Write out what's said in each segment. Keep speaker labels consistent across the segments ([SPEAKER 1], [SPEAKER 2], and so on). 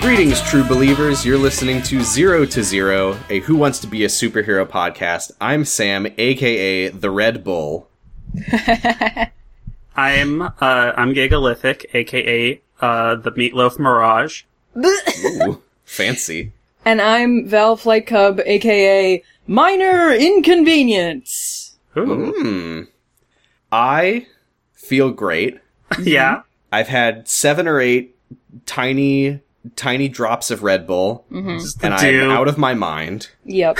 [SPEAKER 1] Greetings, true believers. You're listening to Zero to Zero, a Who Wants to Be a Superhero podcast. I'm Sam, aka the Red Bull.
[SPEAKER 2] I'm uh, I'm Gigalithic, aka uh, the Meatloaf Mirage.
[SPEAKER 1] Ooh, fancy.
[SPEAKER 3] And I'm Val Flight Cub, aka Minor Inconvenience.
[SPEAKER 2] Ooh.
[SPEAKER 1] Hmm. I feel great.
[SPEAKER 2] yeah.
[SPEAKER 1] I've had seven or eight tiny, tiny drops of Red Bull,
[SPEAKER 2] Just the
[SPEAKER 1] and I'm
[SPEAKER 2] dew.
[SPEAKER 1] out of my mind.
[SPEAKER 3] Yep.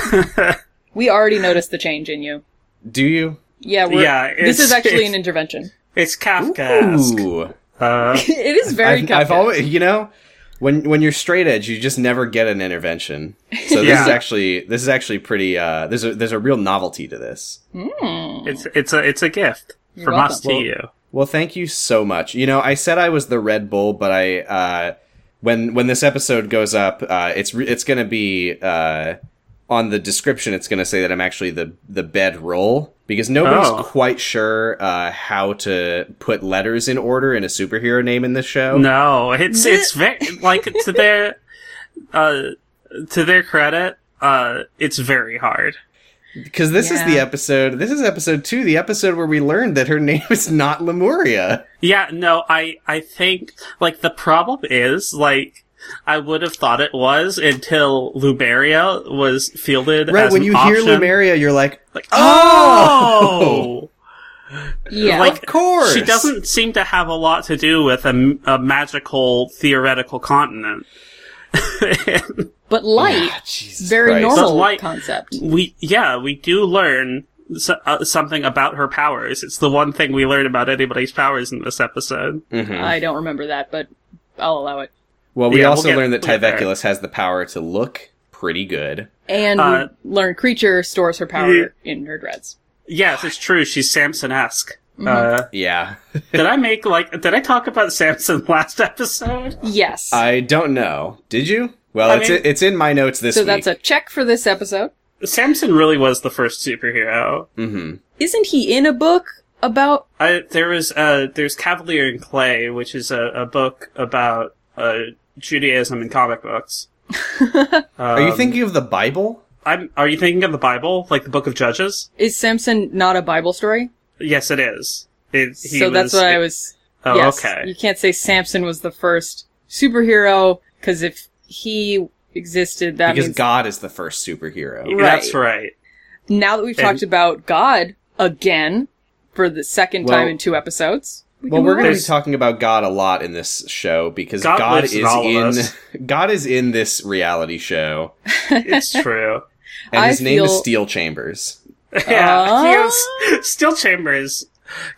[SPEAKER 3] we already noticed the change in you.
[SPEAKER 1] Do you?
[SPEAKER 3] Yeah, we're,
[SPEAKER 2] Yeah,
[SPEAKER 3] this
[SPEAKER 2] it's-
[SPEAKER 3] is actually
[SPEAKER 2] it's-
[SPEAKER 3] an intervention.
[SPEAKER 2] It's Kafka.
[SPEAKER 1] Ooh.
[SPEAKER 2] Uh,
[SPEAKER 3] it is very
[SPEAKER 1] I've, I've
[SPEAKER 3] Kafka.
[SPEAKER 1] always, you know, when when you're straight edge, you just never get an intervention. So this
[SPEAKER 2] Yeah.
[SPEAKER 1] is actually this is actually pretty. Uh, there's a there's a real novelty to this.
[SPEAKER 2] it's it's a it's a gift from us to
[SPEAKER 1] welcome.
[SPEAKER 2] you.
[SPEAKER 1] Well, thank you so much. You know, I said I was the Red Bull, but I uh, when when this episode goes up, uh, it's re- it's gonna be uh, on the description. It's gonna say that I'm actually the the bed roll because nobody's
[SPEAKER 2] Oh.
[SPEAKER 1] quite sure uh, how to put letters in order in a superhero name in this show.
[SPEAKER 2] No, it's it's very like to their uh to their credit. Uh, it's very hard.
[SPEAKER 1] Because this is the
[SPEAKER 3] Yeah.
[SPEAKER 1] episode. This is episode two, the episode where we learned that her name is not Lemuria.
[SPEAKER 2] Yeah, no, I I think like the problem is like I would have thought it was until Luberia was fielded
[SPEAKER 1] Right
[SPEAKER 2] as
[SPEAKER 1] when
[SPEAKER 2] an
[SPEAKER 1] you hear
[SPEAKER 2] option.
[SPEAKER 1] Lemuria, you're like,
[SPEAKER 2] like oh,
[SPEAKER 3] yeah.
[SPEAKER 2] like-
[SPEAKER 1] of course.
[SPEAKER 2] she doesn't seem to have a lot to do with a, m- a magical theoretical continent.
[SPEAKER 3] but light,
[SPEAKER 1] Ah, Jesus
[SPEAKER 3] very
[SPEAKER 1] Christ.
[SPEAKER 3] normal
[SPEAKER 2] But light-
[SPEAKER 3] concept.
[SPEAKER 2] we yeah we do learn so, uh, something about her powers. It's the one thing we learn about anybody's powers in this episode.
[SPEAKER 1] Mm-hmm.
[SPEAKER 3] I don't remember that, but I'll allow it.
[SPEAKER 1] Well, we
[SPEAKER 2] Yeah, we'll
[SPEAKER 1] also
[SPEAKER 2] get-
[SPEAKER 1] learned that
[SPEAKER 2] we'll get there.
[SPEAKER 1] Tyveculus has the power to look pretty good.
[SPEAKER 3] And
[SPEAKER 2] Uh,
[SPEAKER 3] we learn creature stores her power
[SPEAKER 2] yeah.
[SPEAKER 3] in her dreads.
[SPEAKER 2] Yes, it's true. She's Samson esque. Uh,
[SPEAKER 1] Yeah,
[SPEAKER 2] did I make like did I talk about Samson last episode?
[SPEAKER 3] Yes.
[SPEAKER 1] I don't know. Did you? Well,
[SPEAKER 2] I
[SPEAKER 1] it's
[SPEAKER 2] mean-
[SPEAKER 1] it's in my notes this
[SPEAKER 3] so
[SPEAKER 1] week.
[SPEAKER 3] that's a check for this episode.
[SPEAKER 2] Samson really was the first superhero.
[SPEAKER 1] hmm
[SPEAKER 3] Isn't he in a book about
[SPEAKER 2] I, there was uh, there's Cavalier and Clay, which is a, a book about uh, Judaism and comic books.
[SPEAKER 1] Are
[SPEAKER 2] Um,
[SPEAKER 1] you thinking of the Bible?
[SPEAKER 2] I'm, are you thinking of the Bible, like the Book of Judges?
[SPEAKER 3] Is Samson not a Bible story?
[SPEAKER 2] Yes, it is. It, he
[SPEAKER 3] so that's
[SPEAKER 2] was-
[SPEAKER 3] what I was.
[SPEAKER 2] Oh,
[SPEAKER 3] yes.
[SPEAKER 2] okay.
[SPEAKER 3] You can't say Samson was the first superhero because if he existed, that
[SPEAKER 1] because
[SPEAKER 3] means
[SPEAKER 1] God is the first superhero.
[SPEAKER 3] Right.
[SPEAKER 2] That's right.
[SPEAKER 3] now that we've
[SPEAKER 2] and-
[SPEAKER 3] talked about God again for the second
[SPEAKER 1] Well-
[SPEAKER 3] time in two episodes. we
[SPEAKER 1] Well,
[SPEAKER 3] can
[SPEAKER 1] we're
[SPEAKER 3] move
[SPEAKER 1] going to be
[SPEAKER 2] There's-
[SPEAKER 1] talking about God a lot in this show because God,
[SPEAKER 2] God
[SPEAKER 1] is
[SPEAKER 2] lives in all of
[SPEAKER 1] in
[SPEAKER 2] us.
[SPEAKER 1] God is in this reality show,
[SPEAKER 2] It's true.
[SPEAKER 1] and
[SPEAKER 3] I
[SPEAKER 1] his name is
[SPEAKER 3] feel-
[SPEAKER 1] Steel Chambers.
[SPEAKER 2] yeah. he
[SPEAKER 3] Uh?
[SPEAKER 2] was- Steel Chambers.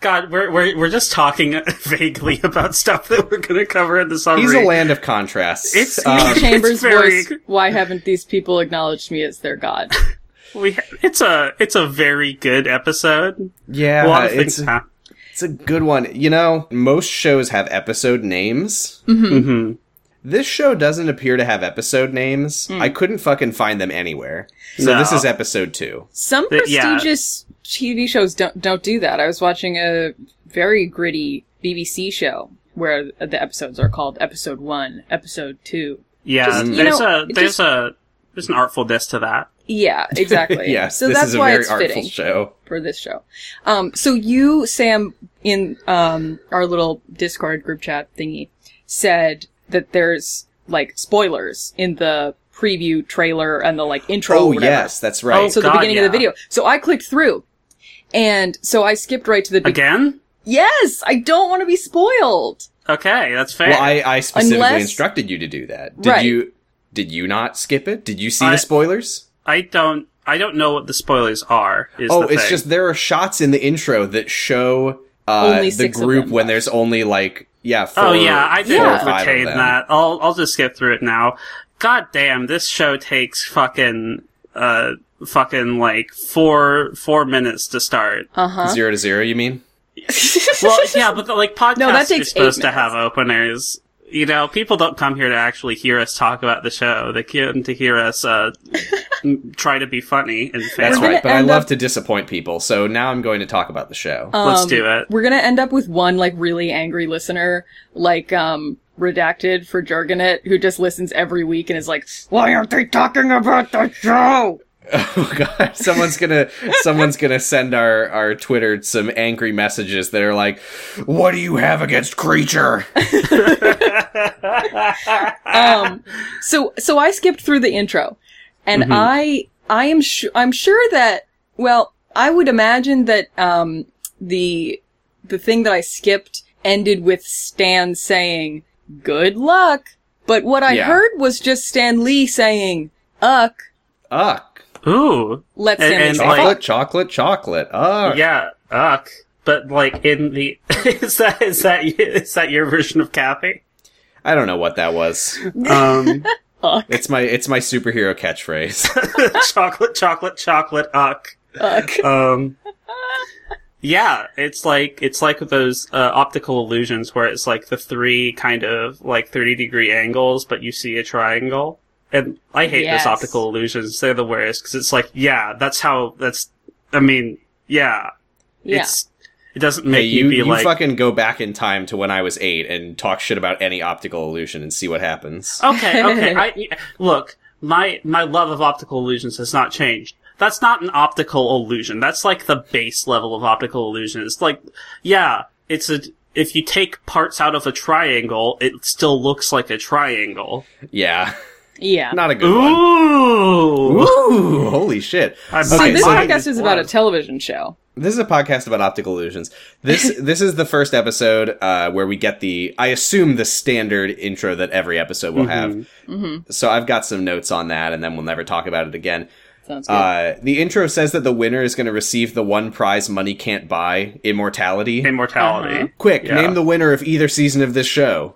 [SPEAKER 2] God, we're, we're, we're just talking vaguely about stuff that we're going to cover in the summary.
[SPEAKER 1] He's a land of contrasts.
[SPEAKER 2] It's-
[SPEAKER 3] on.
[SPEAKER 1] um,
[SPEAKER 3] Chambers
[SPEAKER 2] It's very-
[SPEAKER 3] voice. Why haven't these people acknowledged me as their God?
[SPEAKER 2] we, it's a, it's a very good episode.
[SPEAKER 1] yeah,
[SPEAKER 2] A lot of
[SPEAKER 1] Uh, it's
[SPEAKER 2] things happen.
[SPEAKER 1] it's a good one. You know, most shows have episode names.
[SPEAKER 3] Hmm.
[SPEAKER 2] Mm-hmm.
[SPEAKER 1] This show doesn't appear to have episode names.
[SPEAKER 3] Hmm.
[SPEAKER 1] I couldn't fucking find them anywhere. So
[SPEAKER 2] No.
[SPEAKER 1] this is episode two.
[SPEAKER 3] Some
[SPEAKER 2] Th- yeah.
[SPEAKER 3] prestigious TV shows don't don't do that. I was watching a very gritty BBC show where the episodes are called episode one, episode two.
[SPEAKER 2] Yeah,
[SPEAKER 3] Just, you
[SPEAKER 2] there's
[SPEAKER 3] know,
[SPEAKER 2] a
[SPEAKER 3] it
[SPEAKER 2] there's
[SPEAKER 3] just-
[SPEAKER 2] a there's an artfulness to that.
[SPEAKER 3] Yeah, exactly.
[SPEAKER 1] yes,
[SPEAKER 3] so
[SPEAKER 1] this
[SPEAKER 3] that's
[SPEAKER 1] is a
[SPEAKER 3] why
[SPEAKER 1] very
[SPEAKER 3] it's
[SPEAKER 1] artful
[SPEAKER 3] fitting
[SPEAKER 1] show.
[SPEAKER 3] for this show. Um, so you, Sam, in um, our little Discord group chat thingy, said that there's like spoilers in the preview trailer and the like intro. or
[SPEAKER 1] Oh
[SPEAKER 3] whatever.
[SPEAKER 1] yes, that's right.
[SPEAKER 2] Oh,
[SPEAKER 3] So the
[SPEAKER 2] God,
[SPEAKER 3] beginning of the
[SPEAKER 2] yeah.
[SPEAKER 3] video. So I clicked through, and so I skipped right to the beginning.
[SPEAKER 2] Again?
[SPEAKER 3] Yes, I don't want to be spoiled.
[SPEAKER 2] Okay, that's fair.
[SPEAKER 1] Well, I, I specifically
[SPEAKER 3] Oh, Unless-
[SPEAKER 1] instructed you to do that. Did
[SPEAKER 3] Right.
[SPEAKER 1] you? Did you not skip it? Did you see
[SPEAKER 2] I-
[SPEAKER 1] the spoilers?
[SPEAKER 2] I don't I don't know what the spoilers are. Is
[SPEAKER 1] Oh,
[SPEAKER 2] the
[SPEAKER 1] it's
[SPEAKER 2] thing.
[SPEAKER 1] just there are shots in the intro that show uh,
[SPEAKER 3] Only
[SPEAKER 1] the
[SPEAKER 3] six of
[SPEAKER 1] group
[SPEAKER 3] them.
[SPEAKER 1] when there's only like yeah. Four,
[SPEAKER 2] Oh yeah, I
[SPEAKER 1] four or
[SPEAKER 2] didn't
[SPEAKER 3] Yeah.
[SPEAKER 1] five of
[SPEAKER 2] retain
[SPEAKER 1] them.
[SPEAKER 2] that. I'll I'll just skip through it now. God damn, this show takes fucking uh fucking like four four minutes to start.
[SPEAKER 3] Uh huh.
[SPEAKER 1] Zero to zero, you mean?
[SPEAKER 2] Well, yeah, but the, like podcasts
[SPEAKER 3] No, that
[SPEAKER 2] are
[SPEAKER 3] takes eight
[SPEAKER 2] supposed to
[SPEAKER 3] minutes.
[SPEAKER 2] have openers. You know, people don't come here to actually hear us talk about the show. They come to hear us uh, m- try to be funny and fail.
[SPEAKER 1] That's
[SPEAKER 3] We're gonna
[SPEAKER 1] right. But I
[SPEAKER 3] end
[SPEAKER 1] love
[SPEAKER 3] up-
[SPEAKER 1] to disappoint people, so now I'm going to talk about the show.
[SPEAKER 2] Let's do it.
[SPEAKER 3] We're gonna end up with one like really angry listener, like um redacted for Jargonet, who just listens every week and is like, "Why aren't they talking about the show?"
[SPEAKER 1] Oh god, someone's gonna someone's gonna send our our Twitter some angry messages that are like, "What do you have against creature?"
[SPEAKER 3] um, so so I skipped through the intro, and
[SPEAKER 2] Mhm.
[SPEAKER 3] I I am su- I'm sure that well I would imagine that um the the thing that I skipped ended with Stan saying good luck, but what I
[SPEAKER 1] Yeah.
[SPEAKER 3] heard was just Stan Lee saying uck.
[SPEAKER 1] Uck.
[SPEAKER 2] Ooh,
[SPEAKER 3] Let's
[SPEAKER 2] And-
[SPEAKER 3] sandwich
[SPEAKER 2] and, like-
[SPEAKER 1] Chocolate, chocolate, chocolate. Uck.
[SPEAKER 2] yeah, uck. But like in the is that is that is that your version of Kathy?
[SPEAKER 1] I don't know what that was.
[SPEAKER 2] Um,
[SPEAKER 1] It's my it's my superhero catchphrase.
[SPEAKER 2] chocolate, chocolate, chocolate, uck.
[SPEAKER 3] uck.
[SPEAKER 2] Um, yeah, it's like it's like those uh, optical illusions where it's like the three kind of like thirty degree angles, but you see a triangle. And I hate
[SPEAKER 3] Yes.
[SPEAKER 2] those optical illusions; they're the worst because it's like, yeah, that's how that's. I mean, yeah,
[SPEAKER 3] Yeah.
[SPEAKER 2] it's it doesn't make
[SPEAKER 1] Hey, you
[SPEAKER 2] be
[SPEAKER 1] you
[SPEAKER 2] like,
[SPEAKER 1] fucking go back in time to when I was eight and talk shit about any optical illusion and see what happens.
[SPEAKER 2] okay, okay. I, look, my my love of optical illusions has not changed. That's not an optical illusion. That's like the base level of optical illusion. It's like, yeah, it's a. If you take parts out of a triangle, it still looks like a triangle.
[SPEAKER 1] Yeah,
[SPEAKER 3] yeah.
[SPEAKER 1] not a good one.
[SPEAKER 2] Ooh,
[SPEAKER 1] Ooh, holy shit!
[SPEAKER 2] I'm
[SPEAKER 3] See,
[SPEAKER 2] Okay,
[SPEAKER 3] this
[SPEAKER 2] so-
[SPEAKER 3] podcast is about a
[SPEAKER 2] Wow.
[SPEAKER 3] television show.
[SPEAKER 1] This is a podcast about optical illusions. This this is the first episode uh, where we get the I assume the standard intro that every episode will have.
[SPEAKER 2] Mm-hmm.
[SPEAKER 3] hmm
[SPEAKER 1] So I've got some notes on that, and then we'll never talk about it again.
[SPEAKER 3] Sounds good.
[SPEAKER 1] Uh, the intro says that the winner is going to receive the one prize money can't buy immortality.
[SPEAKER 2] immortality.
[SPEAKER 3] Uh-huh.
[SPEAKER 1] Quick,
[SPEAKER 2] Yeah.
[SPEAKER 1] name the winner of either season of this show.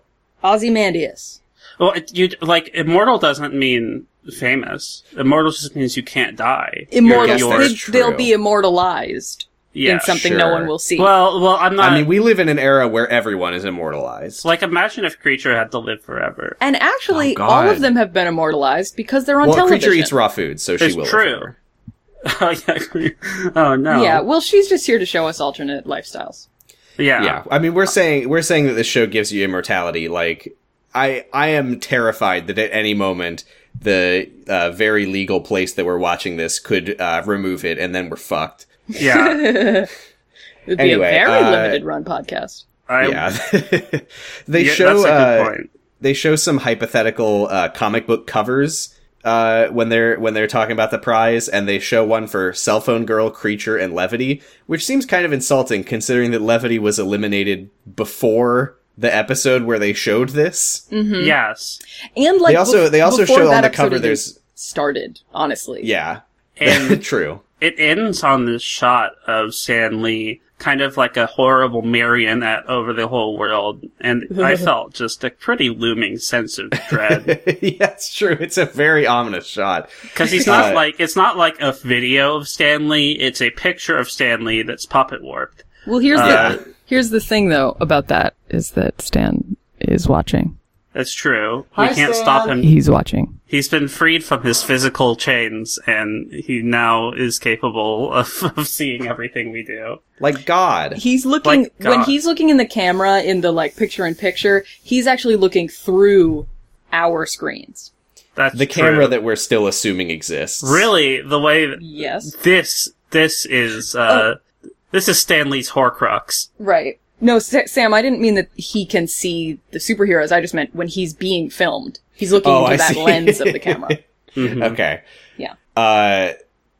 [SPEAKER 3] Ozymandias.
[SPEAKER 2] Well, it, you like immortal doesn't mean famous. Immortal just means you can't die. You're-
[SPEAKER 3] Immortal.
[SPEAKER 1] Yes, that's
[SPEAKER 2] you're-
[SPEAKER 3] They, they'll
[SPEAKER 1] true.
[SPEAKER 3] be immortalized
[SPEAKER 2] yeah.
[SPEAKER 3] in something no
[SPEAKER 1] sure.
[SPEAKER 3] one will see.
[SPEAKER 2] Well, well, I'm not.
[SPEAKER 1] I mean, we live in an era where everyone is immortalized.
[SPEAKER 2] Uh, like, imagine if creature had to live forever.
[SPEAKER 3] And actually,
[SPEAKER 1] Oh, God.
[SPEAKER 3] all of them have been immortalized because they're on
[SPEAKER 1] well, a
[SPEAKER 3] television.
[SPEAKER 1] creature eats raw food, so she
[SPEAKER 2] It's
[SPEAKER 1] will. live
[SPEAKER 2] true.
[SPEAKER 1] forever.
[SPEAKER 2] Oh yeah. oh no.
[SPEAKER 3] Yeah, well, she's just here to show us alternate lifestyles.
[SPEAKER 2] Yeah.
[SPEAKER 1] yeah i mean we're saying we're saying that this show gives you immortality like i i am terrified that at any moment the uh, very legal place that we're watching this could uh, remove it and then we're fucked
[SPEAKER 2] Yeah.
[SPEAKER 3] It'd be
[SPEAKER 1] Anyway,
[SPEAKER 3] a very
[SPEAKER 1] uh,
[SPEAKER 3] limited run podcast.
[SPEAKER 2] I,
[SPEAKER 1] yeah they
[SPEAKER 2] yeah,
[SPEAKER 1] show
[SPEAKER 2] That's a good
[SPEAKER 1] uh,
[SPEAKER 2] point.
[SPEAKER 1] they show some hypothetical uh, comic book covers uh, when they're when they're talking about the prize, and they show one for Cell Phone Girl, Creature, and Levity, which seems kind of insulting considering that Levity was eliminated before the episode where they showed this.
[SPEAKER 2] Mm.
[SPEAKER 3] hmm
[SPEAKER 2] Yes.
[SPEAKER 3] And like
[SPEAKER 1] they also
[SPEAKER 3] bef-
[SPEAKER 1] they also
[SPEAKER 3] before
[SPEAKER 1] show on
[SPEAKER 3] that
[SPEAKER 1] the
[SPEAKER 3] episode
[SPEAKER 1] cover
[SPEAKER 3] even
[SPEAKER 1] there's
[SPEAKER 3] started honestly.
[SPEAKER 1] yeah
[SPEAKER 2] And
[SPEAKER 1] true
[SPEAKER 2] it ends on this shot of Stan Lee, kind of like a horrible marionette over the whole world, and I felt just a pretty looming sense of dread
[SPEAKER 1] yeah it's true it's a very ominous shot
[SPEAKER 2] because he's not
[SPEAKER 1] Uh,
[SPEAKER 2] like it's not like a video of Stan Lee; it's a picture of Stan Lee that's puppet warped.
[SPEAKER 3] Well, here's
[SPEAKER 1] Uh,
[SPEAKER 2] Yeah.
[SPEAKER 3] the here's the thing though about that is that Stan is watching.
[SPEAKER 2] That's true. We
[SPEAKER 1] Hi,
[SPEAKER 2] can't
[SPEAKER 1] Stan.
[SPEAKER 2] stop him
[SPEAKER 3] He's watching.
[SPEAKER 2] He's been freed from his physical chains, and he now is capable of, of seeing everything we do.
[SPEAKER 1] like God
[SPEAKER 3] He's looking
[SPEAKER 2] Like,
[SPEAKER 3] when
[SPEAKER 2] God.
[SPEAKER 3] he's looking in the camera in the like picture in picture. He's actually looking through our screens.
[SPEAKER 2] That's
[SPEAKER 1] the
[SPEAKER 2] true.
[SPEAKER 1] camera that we're still assuming exists
[SPEAKER 2] really the way that-
[SPEAKER 3] Yes.
[SPEAKER 2] this this is uh this is Stanley's Horcrux.
[SPEAKER 3] Right. No, Sa- Sam, I didn't mean that he can see the superheroes. I just meant when he's being filmed. He's looking
[SPEAKER 1] Oh,
[SPEAKER 3] into
[SPEAKER 1] I
[SPEAKER 3] that
[SPEAKER 1] see.
[SPEAKER 3] lens of the camera.
[SPEAKER 2] Mhm.
[SPEAKER 1] okay
[SPEAKER 3] Yeah.
[SPEAKER 1] uh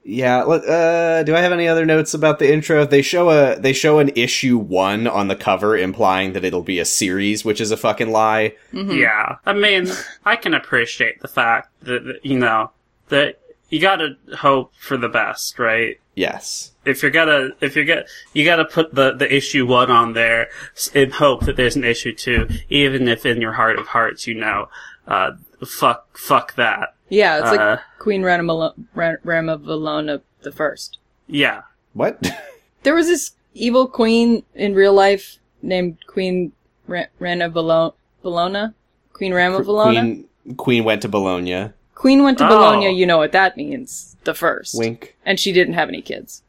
[SPEAKER 1] yeah let, uh do i have any other notes about the intro they show a they show an issue one on the cover implying that it'll be a series which is a fucking lie
[SPEAKER 2] Yeah, I mean, I can appreciate the fact that, that you know that you gotta hope for the best, right?
[SPEAKER 1] yes
[SPEAKER 2] If you're gonna, if you're gonna, you gotta put the, the issue one on there s- in hope that there's an issue two, even if in your heart of hearts you know, uh, fuck, fuck that.
[SPEAKER 3] Yeah, it's
[SPEAKER 2] Uh.
[SPEAKER 3] like
[SPEAKER 1] Uh-huh.
[SPEAKER 3] Queen Ramamalo- Ra- Ramavalona the first.
[SPEAKER 2] Yeah.
[SPEAKER 1] what
[SPEAKER 3] There was this evil queen in real life named Queen Ra- Ranavalona? Valona? Queen Ramavalona? Queen,
[SPEAKER 1] queen queen went to bologna
[SPEAKER 3] went to
[SPEAKER 2] Oh.
[SPEAKER 3] Bologna, you know what that means. The first.
[SPEAKER 1] wink Mm,
[SPEAKER 3] And she didn't have any kids.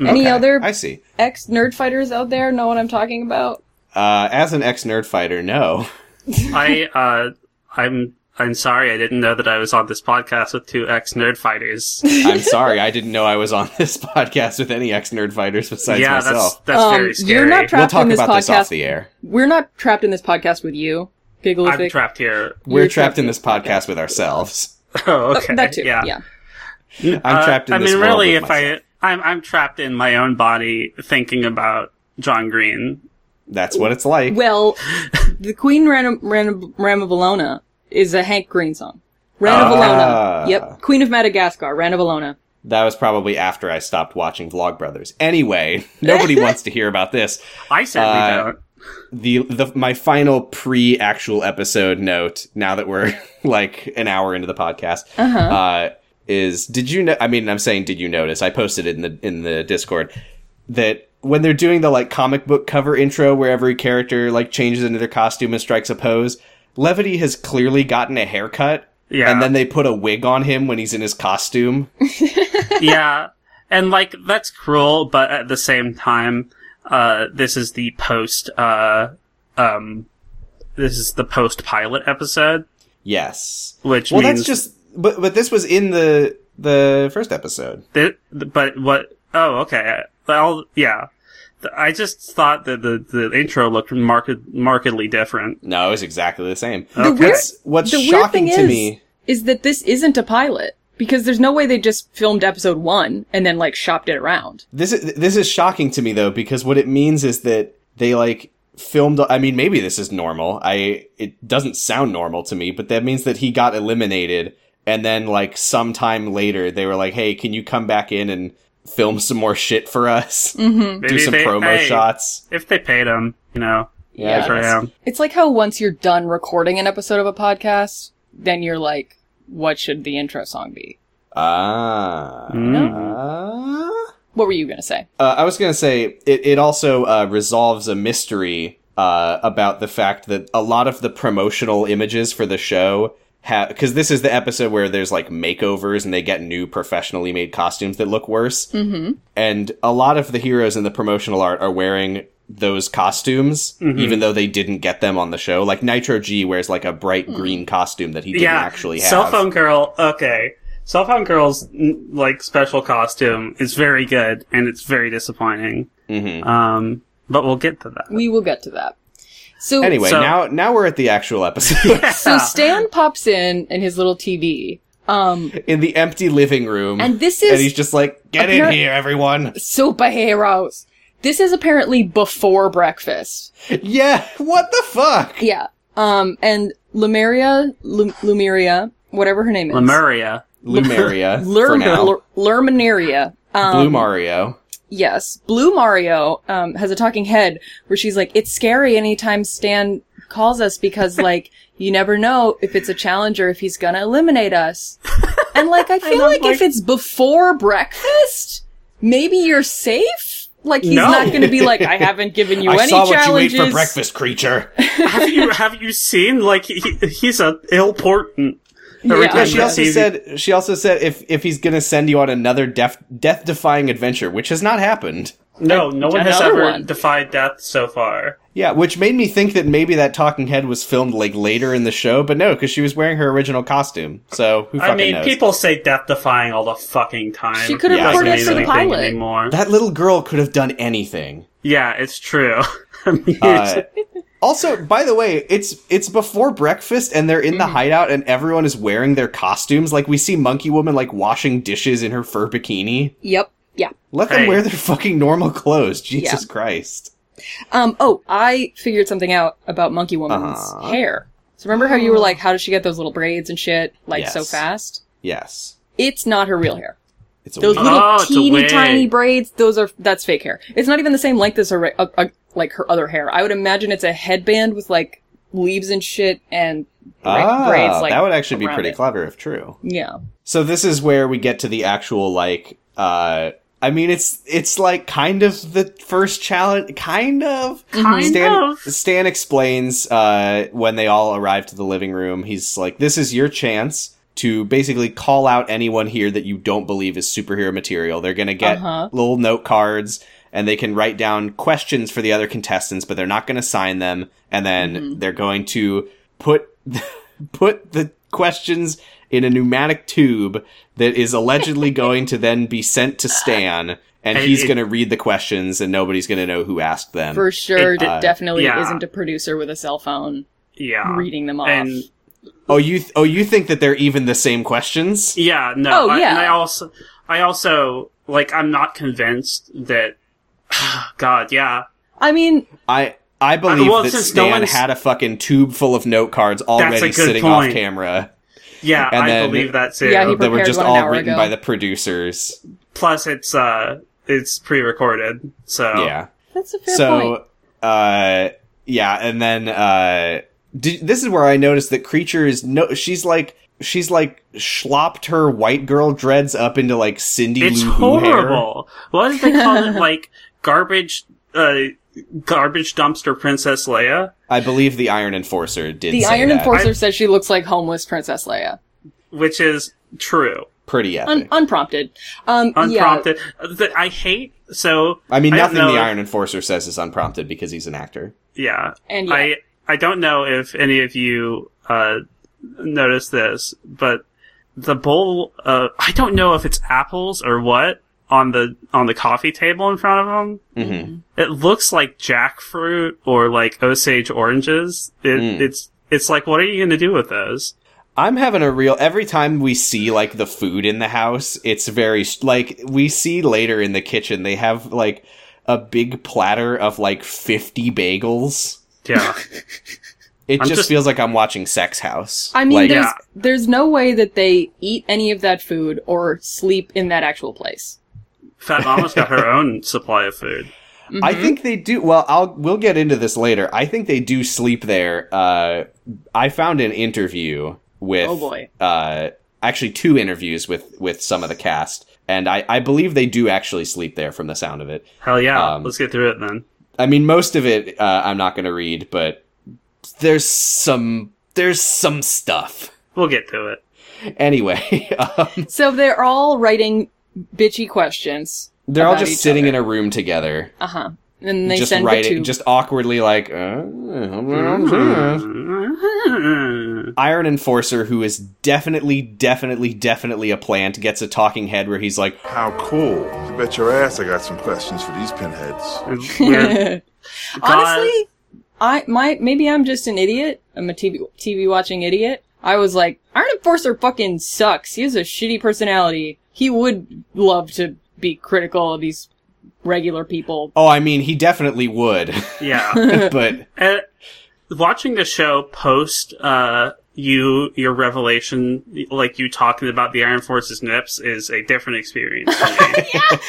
[SPEAKER 3] Any
[SPEAKER 1] Okay,
[SPEAKER 3] other
[SPEAKER 1] i see
[SPEAKER 3] ex nerd fighters out there know what I'm talking about?
[SPEAKER 1] uh as an ex nerd fighter no
[SPEAKER 2] I uh, I'm I'm sorry I didn't know that I was on this podcast with two ex nerd fighters.
[SPEAKER 1] I'm sorry, I didn't know I was on this podcast with any ex nerd fighters besides
[SPEAKER 2] yeah, that's
[SPEAKER 1] myself.
[SPEAKER 2] that's
[SPEAKER 3] Um,
[SPEAKER 2] very scary.
[SPEAKER 3] You're not
[SPEAKER 1] We'll
[SPEAKER 3] trapped
[SPEAKER 1] talk
[SPEAKER 3] in this
[SPEAKER 1] about this
[SPEAKER 3] podcast.
[SPEAKER 1] off the air.
[SPEAKER 3] We're not trapped in this podcast with you,
[SPEAKER 2] I'm
[SPEAKER 3] Gigalific.
[SPEAKER 2] trapped here.
[SPEAKER 1] We're
[SPEAKER 3] You're
[SPEAKER 1] trapped in this podcast with ourselves.
[SPEAKER 2] Oh, okay.
[SPEAKER 3] That too. Yeah.
[SPEAKER 2] Uh,
[SPEAKER 1] I'm trapped in
[SPEAKER 2] I
[SPEAKER 1] this
[SPEAKER 2] mean,
[SPEAKER 1] world
[SPEAKER 2] really,
[SPEAKER 1] with
[SPEAKER 2] if
[SPEAKER 1] myself.
[SPEAKER 2] I I'm I'm trapped in my own body thinking about John Green.
[SPEAKER 1] That's what it's like.
[SPEAKER 3] Well, the Queen Ram- Ram- Ramavalona is a Hank Green song.
[SPEAKER 1] Ah.
[SPEAKER 3] Ranavalona. Yep. Queen of Madagascar, Ranavalona.
[SPEAKER 1] That was probably after I stopped watching Vlogbrothers. Anyway, nobody wants to hear about this.
[SPEAKER 2] I certainly
[SPEAKER 1] Uh,
[SPEAKER 2] don't.
[SPEAKER 1] The the my final pre actual episode note. Now that we're like an hour into the podcast,
[SPEAKER 3] Uh-huh.
[SPEAKER 1] uh, is did you know? I mean, I'm saying did you notice? I posted it in the in the Discord that when they're doing the like comic book cover intro, where every character like changes into their costume and strikes a pose. Levity has clearly gotten a haircut,
[SPEAKER 2] Yeah.
[SPEAKER 1] and then they put a wig on him when he's in his costume.
[SPEAKER 2] yeah, and like that's cruel, but at the same time, uh, this is the post, uh, um, this is the post pilot episode,
[SPEAKER 1] Yes.
[SPEAKER 2] which
[SPEAKER 1] well,
[SPEAKER 2] means
[SPEAKER 1] that's just. But but this was in the the first episode.
[SPEAKER 2] thi- but what? Oh, okay. Well, yeah. Th- I just thought that the, the intro looked marked, markedly different.
[SPEAKER 1] No, it was exactly the same.
[SPEAKER 2] The
[SPEAKER 3] weird-
[SPEAKER 1] What's what's
[SPEAKER 3] the weird
[SPEAKER 1] shocking
[SPEAKER 3] thing
[SPEAKER 1] to
[SPEAKER 3] is-
[SPEAKER 1] me?
[SPEAKER 3] Is that this isn't a pilot? Because there's no way they just filmed episode one and then like shopped it around.
[SPEAKER 1] This is this is shocking to me though because what it means is that they like filmed. I mean, maybe this is normal. I it doesn't sound normal to me, but that means that he got eliminated, and then like sometime later they were like, "Hey, can you come back in and film some more shit for us?
[SPEAKER 3] Mm-hmm.
[SPEAKER 1] Do
[SPEAKER 2] Maybe
[SPEAKER 1] some
[SPEAKER 2] they-
[SPEAKER 1] promo
[SPEAKER 2] hey,
[SPEAKER 1] shots."
[SPEAKER 2] If they paid him, you know,
[SPEAKER 1] Yeah,
[SPEAKER 2] good for
[SPEAKER 1] that's-
[SPEAKER 2] him.
[SPEAKER 3] It's like how once you're done recording an episode of a podcast, then you're like, what should the intro song be?
[SPEAKER 1] Ah.
[SPEAKER 2] Mm.
[SPEAKER 1] Ah.
[SPEAKER 3] What were you gonna say?
[SPEAKER 1] Uh, I was going to say it, it also uh, resolves a mystery uh, about the fact that a lot of the promotional images for the show have because this is the episode where there's like makeovers and they get new professionally made costumes that look worse,
[SPEAKER 3] Mm-hmm.
[SPEAKER 1] and a lot of the heroes in the promotional art are wearing those costumes
[SPEAKER 2] Mhm.
[SPEAKER 1] even though they didn't get them on the show. Like Nitro G wears like a bright green costume that he didn't
[SPEAKER 2] yeah,
[SPEAKER 1] actually have.
[SPEAKER 2] Cell phone girl. Okay, cell phone girl's n- like special costume is very good, and it's very disappointing.
[SPEAKER 1] Mhm.
[SPEAKER 2] Um, but we'll get to that.
[SPEAKER 3] We will get to that. So
[SPEAKER 1] Anyway,
[SPEAKER 2] So-
[SPEAKER 1] now now we're at the actual episode.
[SPEAKER 3] so Stan pops in in his little TV. Um,
[SPEAKER 1] in the empty living room.
[SPEAKER 3] and this
[SPEAKER 1] and he's
[SPEAKER 3] is
[SPEAKER 1] just like, get in
[SPEAKER 3] Apparent-
[SPEAKER 1] here, everyone.
[SPEAKER 3] superheroes. This is apparently before breakfast.
[SPEAKER 1] Yeah, what the fuck?
[SPEAKER 3] Yeah. Um, and Lemuria, Lum- Lumeria, whatever her name is.
[SPEAKER 2] Lemuria.
[SPEAKER 1] Lumeria. for now.
[SPEAKER 3] Lerm- Lerminaria. Um,
[SPEAKER 1] Blue Mario.
[SPEAKER 3] Yes. Blue Mario um, has a talking head where she's like, it's scary anytime Stan calls us because, like, you never know if it's a challenger, if he's gonna eliminate us. And, like, I feel
[SPEAKER 2] I'm
[SPEAKER 3] like,
[SPEAKER 2] like-
[SPEAKER 3] if it's before breakfast, maybe you're safe? Like, he's
[SPEAKER 2] No.
[SPEAKER 3] not gonna be like, I haven't given you
[SPEAKER 1] I
[SPEAKER 3] any
[SPEAKER 1] saw what
[SPEAKER 3] challenges.
[SPEAKER 1] you ate for breakfast, creature.
[SPEAKER 2] have you have you seen like he, he's a ill portent? Every
[SPEAKER 3] Oh, Yeah.
[SPEAKER 2] time
[SPEAKER 1] Yeah, she
[SPEAKER 2] that
[SPEAKER 1] also
[SPEAKER 2] he-
[SPEAKER 1] said she also said if if he's gonna send you on another death death defying adventure, which has not happened.
[SPEAKER 2] no, no one has
[SPEAKER 3] Another
[SPEAKER 2] ever
[SPEAKER 3] one.
[SPEAKER 2] defied death so far.
[SPEAKER 1] Yeah, which made me think that maybe that talking head was filmed like later in the show, but no, because she was wearing her original costume. So who fucking
[SPEAKER 2] I mean,
[SPEAKER 1] knows?
[SPEAKER 2] people say death defying all the fucking time.
[SPEAKER 3] She could
[SPEAKER 1] have
[SPEAKER 2] It doesn't
[SPEAKER 1] recorded
[SPEAKER 2] mean
[SPEAKER 1] for the
[SPEAKER 2] anything
[SPEAKER 3] pilot.
[SPEAKER 2] anymore.
[SPEAKER 1] that little girl could have done anything.
[SPEAKER 2] yeah, it's true. I mean,
[SPEAKER 1] Uh, also, by the way, it's it's before breakfast, and they're in
[SPEAKER 3] Hmm.
[SPEAKER 1] the hideout, and everyone is wearing their costumes. Like we see Monkey Woman like washing dishes in her fur bikini.
[SPEAKER 3] Yep. Yeah.
[SPEAKER 1] Let
[SPEAKER 2] Hey.
[SPEAKER 1] them wear their fucking normal clothes. Jesus Christ!
[SPEAKER 3] Um, oh, I figured something out about Monkey Woman's
[SPEAKER 1] Uh-huh.
[SPEAKER 3] hair. So remember how you
[SPEAKER 2] Oh.
[SPEAKER 3] were like, how does she get those little braids and shit, like, so
[SPEAKER 1] Yes.
[SPEAKER 3] fast?
[SPEAKER 1] Yes,
[SPEAKER 3] It's not her real hair.
[SPEAKER 1] it's a
[SPEAKER 3] Those
[SPEAKER 1] wig.
[SPEAKER 3] little
[SPEAKER 2] Oh, it's a
[SPEAKER 3] teeny
[SPEAKER 2] wig.
[SPEAKER 3] tiny braids, those are that's fake hair. It's not even the same length as her re- uh, uh, like her other hair. I would imagine it's a headband with like leaves and shit and bra-
[SPEAKER 1] ah,
[SPEAKER 3] braids. Like
[SPEAKER 1] that would actually be
[SPEAKER 3] around
[SPEAKER 1] pretty
[SPEAKER 3] it.
[SPEAKER 1] clever if true.
[SPEAKER 3] yeah,
[SPEAKER 1] So this is where we get to the actual like. uh I mean, it's it's like kind of the first challenge, kind of.
[SPEAKER 2] kind
[SPEAKER 1] Stan,
[SPEAKER 2] of.
[SPEAKER 1] Stan explains uh, when they all arrive to the living room. He's like, "This is your chance to basically call out anyone here that you don't believe is superhero material. They're gonna get
[SPEAKER 3] Uh-huh.
[SPEAKER 1] little note cards, and they can write down questions for the other contestants, but they're not going to sign them. And then
[SPEAKER 2] Mm-hmm.
[SPEAKER 1] they're going to put put the questions in a pneumatic tube that is allegedly going to then be sent to Stan, and
[SPEAKER 2] And
[SPEAKER 1] he's
[SPEAKER 2] it-
[SPEAKER 1] going to read the questions, and nobody's going to know who asked them.
[SPEAKER 3] For sure,
[SPEAKER 2] It-
[SPEAKER 3] it,
[SPEAKER 1] uh,
[SPEAKER 3] definitely
[SPEAKER 2] yeah.
[SPEAKER 3] isn't a producer with a cell phone
[SPEAKER 2] Yeah.
[SPEAKER 3] reading them off.
[SPEAKER 2] And
[SPEAKER 1] oh, you th- oh you think that they're even the same questions?
[SPEAKER 2] Yeah, no.
[SPEAKER 3] Oh,
[SPEAKER 2] I,
[SPEAKER 3] yeah.
[SPEAKER 2] And I also, I also, like, I'm not convinced that, God, yeah.
[SPEAKER 3] I mean,
[SPEAKER 1] I I believe
[SPEAKER 2] Uh, well,
[SPEAKER 1] that
[SPEAKER 2] since no
[SPEAKER 1] Stan
[SPEAKER 2] one's-
[SPEAKER 1] had a fucking tube full of note cards already
[SPEAKER 2] good
[SPEAKER 1] sitting off
[SPEAKER 2] point.
[SPEAKER 1] camera
[SPEAKER 2] Yeah,
[SPEAKER 1] And
[SPEAKER 2] I
[SPEAKER 1] then-
[SPEAKER 2] believe that too.
[SPEAKER 3] Yeah, he
[SPEAKER 1] that were
[SPEAKER 3] Prepared
[SPEAKER 1] just
[SPEAKER 3] one an
[SPEAKER 1] all
[SPEAKER 3] hour
[SPEAKER 1] written
[SPEAKER 3] ago.
[SPEAKER 1] by the producers.
[SPEAKER 2] Plus it's, uh, it's pre-recorded, so.
[SPEAKER 1] Yeah.
[SPEAKER 3] that's a fair
[SPEAKER 1] so,
[SPEAKER 3] point.
[SPEAKER 1] uh, yeah, and then uh, did, this is where I noticed that creature is no. She's like she's like schlopped her white girl dreads up into like Cindy.
[SPEAKER 2] It's
[SPEAKER 1] Lou Who hair.
[SPEAKER 2] horrible. What did they call it? Like, garbage, uh, garbage dumpster Princess Leia?
[SPEAKER 1] I believe the Iron Enforcer did.
[SPEAKER 3] The
[SPEAKER 1] say
[SPEAKER 3] Iron
[SPEAKER 1] that.
[SPEAKER 3] Enforcer
[SPEAKER 2] I-
[SPEAKER 3] says she looks like homeless Princess Leia.
[SPEAKER 2] Which is true.
[SPEAKER 1] Pretty epic.
[SPEAKER 3] Un- unprompted. Um,
[SPEAKER 2] Unprompted. Th- I hate, so.
[SPEAKER 1] I mean,
[SPEAKER 2] don't
[SPEAKER 1] nothing
[SPEAKER 2] know
[SPEAKER 1] the
[SPEAKER 2] if-
[SPEAKER 1] Iron Enforcer says is unprompted because he's an actor.
[SPEAKER 2] Yeah.
[SPEAKER 3] And yeah.
[SPEAKER 2] I I don't know if any of you uh noticed this, but the bowl uh I don't know if it's apples or what on the on the coffee table in front of them.
[SPEAKER 1] Mm-hmm.
[SPEAKER 2] It looks like jackfruit or like Osage oranges. It,
[SPEAKER 1] Mm.
[SPEAKER 2] It's it's like what are you going to do with those?
[SPEAKER 1] I'm having a real. Every time we see like the food in the house, it's very s- like we see later in the kitchen. They have like a big platter of like 50 bagels.
[SPEAKER 2] Yeah,
[SPEAKER 1] It
[SPEAKER 2] I'm
[SPEAKER 1] just,
[SPEAKER 2] just-
[SPEAKER 1] feels like I'm watching Sex House.
[SPEAKER 3] I mean,
[SPEAKER 1] like,
[SPEAKER 3] there's
[SPEAKER 2] Yeah.
[SPEAKER 3] there's no way that they eat any of that food or sleep in that actual place.
[SPEAKER 2] Fat Mama's got her own supply of food.
[SPEAKER 1] I
[SPEAKER 3] Mhm.
[SPEAKER 2] Mm-hmm.
[SPEAKER 1] think they do. Well, I'll we'll get into this later. I think they do sleep there. Uh, I found an interview with.
[SPEAKER 3] Oh, boy.
[SPEAKER 1] Uh, actually, two interviews with with some of the cast, and I I believe they do actually sleep there from the sound of it.
[SPEAKER 2] Hell yeah,
[SPEAKER 1] Um,
[SPEAKER 2] let's get through it then.
[SPEAKER 1] I mean, most of it uh, I'm not going to read, but there's some there's some stuff.
[SPEAKER 2] We'll get to it.
[SPEAKER 1] Anyway, um,
[SPEAKER 3] So they're all writing bitchy questions.
[SPEAKER 1] they're all
[SPEAKER 3] About
[SPEAKER 1] just
[SPEAKER 3] each
[SPEAKER 1] sitting
[SPEAKER 3] other.
[SPEAKER 1] in a room together.
[SPEAKER 3] Uh huh. And they
[SPEAKER 1] just
[SPEAKER 3] send the
[SPEAKER 1] writing,
[SPEAKER 3] tube.
[SPEAKER 1] just awkwardly, like
[SPEAKER 3] mm-hmm.
[SPEAKER 1] uh, Iron Enforcer, who is definitely, definitely, definitely a plant, gets a talking head where he's like,
[SPEAKER 4] How cool. You bet your ass I got some questions for these pinheads.
[SPEAKER 2] We're-
[SPEAKER 3] Honestly, I my maybe I'm just an idiot. I'm a TV TV watching idiot. I was like, Iron Enforcer fucking sucks. He has a shitty personality. He would love to be critical of these regular people.
[SPEAKER 1] "Oh, I mean, he definitely would,"
[SPEAKER 2] yeah.
[SPEAKER 1] but
[SPEAKER 2] Uh, watching the show post uh, you your revelation, like you talking about the Iron Force's nips, is a different experience. For me.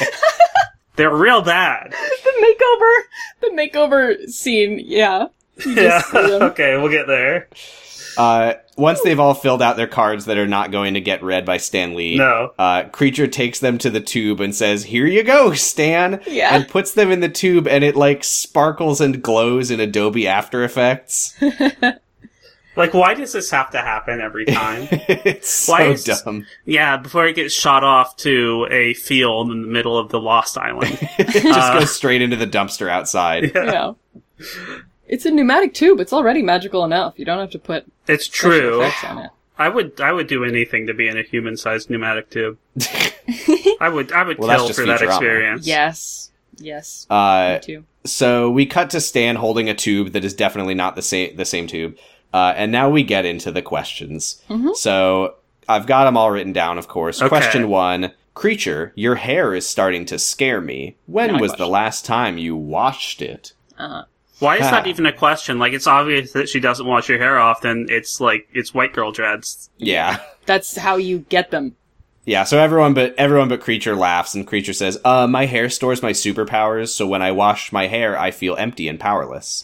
[SPEAKER 2] They're real bad.
[SPEAKER 3] The makeover, the makeover scene. Yeah,
[SPEAKER 2] Yeah.
[SPEAKER 3] see 'em.
[SPEAKER 2] okay, we'll get there.
[SPEAKER 1] uh, once they've all filled out their cards that are not going to get read by Stan Lee,
[SPEAKER 2] No.
[SPEAKER 1] uh, creature takes them to the tube and says, "Here you go, Stan,"
[SPEAKER 3] Yeah.
[SPEAKER 1] and puts them in the tube, and it like sparkles and glows in Adobe After Effects.
[SPEAKER 2] Like, why does this have to happen every time?
[SPEAKER 1] it's so
[SPEAKER 2] Why is-
[SPEAKER 1] dumb.
[SPEAKER 2] yeah, before it gets shot off to a field in the middle of the Lost Island.
[SPEAKER 1] It just
[SPEAKER 2] Uh,
[SPEAKER 1] goes straight into the dumpster outside.
[SPEAKER 3] you know. It's a pneumatic tube. It's already magical enough. You don't have to put
[SPEAKER 2] It's
[SPEAKER 3] special
[SPEAKER 2] true.
[SPEAKER 3] effects on it.
[SPEAKER 2] I would I would do anything to be in a human sized pneumatic tube. I would I would
[SPEAKER 1] Well, that's
[SPEAKER 2] kill
[SPEAKER 1] just
[SPEAKER 2] for that
[SPEAKER 1] Futurama.
[SPEAKER 2] experience.
[SPEAKER 3] Yes, yes,
[SPEAKER 1] Uh,
[SPEAKER 3] me too.
[SPEAKER 1] so we cut to Stan holding a tube that is definitely not the same the same tube. Uh, and now we get into the questions.
[SPEAKER 3] Mm-hmm.
[SPEAKER 1] So I've got them all written down, of course.
[SPEAKER 2] Okay.
[SPEAKER 1] Question one: Creature, your hair is starting to scare me. When
[SPEAKER 3] Now I
[SPEAKER 1] was
[SPEAKER 3] wash
[SPEAKER 1] the
[SPEAKER 3] it.
[SPEAKER 1] last time you washed it?
[SPEAKER 2] Why is that
[SPEAKER 1] Ha.
[SPEAKER 2] even a question? Like, it's obvious that she doesn't wash her hair often. It's like, it's white girl dreads.
[SPEAKER 1] Yeah,
[SPEAKER 3] That's how you get them.
[SPEAKER 1] yeah. So everyone but everyone but creature laughs, and creature says, "Uh, my hair stores my superpowers. So when I wash my hair, I feel empty and powerless."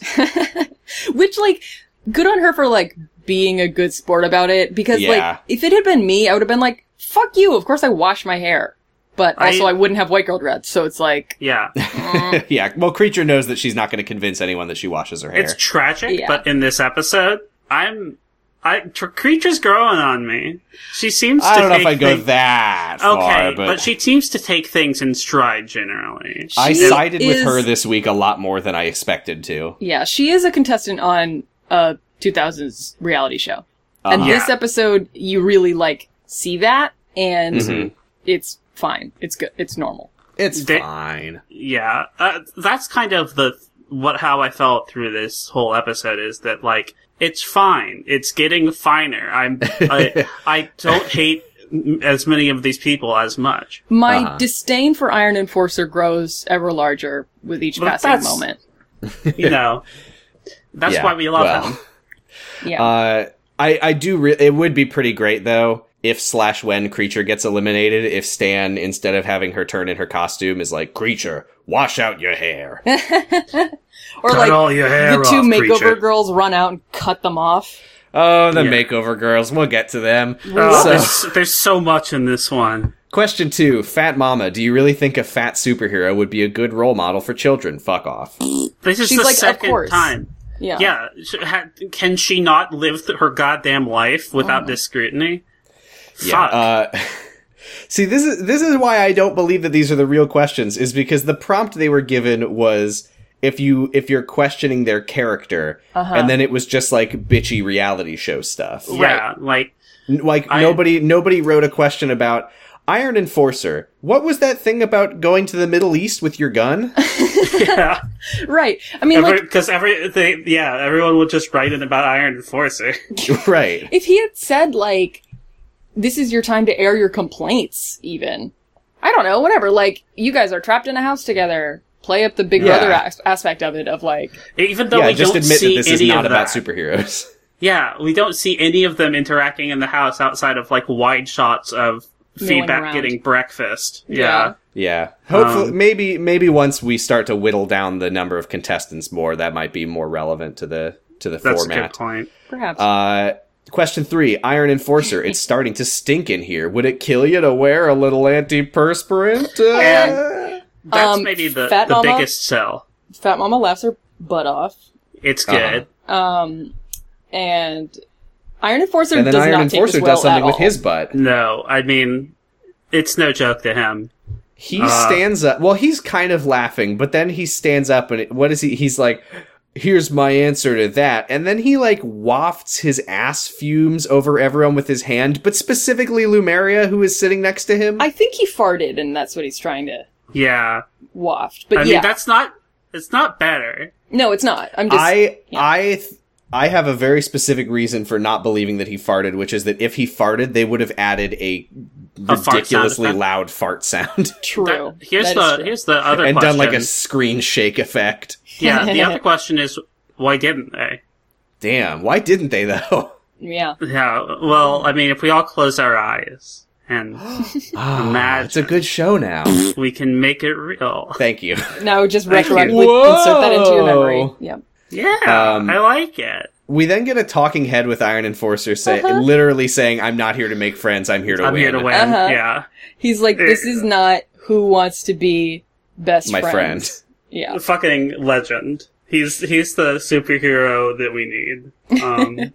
[SPEAKER 3] Which, like, good on her for, like, being a good sport about it. Because,
[SPEAKER 1] Yeah.
[SPEAKER 3] like, if it had been me, I would have been like, fuck you, of course I wash my hair. But
[SPEAKER 2] I-
[SPEAKER 3] also, I, wouldn't have white girl dreads, so it's like,
[SPEAKER 2] Yeah.
[SPEAKER 3] Uh-huh.
[SPEAKER 1] yeah. Well, creature knows that she's not going to convince anyone that she washes her hair.
[SPEAKER 2] It's tragic,
[SPEAKER 3] Yeah.
[SPEAKER 2] but in this episode, I'm, I tr- creature's growing on me. She seems.
[SPEAKER 1] I
[SPEAKER 2] to
[SPEAKER 1] don't know if
[SPEAKER 2] take
[SPEAKER 1] I go
[SPEAKER 2] thi-
[SPEAKER 1] that far,
[SPEAKER 2] Okay, but, she seems to take things in stride generally.
[SPEAKER 1] I
[SPEAKER 3] She
[SPEAKER 1] sided with
[SPEAKER 3] is-
[SPEAKER 1] her this week a lot more than I expected to.
[SPEAKER 3] Yeah, she is a contestant on a 2000s reality show. And
[SPEAKER 1] Uh-huh.
[SPEAKER 3] this episode, you really like see that, and
[SPEAKER 1] Mhm.
[SPEAKER 3] it's fine. It's good. It's normal.
[SPEAKER 1] It's
[SPEAKER 2] They-
[SPEAKER 1] fine.
[SPEAKER 2] yeah, uh, that's kind of the what how I felt through this whole episode is that like it's fine. It's getting finer. I'm I, I don't hate m- as many of these people as much.
[SPEAKER 3] My
[SPEAKER 1] Uh-huh.
[SPEAKER 3] disdain for Iron Enforcer grows ever larger with each
[SPEAKER 2] But
[SPEAKER 3] passing
[SPEAKER 2] that's-
[SPEAKER 3] moment.
[SPEAKER 2] You know, that's
[SPEAKER 1] Yeah,
[SPEAKER 2] why we love
[SPEAKER 1] well.
[SPEAKER 2] them.
[SPEAKER 3] Yeah.
[SPEAKER 1] Uh, I I do. Re- it would be pretty great though if slash when creature gets eliminated. If Stan instead of having her turn in her costume is like creature, wash out your hair.
[SPEAKER 3] or like
[SPEAKER 2] your hair
[SPEAKER 3] the two makeover girls run out and cut them off.
[SPEAKER 1] oh, the
[SPEAKER 2] Yeah.
[SPEAKER 1] makeover girls. We'll get to them.
[SPEAKER 2] Oh,
[SPEAKER 1] So-
[SPEAKER 2] there's, there's so much in this one.
[SPEAKER 1] Question two: Fat Mama, do you really think a fat superhero would be a good role model for children? Fuck off.
[SPEAKER 2] This is
[SPEAKER 3] She's
[SPEAKER 2] the
[SPEAKER 3] like, "Of
[SPEAKER 2] second
[SPEAKER 3] course."
[SPEAKER 2] time.
[SPEAKER 3] Yeah.
[SPEAKER 2] Yeah, sh- ha- can she not live th- her goddamn life
[SPEAKER 3] Oh.
[SPEAKER 2] without this scrutiny? Fuck.
[SPEAKER 1] Uh, see, this is this is why I don't believe that these are the real questions. Is because the prompt they were given was if you if you're questioning their character, and then it was just like bitchy reality show stuff.
[SPEAKER 2] Uh-huh. yeah, like
[SPEAKER 1] N- Like
[SPEAKER 2] I-
[SPEAKER 1] nobody nobody wrote a question about Iron Enforcer. What was that thing about going to the Middle East with your gun?
[SPEAKER 2] yeah,
[SPEAKER 3] Right. I mean, like,
[SPEAKER 2] because every they, yeah, everyone would just write in about Iron Enforcer.
[SPEAKER 1] right.
[SPEAKER 3] if he had said like this is your time to air your complaints even i don't know whatever like you guys are trapped in a house together play up the big
[SPEAKER 1] Yeah.
[SPEAKER 3] brother as- aspect of it of like
[SPEAKER 2] Even though
[SPEAKER 1] yeah,
[SPEAKER 2] we
[SPEAKER 1] just
[SPEAKER 2] don't
[SPEAKER 1] admit that
[SPEAKER 2] see
[SPEAKER 1] this
[SPEAKER 2] any
[SPEAKER 1] is not
[SPEAKER 2] of
[SPEAKER 1] about
[SPEAKER 2] that.
[SPEAKER 1] superheroes.
[SPEAKER 2] yeah, we don't see any of them interacting in the house outside of like wide shots of
[SPEAKER 3] Milling
[SPEAKER 2] feedback
[SPEAKER 3] around.
[SPEAKER 2] getting breakfast.
[SPEAKER 3] Yeah.
[SPEAKER 2] Yeah.
[SPEAKER 1] Yeah. Hopefully
[SPEAKER 2] Um,
[SPEAKER 1] maybe maybe once we start to whittle down the number of contestants more, that might be more relevant to the to the
[SPEAKER 2] That's a
[SPEAKER 1] format.
[SPEAKER 2] good point.
[SPEAKER 3] perhaps
[SPEAKER 1] Uh question three, Iron Enforcer, it's starting to stink in here. Would it kill you to wear a little antiperspirant? Uh,
[SPEAKER 2] And- That's
[SPEAKER 3] Um,
[SPEAKER 2] maybe the,
[SPEAKER 3] Fat
[SPEAKER 2] the
[SPEAKER 3] Mama?
[SPEAKER 2] biggest sell.
[SPEAKER 3] fat mama laughs her butt off
[SPEAKER 2] It's
[SPEAKER 1] Uh-huh.
[SPEAKER 2] good.
[SPEAKER 3] um and iron enforcer
[SPEAKER 1] and then
[SPEAKER 3] does
[SPEAKER 1] Iron
[SPEAKER 3] not
[SPEAKER 1] Enforcer
[SPEAKER 3] take this well
[SPEAKER 1] does something
[SPEAKER 3] at
[SPEAKER 1] with
[SPEAKER 3] all.
[SPEAKER 1] his butt.
[SPEAKER 2] No, I mean, it's no joke to him.
[SPEAKER 1] He
[SPEAKER 2] Uh,
[SPEAKER 1] stands up. Well, he's kind of laughing, but then he stands up and it- what is he? He's like, "Here's my answer to that," and then he like wafts his ass fumes over everyone with his hand, but specifically Lumeria, who is sitting next to him.
[SPEAKER 3] i think he farted and that's what he's trying to
[SPEAKER 2] Yeah,
[SPEAKER 3] waft but
[SPEAKER 2] I
[SPEAKER 3] yeah
[SPEAKER 2] mean that's not it's not better.
[SPEAKER 3] no it's not i'm just
[SPEAKER 1] I,
[SPEAKER 3] yeah.
[SPEAKER 1] I th- I have a very specific reason for not believing that he farted, which is that if he farted, they would have added a,
[SPEAKER 2] A fart sound
[SPEAKER 1] ridiculously
[SPEAKER 2] effect.
[SPEAKER 1] loud fart sound
[SPEAKER 3] true
[SPEAKER 2] That- here's
[SPEAKER 3] That is
[SPEAKER 2] the
[SPEAKER 3] true.
[SPEAKER 2] here's the other
[SPEAKER 1] and
[SPEAKER 2] question.
[SPEAKER 1] done like a screen shake effect.
[SPEAKER 2] yeah, the other question is why didn't they?
[SPEAKER 1] Damn, why didn't they though?
[SPEAKER 3] yeah
[SPEAKER 2] Yeah, well, I mean, if we all close our eyes and
[SPEAKER 1] Ah, it's a good show now.
[SPEAKER 2] we can make it real.
[SPEAKER 1] Thank you.
[SPEAKER 3] now just
[SPEAKER 2] Thank you.
[SPEAKER 3] retroactively insert that into your memory
[SPEAKER 1] Whoa.
[SPEAKER 3] yeah
[SPEAKER 2] Yeah,
[SPEAKER 1] Um,
[SPEAKER 2] I like it.
[SPEAKER 1] We then get a talking head with Iron Enforcer say,
[SPEAKER 3] Uh-huh.
[SPEAKER 1] literally saying, I'm not here to make friends, I'm here to
[SPEAKER 2] I'm
[SPEAKER 1] win.
[SPEAKER 2] here to win.
[SPEAKER 3] Uh-huh.
[SPEAKER 2] Yeah,
[SPEAKER 3] He's like, this is not who wants to be best
[SPEAKER 1] My
[SPEAKER 3] friends."
[SPEAKER 1] friend.
[SPEAKER 3] Yeah.
[SPEAKER 2] A fucking legend. He's he's the superhero that we need. Um,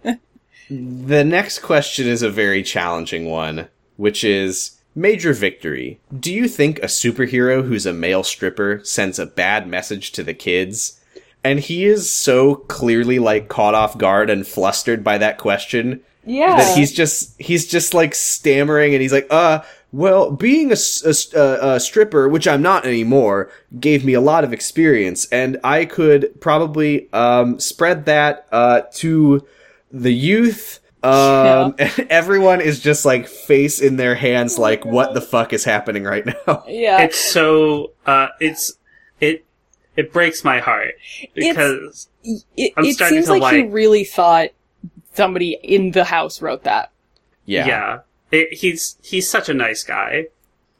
[SPEAKER 1] The next question is a very challenging one, which is Major Victory. Do you think a superhero who's a male stripper sends a bad message to the kids? And he is so clearly like caught off guard and flustered by that question
[SPEAKER 3] Yeah.
[SPEAKER 1] that he's just he's just like stammering and he's like uh well being a, s- a s- a- a stripper which i'm not anymore gave me a lot of experience and i could probably um spread that uh to the youth um and everyone is just like face in their hands like what the fuck is happening right now
[SPEAKER 3] yeah.
[SPEAKER 2] it's so uh, it's it it breaks my heart because
[SPEAKER 3] It, it,
[SPEAKER 2] I'm starting
[SPEAKER 3] seems
[SPEAKER 2] to
[SPEAKER 3] like, he
[SPEAKER 2] like-
[SPEAKER 3] really thought somebody in the house wrote that.
[SPEAKER 1] yeah,
[SPEAKER 2] Yeah. It, he's he's such a nice guy.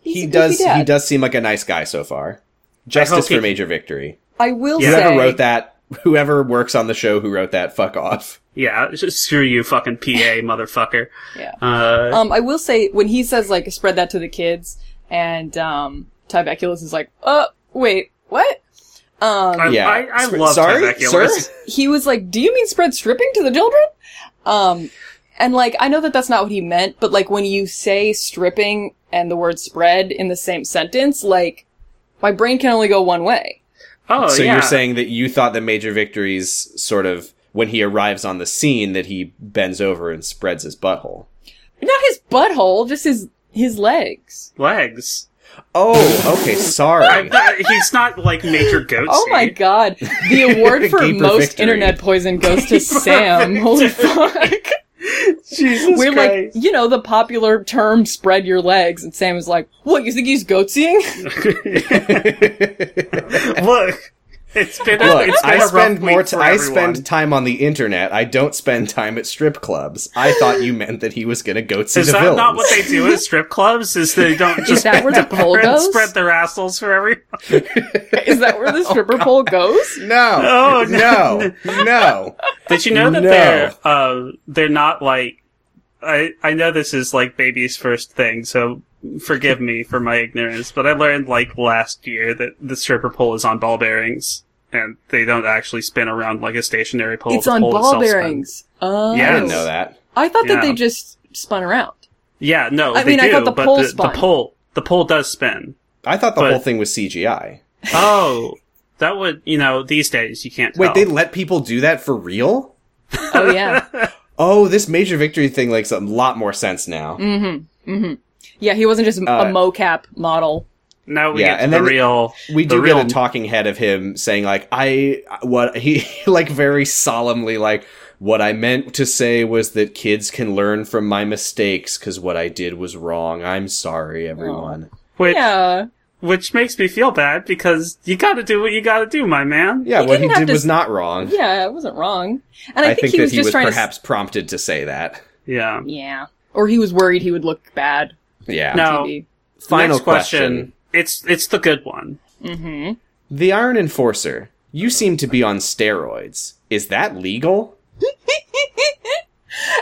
[SPEAKER 3] He's
[SPEAKER 1] he
[SPEAKER 3] a goofy
[SPEAKER 1] does he
[SPEAKER 3] dad.
[SPEAKER 1] does seem like a nice guy so far justice
[SPEAKER 2] hope
[SPEAKER 1] for
[SPEAKER 2] he-
[SPEAKER 1] major victory
[SPEAKER 3] I will
[SPEAKER 2] Yeah.
[SPEAKER 3] say.
[SPEAKER 1] whoever wrote that whoever works on the show who wrote that fuck off
[SPEAKER 2] Yeah, just screw you, fucking PA motherfucker.
[SPEAKER 3] Yeah.
[SPEAKER 2] Uh,
[SPEAKER 3] Um, I will say when he says like spread that to the kids, and um, Tibeculus is like, uh, wait, what? Um,
[SPEAKER 2] I,
[SPEAKER 1] yeah
[SPEAKER 2] I, I
[SPEAKER 1] Sp-
[SPEAKER 2] love
[SPEAKER 1] sorry
[SPEAKER 2] Tibeculus.
[SPEAKER 1] sir
[SPEAKER 3] he was like, do you mean spread stripping to the children? Um, And like, I know that that's not what he meant, but like when you say stripping and the word spread in the same sentence, like my brain can only go one way.
[SPEAKER 2] Oh,
[SPEAKER 1] so
[SPEAKER 2] yeah.
[SPEAKER 1] you're saying that you thought that Major Victory's sort of when he arrives on the scene that he bends over and spreads his butthole.
[SPEAKER 3] Not his butthole, just his his legs.
[SPEAKER 2] legs?
[SPEAKER 1] Oh, okay. Sorry.
[SPEAKER 2] I- he's not like Major Goatsy.
[SPEAKER 3] Oh my god. The award for
[SPEAKER 1] Gaper
[SPEAKER 3] most
[SPEAKER 1] victory.
[SPEAKER 3] internet poison goes to Sam. Holy fuck.
[SPEAKER 2] Jesus
[SPEAKER 3] We're like,
[SPEAKER 2] Christ.
[SPEAKER 3] you know, the popular term spread your legs, and Sam is like, What, you think he's goatseeing?
[SPEAKER 2] Look, it's been a,
[SPEAKER 1] Look,
[SPEAKER 2] it's been
[SPEAKER 1] I
[SPEAKER 2] a rough
[SPEAKER 1] spend
[SPEAKER 2] week
[SPEAKER 1] more. T-
[SPEAKER 2] for
[SPEAKER 1] I
[SPEAKER 2] everyone.
[SPEAKER 1] spend time on the internet. I don't spend time at strip clubs. I thought you meant that he was going to go see
[SPEAKER 2] Is
[SPEAKER 1] the
[SPEAKER 2] that
[SPEAKER 1] villains.
[SPEAKER 2] not what they do at strip clubs? Is they don't just
[SPEAKER 3] that where the
[SPEAKER 2] bend
[SPEAKER 3] pole
[SPEAKER 2] over and
[SPEAKER 3] goes?
[SPEAKER 2] spread Oh, their assholes for everyone?
[SPEAKER 3] Is that where the stripper pole goes?
[SPEAKER 1] no.
[SPEAKER 2] Oh,
[SPEAKER 1] no. No.
[SPEAKER 2] Did you know that
[SPEAKER 1] No.
[SPEAKER 2] they're uh, they're not like I I know this is like baby's first thing, so forgive me for my ignorance, but I learned like last year that the stripper pole is on ball bearings and they don't actually spin around like a stationary pole.
[SPEAKER 3] It's
[SPEAKER 2] The
[SPEAKER 3] on
[SPEAKER 2] pole
[SPEAKER 3] ball
[SPEAKER 2] itself spins.
[SPEAKER 3] bearings. Oh.
[SPEAKER 1] I
[SPEAKER 2] Yeah.
[SPEAKER 1] didn't know that.
[SPEAKER 3] I thought that
[SPEAKER 2] Yeah.
[SPEAKER 3] they just spun around.
[SPEAKER 2] Yeah, no,
[SPEAKER 3] I
[SPEAKER 2] they
[SPEAKER 3] mean, I
[SPEAKER 2] do,
[SPEAKER 3] thought the
[SPEAKER 2] but
[SPEAKER 3] pole
[SPEAKER 2] the,
[SPEAKER 3] spun.
[SPEAKER 2] the pole the pole does spin.
[SPEAKER 1] I thought the
[SPEAKER 2] But-
[SPEAKER 1] whole thing was CGI.
[SPEAKER 2] Oh, that would you know these days you can't.
[SPEAKER 1] Wait,
[SPEAKER 2] tell.
[SPEAKER 1] they let people do that for real?
[SPEAKER 3] Oh yeah.
[SPEAKER 1] Oh, this major victory thing makes a lot more sense now.
[SPEAKER 3] Yeah, he wasn't just
[SPEAKER 1] Uh,
[SPEAKER 3] a mocap model.
[SPEAKER 2] now we
[SPEAKER 1] Yeah,
[SPEAKER 2] get to
[SPEAKER 1] and
[SPEAKER 2] the
[SPEAKER 1] then-
[SPEAKER 2] real.
[SPEAKER 1] We
[SPEAKER 2] the
[SPEAKER 1] do
[SPEAKER 2] real
[SPEAKER 1] get a talking head of him saying like I what he like very solemnly like what I meant to say was that kids can learn from my mistakes cuz what I did was wrong. I'm sorry everyone.
[SPEAKER 2] which
[SPEAKER 3] Yeah.
[SPEAKER 2] which makes me feel bad because you got to do what you got to do, my man.
[SPEAKER 1] Yeah,
[SPEAKER 3] He
[SPEAKER 1] what he
[SPEAKER 3] didn't have
[SPEAKER 1] did
[SPEAKER 3] to
[SPEAKER 1] was
[SPEAKER 3] s-
[SPEAKER 1] not wrong.
[SPEAKER 3] Yeah, it wasn't wrong. And I,
[SPEAKER 1] I, think,
[SPEAKER 3] he
[SPEAKER 1] that
[SPEAKER 3] was
[SPEAKER 1] he
[SPEAKER 3] just
[SPEAKER 1] was
[SPEAKER 3] trying
[SPEAKER 1] perhaps prompted to say that.
[SPEAKER 2] Yeah.
[SPEAKER 3] to. Yeah. Or he was worried he would look bad.
[SPEAKER 1] Yeah.
[SPEAKER 2] No.
[SPEAKER 3] TV.
[SPEAKER 1] Final
[SPEAKER 2] Next question. It's it's the good one.
[SPEAKER 1] The Iron Enforcer. You seem to be on steroids. Is that legal?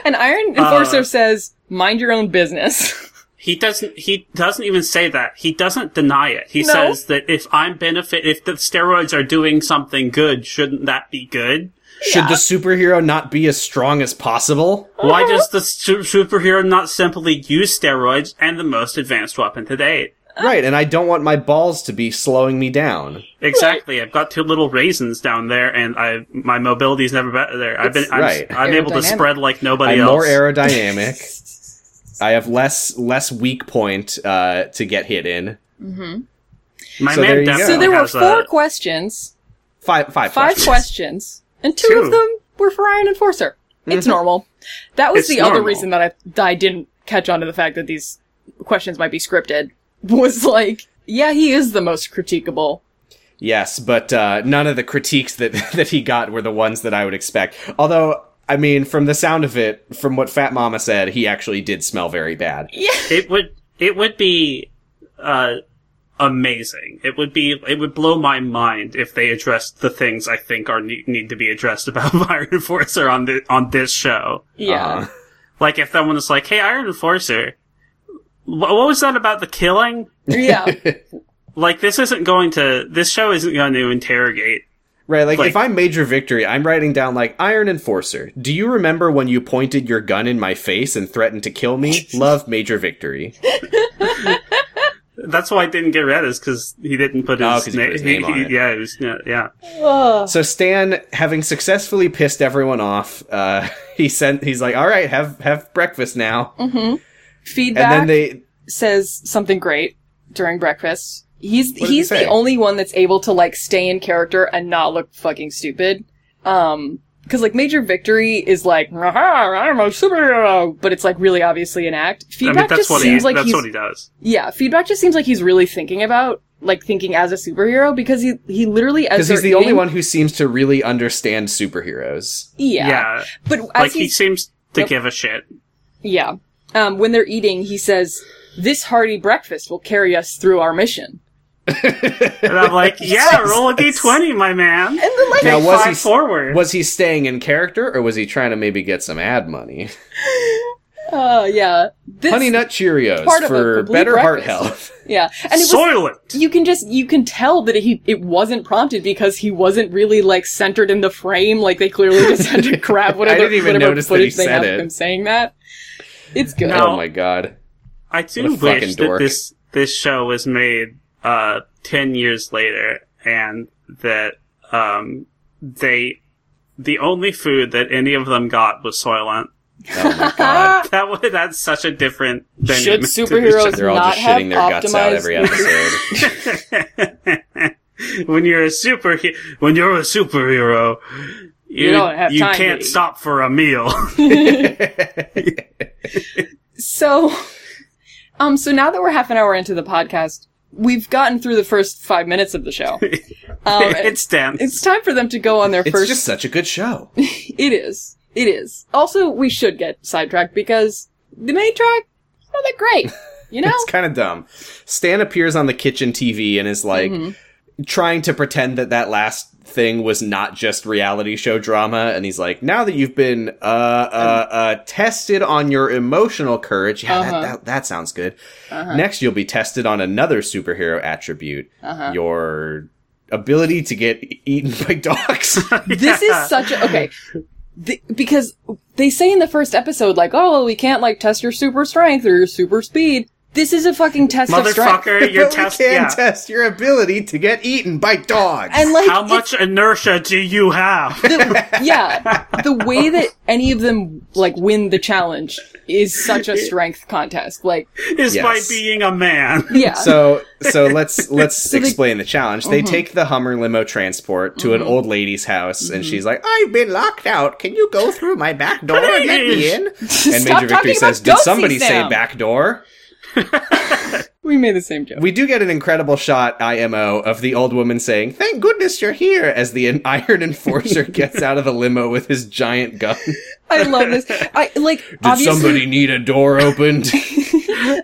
[SPEAKER 3] And Iron Enforcer
[SPEAKER 2] Uh,
[SPEAKER 3] says, "Mind your own business."
[SPEAKER 2] He doesn't he doesn't even say that. He doesn't deny it. He
[SPEAKER 3] No.
[SPEAKER 2] says that if I'm benefit if the steroids are doing something good, shouldn't that be good?
[SPEAKER 1] Should the superhero not be as strong as possible?
[SPEAKER 2] Why does the su- superhero not simply use steroids and the most advanced weapon to date?
[SPEAKER 3] Uh,
[SPEAKER 1] Right, and I don't want my balls to be slowing me down.
[SPEAKER 2] Exactly. I've got two little raisins down there, and I my mobility's never better. I've been I'm,
[SPEAKER 1] Right.
[SPEAKER 2] I'm able to
[SPEAKER 3] Aerodynamic.
[SPEAKER 2] spread like nobody
[SPEAKER 1] I'm
[SPEAKER 2] else.
[SPEAKER 1] more aerodynamic. I have less less weak point uh, to get hit in.
[SPEAKER 2] My
[SPEAKER 1] So there
[SPEAKER 2] man
[SPEAKER 1] you go.
[SPEAKER 2] definitely
[SPEAKER 3] so there were
[SPEAKER 2] has a-
[SPEAKER 3] four questions,
[SPEAKER 1] Five five
[SPEAKER 3] five
[SPEAKER 1] questions.
[SPEAKER 3] questions, and two,
[SPEAKER 2] Two. Mm-hmm.
[SPEAKER 3] of them were for Iron Enforcer. It's normal. That was
[SPEAKER 2] It's
[SPEAKER 3] the other
[SPEAKER 2] normal.
[SPEAKER 3] reason that I that I didn't catch on to the fact that these questions might be scripted. Was like, yeah, he is the most critiquable.
[SPEAKER 2] Uh-huh.
[SPEAKER 1] Yes, but uh, none of the critiques that that he got were the ones that I would expect. Although, I mean, from the sound of it, from what Fat Mama said, he actually did smell very bad.
[SPEAKER 2] it would it would be uh amazing it would be it would blow my mind if they addressed the things i think are ne- need to be addressed about iron enforcer on the on this show
[SPEAKER 3] Yeah.
[SPEAKER 1] Uh,
[SPEAKER 2] like if someone was like hey iron enforcer wh- what was that about the killing
[SPEAKER 3] Yeah.
[SPEAKER 2] like this isn't going to this show isn't going to interrogate
[SPEAKER 1] Right, like,
[SPEAKER 2] Like-
[SPEAKER 1] if I'm major victory, I'm writing down like Iron Enforcer. Do you remember when you pointed your gun in my face and threatened to kill me? Love major victory.
[SPEAKER 2] that's why i didn't get read is because he didn't put his,
[SPEAKER 1] Oh, 'cause he put his name on it.
[SPEAKER 2] yeah it was yeah, yeah
[SPEAKER 3] Ugh.
[SPEAKER 1] So Stan, having successfully pissed everyone off, uh, he sent. He's like, "All right, have have breakfast now."
[SPEAKER 3] Feedback.
[SPEAKER 1] And then they,
[SPEAKER 3] says something great during breakfast. He's
[SPEAKER 1] did he
[SPEAKER 3] he's
[SPEAKER 1] say?
[SPEAKER 3] the only one that's able to like stay in character and not look fucking stupid. Um because like Major Victory is like "Aha, I'm a superhero, but it's like really obviously an act.
[SPEAKER 2] i
[SPEAKER 3] Feedback
[SPEAKER 2] mean that's
[SPEAKER 3] just
[SPEAKER 2] what he
[SPEAKER 3] seems like
[SPEAKER 2] that's
[SPEAKER 3] he's
[SPEAKER 2] what he does
[SPEAKER 3] yeah. Feedback just seems like he's really thinking about like thinking as a superhero because he he literally as
[SPEAKER 1] because he's
[SPEAKER 3] they're
[SPEAKER 1] the only
[SPEAKER 3] eating-
[SPEAKER 1] one who seems to really understand superheroes.
[SPEAKER 3] yeah.
[SPEAKER 2] yeah,
[SPEAKER 3] But as
[SPEAKER 2] like he
[SPEAKER 3] he's
[SPEAKER 2] seems to
[SPEAKER 3] Yep.
[SPEAKER 2] give a shit
[SPEAKER 3] Yeah. Um, when they're eating, he says, This hearty breakfast will carry us through our mission.
[SPEAKER 2] And I'm like, yeah, roll a d20, my man.
[SPEAKER 3] And then, like,
[SPEAKER 1] Now,
[SPEAKER 2] Take
[SPEAKER 1] was
[SPEAKER 2] five
[SPEAKER 1] he-
[SPEAKER 2] forward.
[SPEAKER 1] Was he staying in character, or was he trying to maybe get some ad money?
[SPEAKER 3] uh, yeah. This-
[SPEAKER 1] Honey Nut Cheerios
[SPEAKER 3] part of a
[SPEAKER 1] for
[SPEAKER 3] complete
[SPEAKER 1] better heart
[SPEAKER 3] breakfast.
[SPEAKER 1] health.
[SPEAKER 3] Yeah, and it was
[SPEAKER 2] Soylent.
[SPEAKER 3] you can just you can tell that he it wasn't prompted because he wasn't really like centered in the frame. Like they clearly just had to grab whatever.
[SPEAKER 1] didn't even
[SPEAKER 3] whatever
[SPEAKER 1] notice that he
[SPEAKER 3] footage they
[SPEAKER 1] said
[SPEAKER 3] have
[SPEAKER 1] it.
[SPEAKER 3] Of him saying that. It's good.
[SPEAKER 2] No.
[SPEAKER 1] Oh my god.
[SPEAKER 2] I do
[SPEAKER 1] What a fucking
[SPEAKER 2] wish that
[SPEAKER 1] dork.
[SPEAKER 2] this this show was made uh ten years later and that um they the only food that any of them got was Soylent.
[SPEAKER 1] Oh my god.
[SPEAKER 2] That was that's such a different
[SPEAKER 3] Should
[SPEAKER 2] dynamic.
[SPEAKER 3] superheroes
[SPEAKER 1] They're all
[SPEAKER 3] not
[SPEAKER 1] just
[SPEAKER 3] have
[SPEAKER 1] shitting their guts out
[SPEAKER 3] optimized-
[SPEAKER 1] every episode.
[SPEAKER 2] when you're a super when you're a superhero, you,
[SPEAKER 3] don't have
[SPEAKER 2] you
[SPEAKER 3] time to
[SPEAKER 2] can't
[SPEAKER 3] eat.
[SPEAKER 2] stop for a meal.
[SPEAKER 3] So, um, so now that we're half an hour into the podcast, we've gotten through the first five minutes of the show. Um,
[SPEAKER 2] it's dense.
[SPEAKER 3] it's time for them to go on their
[SPEAKER 1] It's
[SPEAKER 3] first.
[SPEAKER 1] just such a good show.
[SPEAKER 3] It is. It is. Also, we should get sidetracked because the main track is not that great. You know,
[SPEAKER 1] It's kind of dumb. Stan appears on the kitchen TV and is like
[SPEAKER 2] Mm-hmm.
[SPEAKER 1] trying to pretend that that last thing was not just reality show drama. And he's like, now that you've been uh, uh, uh, tested on your emotional courage, yeah,
[SPEAKER 3] Uh-huh.
[SPEAKER 1] that, that, that sounds good.
[SPEAKER 2] Uh-huh.
[SPEAKER 1] Next, you'll be tested on another superhero attribute
[SPEAKER 2] Uh-huh.
[SPEAKER 1] your ability to get e-, eaten by dogs.
[SPEAKER 3] this is such a okay Th because they say in the first episode like oh well, we can't like test your super strength or your super speed this is a fucking test of strength
[SPEAKER 2] Motherfucker, your
[SPEAKER 1] But we
[SPEAKER 2] test.
[SPEAKER 1] can
[SPEAKER 2] Yeah.
[SPEAKER 1] test your ability to get eaten by dogs.
[SPEAKER 3] and like
[SPEAKER 2] How much inertia do you have?
[SPEAKER 3] it's- yeah the way that any of them like win the challenge is such a strength contest like
[SPEAKER 2] is by
[SPEAKER 1] Yes.
[SPEAKER 2] being a man.
[SPEAKER 3] yeah
[SPEAKER 1] so so let's let's
[SPEAKER 3] they- Mm-hmm.
[SPEAKER 1] explain the challenge. They take the Hummer limo transport to an old lady's house, and she's
[SPEAKER 3] Mm-hmm.
[SPEAKER 1] like, "I've been locked out. Can you go through my back door and let me
[SPEAKER 2] Please."
[SPEAKER 1] in?" And
[SPEAKER 3] Stop
[SPEAKER 1] Major
[SPEAKER 3] talking
[SPEAKER 1] Victory says,
[SPEAKER 3] about
[SPEAKER 1] "Did
[SPEAKER 3] goatsy,
[SPEAKER 1] somebody say
[SPEAKER 3] Sam."
[SPEAKER 1] back door?"
[SPEAKER 3] we made the same joke
[SPEAKER 1] We do get an incredible shot, IMO, of the old woman saying, "Thank goodness you're here," as the Iron Enforcer gets out of the limo with his giant gun. Did
[SPEAKER 3] i love this i like obviously
[SPEAKER 1] somebody need a door opened?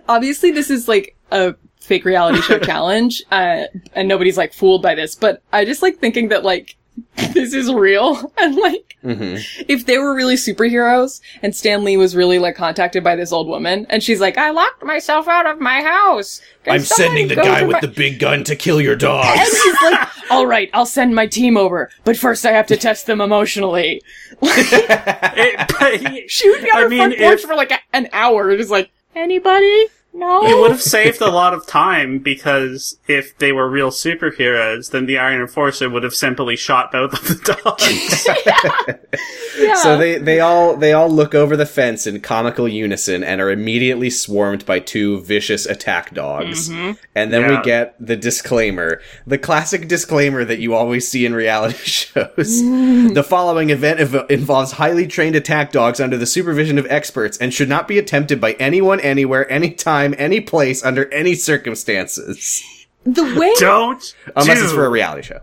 [SPEAKER 3] obviously this is like a fake reality show challenge uh, and nobody's like fooled by this but i just like thinking that like this is real and like
[SPEAKER 2] Mm-hmm.
[SPEAKER 3] if they were really superheroes and stan lee was really like contacted by this old woman and she's like i locked myself out of my house Can somebody go to my-"
[SPEAKER 1] big gun to kill your dog.
[SPEAKER 3] and she's like all right i'll send my team over but first i have to test them emotionally
[SPEAKER 2] It,
[SPEAKER 3] she would be on
[SPEAKER 2] I
[SPEAKER 3] her
[SPEAKER 2] mean,
[SPEAKER 3] front porch
[SPEAKER 2] if-
[SPEAKER 3] for like a- an hour just like anybody no
[SPEAKER 2] it would have saved a lot of time because if they were real superheroes, then the Iron Enforcer would have simply shot both of the dogs.
[SPEAKER 3] yeah.
[SPEAKER 1] So they, they all they all look over the fence in comical unison and are immediately swarmed by two vicious attack dogs.
[SPEAKER 3] Mm-hmm.
[SPEAKER 1] And then
[SPEAKER 2] Yeah.
[SPEAKER 1] we get the disclaimer, the classic disclaimer that you always see in reality shows. The following event ev- involves highly trained attack dogs under the supervision of experts and should not be attempted by anyone, anywhere, anytime, any place, under any circumstances,
[SPEAKER 3] the way
[SPEAKER 2] Don't
[SPEAKER 1] unless
[SPEAKER 2] do.
[SPEAKER 1] it's for a reality show.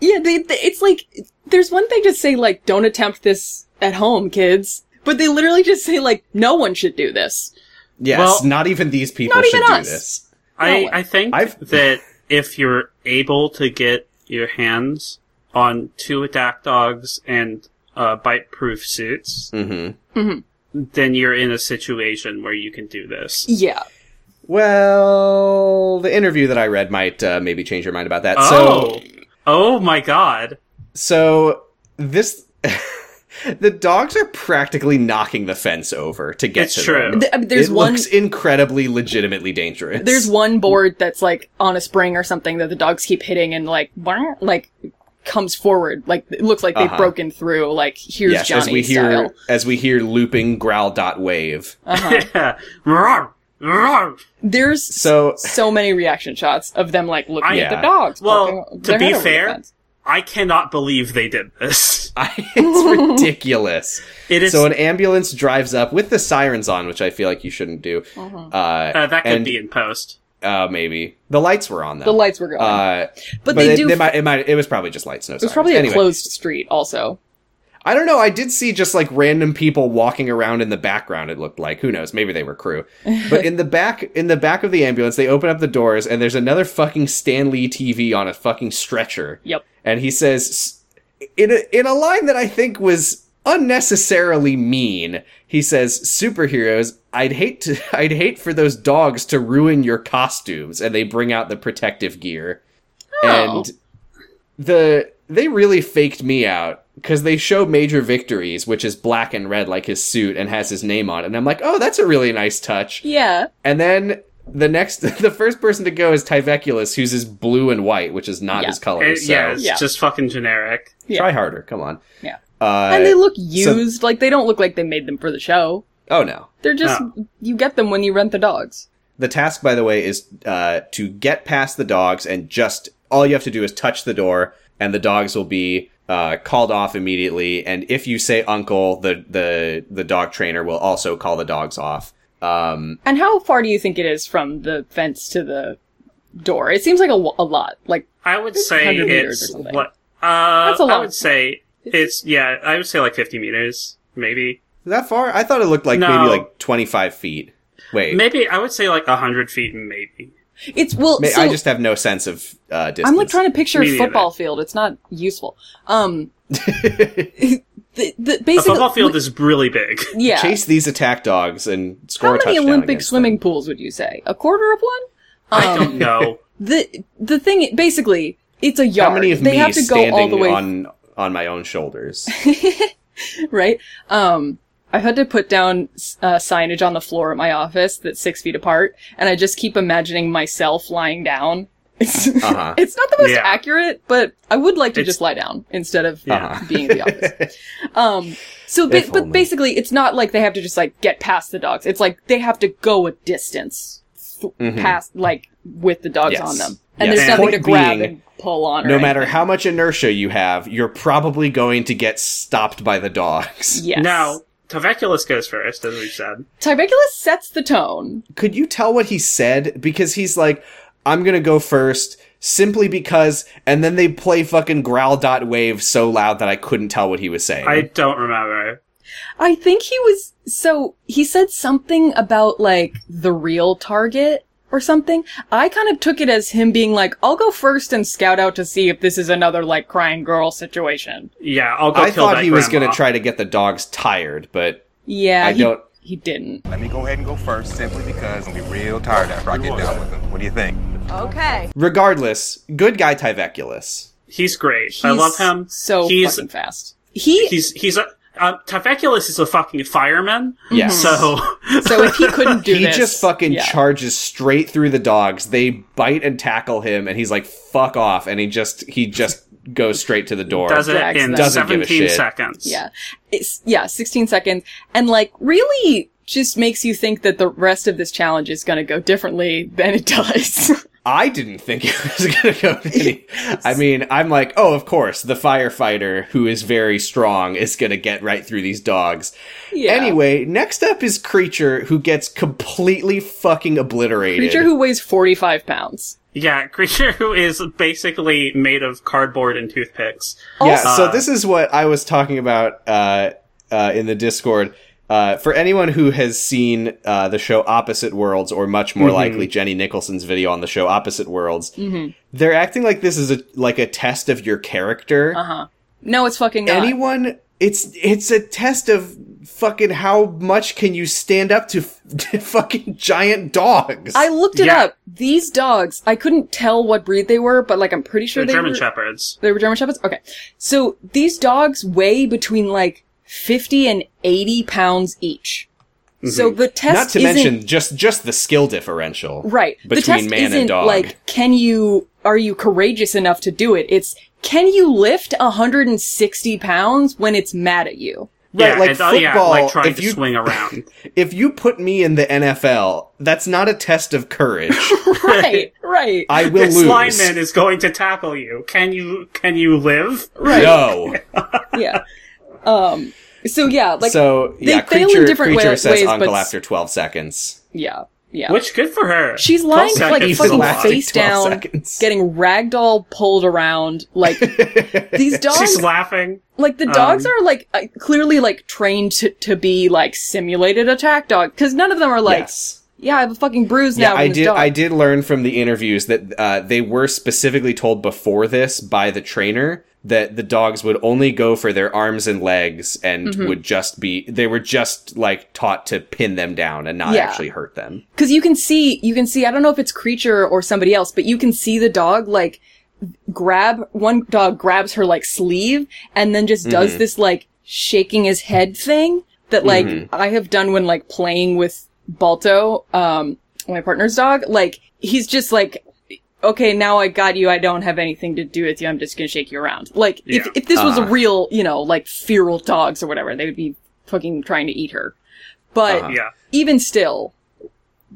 [SPEAKER 3] Yeah, they, they, it's like there's one thing to say like don't attempt this at home, kids, but they literally just say like no one should do this.
[SPEAKER 1] Yes,
[SPEAKER 2] Well-
[SPEAKER 1] not even these people
[SPEAKER 3] Not
[SPEAKER 1] should
[SPEAKER 3] even
[SPEAKER 1] do
[SPEAKER 3] us.
[SPEAKER 1] this.
[SPEAKER 2] I,
[SPEAKER 3] No.
[SPEAKER 2] I think
[SPEAKER 1] I've-
[SPEAKER 2] that if you're able to get your hands on two attack dogs and uh, bite proof suits,
[SPEAKER 1] Hmm. Mm-hmm.
[SPEAKER 2] then you're in a situation where you can do this.
[SPEAKER 3] Yeah,
[SPEAKER 1] Well, the interview that I read might uh, maybe change your mind about that.
[SPEAKER 2] Oh, oh my god.
[SPEAKER 1] So, so this, the dogs are practically knocking the fence over to get
[SPEAKER 2] It's
[SPEAKER 1] to
[SPEAKER 2] true.
[SPEAKER 1] them.
[SPEAKER 3] Th- I mean, there's
[SPEAKER 1] it
[SPEAKER 3] one
[SPEAKER 1] looks incredibly legitimately dangerous.
[SPEAKER 3] there's one board that's like on a spring or something that the dogs keep hitting and like brrr, like comes forward like it looks like they've
[SPEAKER 1] Uh-huh.
[SPEAKER 3] broken through like here's
[SPEAKER 1] yes,
[SPEAKER 3] Johnny
[SPEAKER 1] as we hear
[SPEAKER 3] style. Uh,
[SPEAKER 1] as we hear looping growl dot wave.
[SPEAKER 2] Yeah. Roar, roar.
[SPEAKER 3] There's so
[SPEAKER 1] So
[SPEAKER 3] so many reaction shots of them like looking
[SPEAKER 2] I-
[SPEAKER 3] at the
[SPEAKER 1] Yeah.
[SPEAKER 3] dogs.
[SPEAKER 2] Well,
[SPEAKER 3] poking
[SPEAKER 2] to
[SPEAKER 3] their
[SPEAKER 2] be
[SPEAKER 3] head over the
[SPEAKER 2] fair-
[SPEAKER 3] fence.
[SPEAKER 2] I cannot believe they did this.
[SPEAKER 1] I, it's ridiculous.
[SPEAKER 2] It is.
[SPEAKER 1] so an ambulance drives up with the sirens on, which I feel like you shouldn't do.
[SPEAKER 3] Uh-huh.
[SPEAKER 1] Uh,
[SPEAKER 2] uh, that could
[SPEAKER 1] and,
[SPEAKER 2] be in post.
[SPEAKER 1] uh, maybe the lights were on though.
[SPEAKER 3] the lights were going.
[SPEAKER 1] Uh, but,
[SPEAKER 3] But they
[SPEAKER 1] it,
[SPEAKER 3] do-
[SPEAKER 1] It might, it might. It was probably just lights. No,
[SPEAKER 3] it was probably a
[SPEAKER 1] anyway,
[SPEAKER 3] closed street also.
[SPEAKER 1] I don't know. I did see just like random people walking around in the background. It looked like who knows. Maybe they were crew. But in the back, in the back of the ambulance, they open up the doors and there's another fucking Stanley TV on a fucking stretcher.
[SPEAKER 3] Yep.
[SPEAKER 1] And he says, s- in a in a line that I think was unnecessarily mean. He says, "Superheroes, I'd hate to I'd hate for those dogs to ruin your costumes." And they bring out the protective gear.
[SPEAKER 3] Oh.
[SPEAKER 1] And the they really faked me out because they show major victories, which is black and red like his suit and has his name on it. And I'm like, "Oh, that's a really nice touch."
[SPEAKER 3] Yeah.
[SPEAKER 1] And then the next, the first person to go is Tyveculus, who's his blue and white, which is not
[SPEAKER 3] Yeah.
[SPEAKER 1] his color.
[SPEAKER 2] It-
[SPEAKER 1] so
[SPEAKER 2] yeah, it's
[SPEAKER 3] Yeah.
[SPEAKER 2] just fucking generic.
[SPEAKER 3] Yeah.
[SPEAKER 1] try harder. Come on.
[SPEAKER 3] Yeah.
[SPEAKER 1] Uh,
[SPEAKER 3] and they look used. like they don't look like they made them for the show.
[SPEAKER 1] oh no.
[SPEAKER 3] They're just you get them when you rent the dogs.
[SPEAKER 1] The task, by the way, is uh, to get past the dogs and just all you have to do is touch the door, and the dogs will be uh, called off immediately. And if you say "uncle," the the the dog trainer will also call the dogs off. Um,
[SPEAKER 3] And how far do you think it is from the fence to the door? It seems like a, lo- a lot. Like
[SPEAKER 2] I would
[SPEAKER 3] It's
[SPEAKER 2] say
[SPEAKER 3] 100 meters
[SPEAKER 2] it's
[SPEAKER 3] or something.
[SPEAKER 2] what uh,
[SPEAKER 3] That's a
[SPEAKER 2] I
[SPEAKER 3] lot.
[SPEAKER 2] would say it's yeah. I would say like fifty meters, maybe.
[SPEAKER 1] is that far? I thought it looked like
[SPEAKER 2] No.
[SPEAKER 1] maybe like twenty five feet. Wait,
[SPEAKER 2] Maybe I would say like hundred feet, maybe.
[SPEAKER 3] it's well.
[SPEAKER 1] may-
[SPEAKER 3] so
[SPEAKER 1] I just have no sense of uh, distance.
[SPEAKER 3] I'm like trying to picture
[SPEAKER 2] Me
[SPEAKER 3] a
[SPEAKER 2] neither.
[SPEAKER 3] football field. It's not useful. Um, the, the basically
[SPEAKER 2] The football field is really big.
[SPEAKER 3] yeah.
[SPEAKER 1] chase these attack dogs and score
[SPEAKER 3] how
[SPEAKER 1] a
[SPEAKER 3] many
[SPEAKER 1] touchdown
[SPEAKER 3] Olympic
[SPEAKER 1] against
[SPEAKER 3] swimming
[SPEAKER 1] them.
[SPEAKER 3] pools would you say? A quarter of one?
[SPEAKER 2] I
[SPEAKER 3] Um,
[SPEAKER 2] don't know.
[SPEAKER 3] The the thing basically it's a yard.
[SPEAKER 1] How many of
[SPEAKER 3] they
[SPEAKER 1] me
[SPEAKER 3] have to go
[SPEAKER 1] standing
[SPEAKER 3] all the way
[SPEAKER 1] on on my own shoulders?
[SPEAKER 3] right? Um, I had to put down uh, signage on the floor at my office that's six feet apart, and I just keep imagining myself lying down. It's,
[SPEAKER 1] Uh-huh.
[SPEAKER 3] it's not the most
[SPEAKER 2] Yeah.
[SPEAKER 3] accurate, but I would like to
[SPEAKER 2] It's-
[SPEAKER 3] just lie down instead of
[SPEAKER 2] Yeah.
[SPEAKER 1] Uh-huh.
[SPEAKER 3] being in the office. um, so, ba-
[SPEAKER 1] If
[SPEAKER 3] but
[SPEAKER 1] only.
[SPEAKER 3] basically, it's not like they have to just like get past the dogs. It's like they have to go a distance f-
[SPEAKER 1] Mhm.
[SPEAKER 3] past, like with the dogs
[SPEAKER 1] Yes.
[SPEAKER 3] on them,
[SPEAKER 1] Yes.
[SPEAKER 3] and there's
[SPEAKER 2] And
[SPEAKER 3] nothing to
[SPEAKER 1] point
[SPEAKER 3] grab
[SPEAKER 1] being,
[SPEAKER 3] and pull on. or
[SPEAKER 1] no matter
[SPEAKER 3] anything.
[SPEAKER 1] how much inertia you have, you're probably going to get stopped by the dogs.
[SPEAKER 3] Yes.
[SPEAKER 2] Now, Taveculus goes first, as we said.
[SPEAKER 3] Tibeculus sets the tone.
[SPEAKER 1] Could you tell what he said? Because he's like, I'm gonna go first simply because, and then they play fucking growl dot wave so loud that I couldn't tell what he was saying.
[SPEAKER 2] I don't remember.
[SPEAKER 3] I think he was so he said something about like the real target or something. I kind of took it as him being like, "I'll go first and scout out to see if this is another like crying girl situation."
[SPEAKER 2] Yeah, I'll go
[SPEAKER 1] I
[SPEAKER 2] kill
[SPEAKER 1] thought
[SPEAKER 2] that
[SPEAKER 1] he was
[SPEAKER 2] grandma.
[SPEAKER 1] gonna try to get the dogs tired, but
[SPEAKER 3] Yeah,
[SPEAKER 1] I
[SPEAKER 3] he,
[SPEAKER 1] don't.
[SPEAKER 3] he didn't.
[SPEAKER 5] Let me go ahead and go first simply because I'm gonna be real tired after I get done with them. What do you think?
[SPEAKER 6] Okay.
[SPEAKER 1] Regardless, good guy Tyveculus.
[SPEAKER 2] He's great. I love him.
[SPEAKER 3] so
[SPEAKER 2] he's
[SPEAKER 3] fucking fast. He
[SPEAKER 2] he's he's a uh, Taveculus is a fucking fireman.
[SPEAKER 3] Mm.
[SPEAKER 1] Yeah.
[SPEAKER 2] So
[SPEAKER 3] so if he couldn't Mm-hmm. do
[SPEAKER 1] he
[SPEAKER 3] this,
[SPEAKER 1] just fucking
[SPEAKER 3] yeah.
[SPEAKER 1] charges straight through the dogs. They bite and tackle him, and he's like, "Fuck off!" And he just he just goes straight to the door.
[SPEAKER 2] does it
[SPEAKER 3] Drags
[SPEAKER 2] in
[SPEAKER 3] them.
[SPEAKER 1] Doesn't give a
[SPEAKER 2] 17
[SPEAKER 1] shit.
[SPEAKER 2] seconds.
[SPEAKER 3] Yeah. It's yeah, 16 seconds and like really just makes you think that the rest of this challenge is going to go differently than it does.
[SPEAKER 1] I didn't think it was gonna go. Any, I mean, I'm like, oh, of course, the firefighter who is very strong is gonna get right through these dogs.
[SPEAKER 3] yeah.
[SPEAKER 1] Anyway, next up is creature who gets completely fucking obliterated.
[SPEAKER 3] creature who weighs 45 pounds.
[SPEAKER 2] Yeah, creature who is basically made of cardboard and toothpicks.
[SPEAKER 3] Oh,
[SPEAKER 1] Yeah,
[SPEAKER 2] Also-
[SPEAKER 1] so this is what I was talking about uh, uh, in the Discord. Uh, for anyone who has seen uh, the show Opposite Worlds, or much more likely Jenny Nicholson's video on the show Opposite Worlds,
[SPEAKER 3] Mm-hmm.
[SPEAKER 1] they're acting like this is a like a test of your character.
[SPEAKER 3] Uh-huh. No, it's fucking not.
[SPEAKER 1] Anyone, it's it's a test of fucking how much can you stand up to, f- to fucking giant dogs.
[SPEAKER 3] I looked it
[SPEAKER 2] Yeah.
[SPEAKER 3] up. These dogs, I couldn't tell what breed they were, but like I'm pretty sure
[SPEAKER 2] They're
[SPEAKER 3] they
[SPEAKER 2] German
[SPEAKER 3] were
[SPEAKER 2] shepherds.
[SPEAKER 3] they were German shepherds. Okay, so these dogs weigh between like fifty and eighty pounds each. So the test
[SPEAKER 1] Mhm. Not to
[SPEAKER 3] isn't-
[SPEAKER 1] mention just just the skill differential,
[SPEAKER 3] right the
[SPEAKER 1] Between
[SPEAKER 3] test
[SPEAKER 1] man
[SPEAKER 3] isn't
[SPEAKER 1] and dog,
[SPEAKER 3] like can you are you courageous enough to do it? It's can you lift hundred and sixty pounds when it's mad at you?
[SPEAKER 1] right?
[SPEAKER 2] yeah,
[SPEAKER 1] like
[SPEAKER 2] and, oh,
[SPEAKER 1] football,
[SPEAKER 2] yeah, like trying
[SPEAKER 1] if
[SPEAKER 2] to
[SPEAKER 1] you
[SPEAKER 2] swing around.
[SPEAKER 1] if you put me in the NFL, that's not a test of courage.
[SPEAKER 3] Right, right,
[SPEAKER 1] I will
[SPEAKER 2] this
[SPEAKER 1] lose.
[SPEAKER 2] lineman is going to tackle you. Can you can you live?
[SPEAKER 3] right.
[SPEAKER 1] No.
[SPEAKER 3] Yeah. Um. So yeah, like
[SPEAKER 1] so
[SPEAKER 3] they
[SPEAKER 1] yeah,
[SPEAKER 3] fail in
[SPEAKER 1] creature,
[SPEAKER 3] different
[SPEAKER 1] creature
[SPEAKER 3] wa-
[SPEAKER 1] says
[SPEAKER 3] ways,
[SPEAKER 1] uncle
[SPEAKER 3] but-
[SPEAKER 1] after twelve seconds.
[SPEAKER 3] yeah, yeah.
[SPEAKER 2] Which good for her.
[SPEAKER 3] She's lying
[SPEAKER 2] Twelve
[SPEAKER 3] like
[SPEAKER 2] seconds
[SPEAKER 1] is a
[SPEAKER 3] fucking
[SPEAKER 1] lot.
[SPEAKER 3] face down,
[SPEAKER 1] Twelve seconds.
[SPEAKER 3] getting ragdoll pulled around. Like these dogs,
[SPEAKER 2] She's laughing.
[SPEAKER 3] like the dogs
[SPEAKER 2] um,
[SPEAKER 3] are like uh, clearly like trained to, to be like simulated attack dog because none of them are like,
[SPEAKER 1] yes.
[SPEAKER 3] yeah, I have a fucking bruise now.
[SPEAKER 1] Yeah, I
[SPEAKER 3] from this
[SPEAKER 1] did.
[SPEAKER 3] dog."
[SPEAKER 1] I did learn from the interviews that uh, they were specifically told before this by the trainer that the dogs would only go for their arms and legs and
[SPEAKER 3] Mm-hmm.
[SPEAKER 1] would just be they were just like taught to pin them down and not
[SPEAKER 3] Yeah.
[SPEAKER 1] actually hurt them.
[SPEAKER 3] because you can see you can see i don't know if it's creature or somebody else but you can see the dog like grab one dog grabs her like sleeve and then just
[SPEAKER 1] Mm-hmm.
[SPEAKER 3] does this like shaking his head thing that like
[SPEAKER 1] Mm-hmm.
[SPEAKER 3] i have done when like playing with balto um my partner's dog like he's just like okay now i got you i don't have anything to do with you i'm just gonna shake you around like if,
[SPEAKER 2] Yeah.
[SPEAKER 3] if this was a
[SPEAKER 1] Uh-huh.
[SPEAKER 3] real you know like feral dogs or whatever they would be fucking trying to eat her but
[SPEAKER 1] Uh-huh.
[SPEAKER 2] Yeah.
[SPEAKER 3] even still,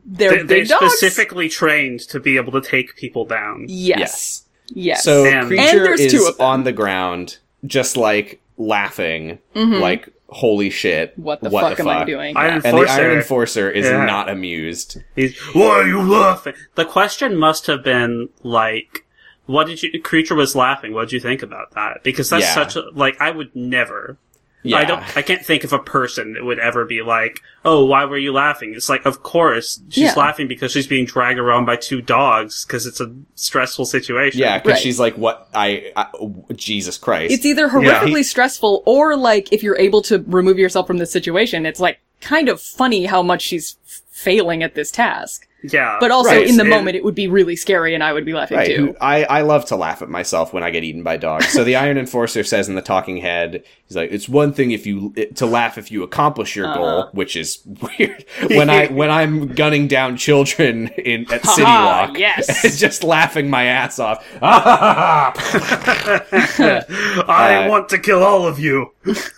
[SPEAKER 3] they're
[SPEAKER 2] They,
[SPEAKER 3] big
[SPEAKER 2] they're
[SPEAKER 3] dogs.
[SPEAKER 2] specifically trained to be able to take people down.
[SPEAKER 3] Yes. Yes.
[SPEAKER 1] So
[SPEAKER 2] Damn.
[SPEAKER 3] And
[SPEAKER 1] creature
[SPEAKER 3] there's
[SPEAKER 1] is
[SPEAKER 3] two of them.
[SPEAKER 1] on the ground, just like laughing, like holy shit,
[SPEAKER 3] Mm-hmm. what the fuck am I doing?
[SPEAKER 2] I
[SPEAKER 3] Yeah.
[SPEAKER 2] am-
[SPEAKER 1] And the Iron
[SPEAKER 2] Enforcer.
[SPEAKER 1] Enforcer is
[SPEAKER 2] Yeah.
[SPEAKER 1] not amused.
[SPEAKER 2] He's, why are you laughing? The question must have been like, what did you, creature was laughing, what did you think about that? Because that's
[SPEAKER 1] Yeah.
[SPEAKER 2] such a, like, I would never.
[SPEAKER 1] Yeah,
[SPEAKER 2] I don't, I can't think of a person that would ever be like, oh, why were you laughing? It's like, of course, she's
[SPEAKER 3] Yeah.
[SPEAKER 2] laughing because she's being dragged around by two dogs because it's a stressful situation.
[SPEAKER 1] yeah, because
[SPEAKER 3] Right.
[SPEAKER 1] she's like, "What? I, I w- Jesus Christ!"
[SPEAKER 3] it's either
[SPEAKER 2] Yeah,
[SPEAKER 3] horrifically
[SPEAKER 1] he-
[SPEAKER 3] stressful or like if you're able to remove yourself from the situation, it's like kind of funny how much she's f- failing at this task.
[SPEAKER 2] Yeah.
[SPEAKER 3] But also
[SPEAKER 1] Right.
[SPEAKER 3] in the
[SPEAKER 2] And-
[SPEAKER 3] moment, it would be really scary and I would be laughing
[SPEAKER 1] Right.
[SPEAKER 3] too.
[SPEAKER 1] I, I love to laugh at myself when I get eaten by dogs. So the Iron Enforcer says in the Talking Head, he's like, "It's one thing if you to laugh if you accomplish
[SPEAKER 3] Uh-huh.
[SPEAKER 1] your goal, which is weird. When I when I'm gunning down children in at City
[SPEAKER 3] Ha-ha,
[SPEAKER 1] Walk,
[SPEAKER 3] yes.
[SPEAKER 1] just laughing my ass off. Ah-ha-ha-ha.
[SPEAKER 2] I
[SPEAKER 1] Uh,
[SPEAKER 2] want to kill all of you.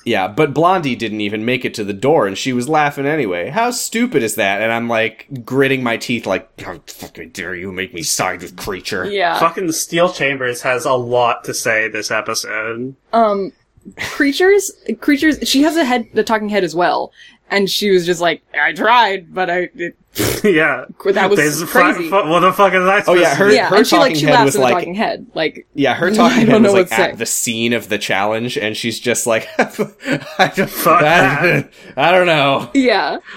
[SPEAKER 1] yeah, but Blondie didn't even make it to the door, and she was laughing anyway. How stupid is that? And I'm like gritting my teeth, like, "How fucking dare you make me side with creature?"
[SPEAKER 3] Yeah.
[SPEAKER 2] Fucking Steel Chambers has a lot to say this episode.
[SPEAKER 3] um creatures creatures she has a head the talking head as well and she was just like i tried but i it,
[SPEAKER 2] yeah.
[SPEAKER 3] That was
[SPEAKER 2] There's-
[SPEAKER 3] crazy.
[SPEAKER 2] fu- what the fuck is that?
[SPEAKER 1] Oh, yeah,
[SPEAKER 2] supposed to
[SPEAKER 1] her-
[SPEAKER 2] be?
[SPEAKER 3] yeah
[SPEAKER 1] her
[SPEAKER 3] and she like
[SPEAKER 1] talking
[SPEAKER 3] she
[SPEAKER 1] head
[SPEAKER 3] laughs
[SPEAKER 1] was
[SPEAKER 3] at the
[SPEAKER 1] like-
[SPEAKER 3] talking head like
[SPEAKER 1] Yeah, her
[SPEAKER 3] I
[SPEAKER 1] talking
[SPEAKER 3] don't
[SPEAKER 1] head
[SPEAKER 3] know
[SPEAKER 1] was like
[SPEAKER 3] what to say.
[SPEAKER 1] at the scene of the challenge, and she's just like, I don't,
[SPEAKER 2] Fuck
[SPEAKER 1] that- I don't know.
[SPEAKER 3] yeah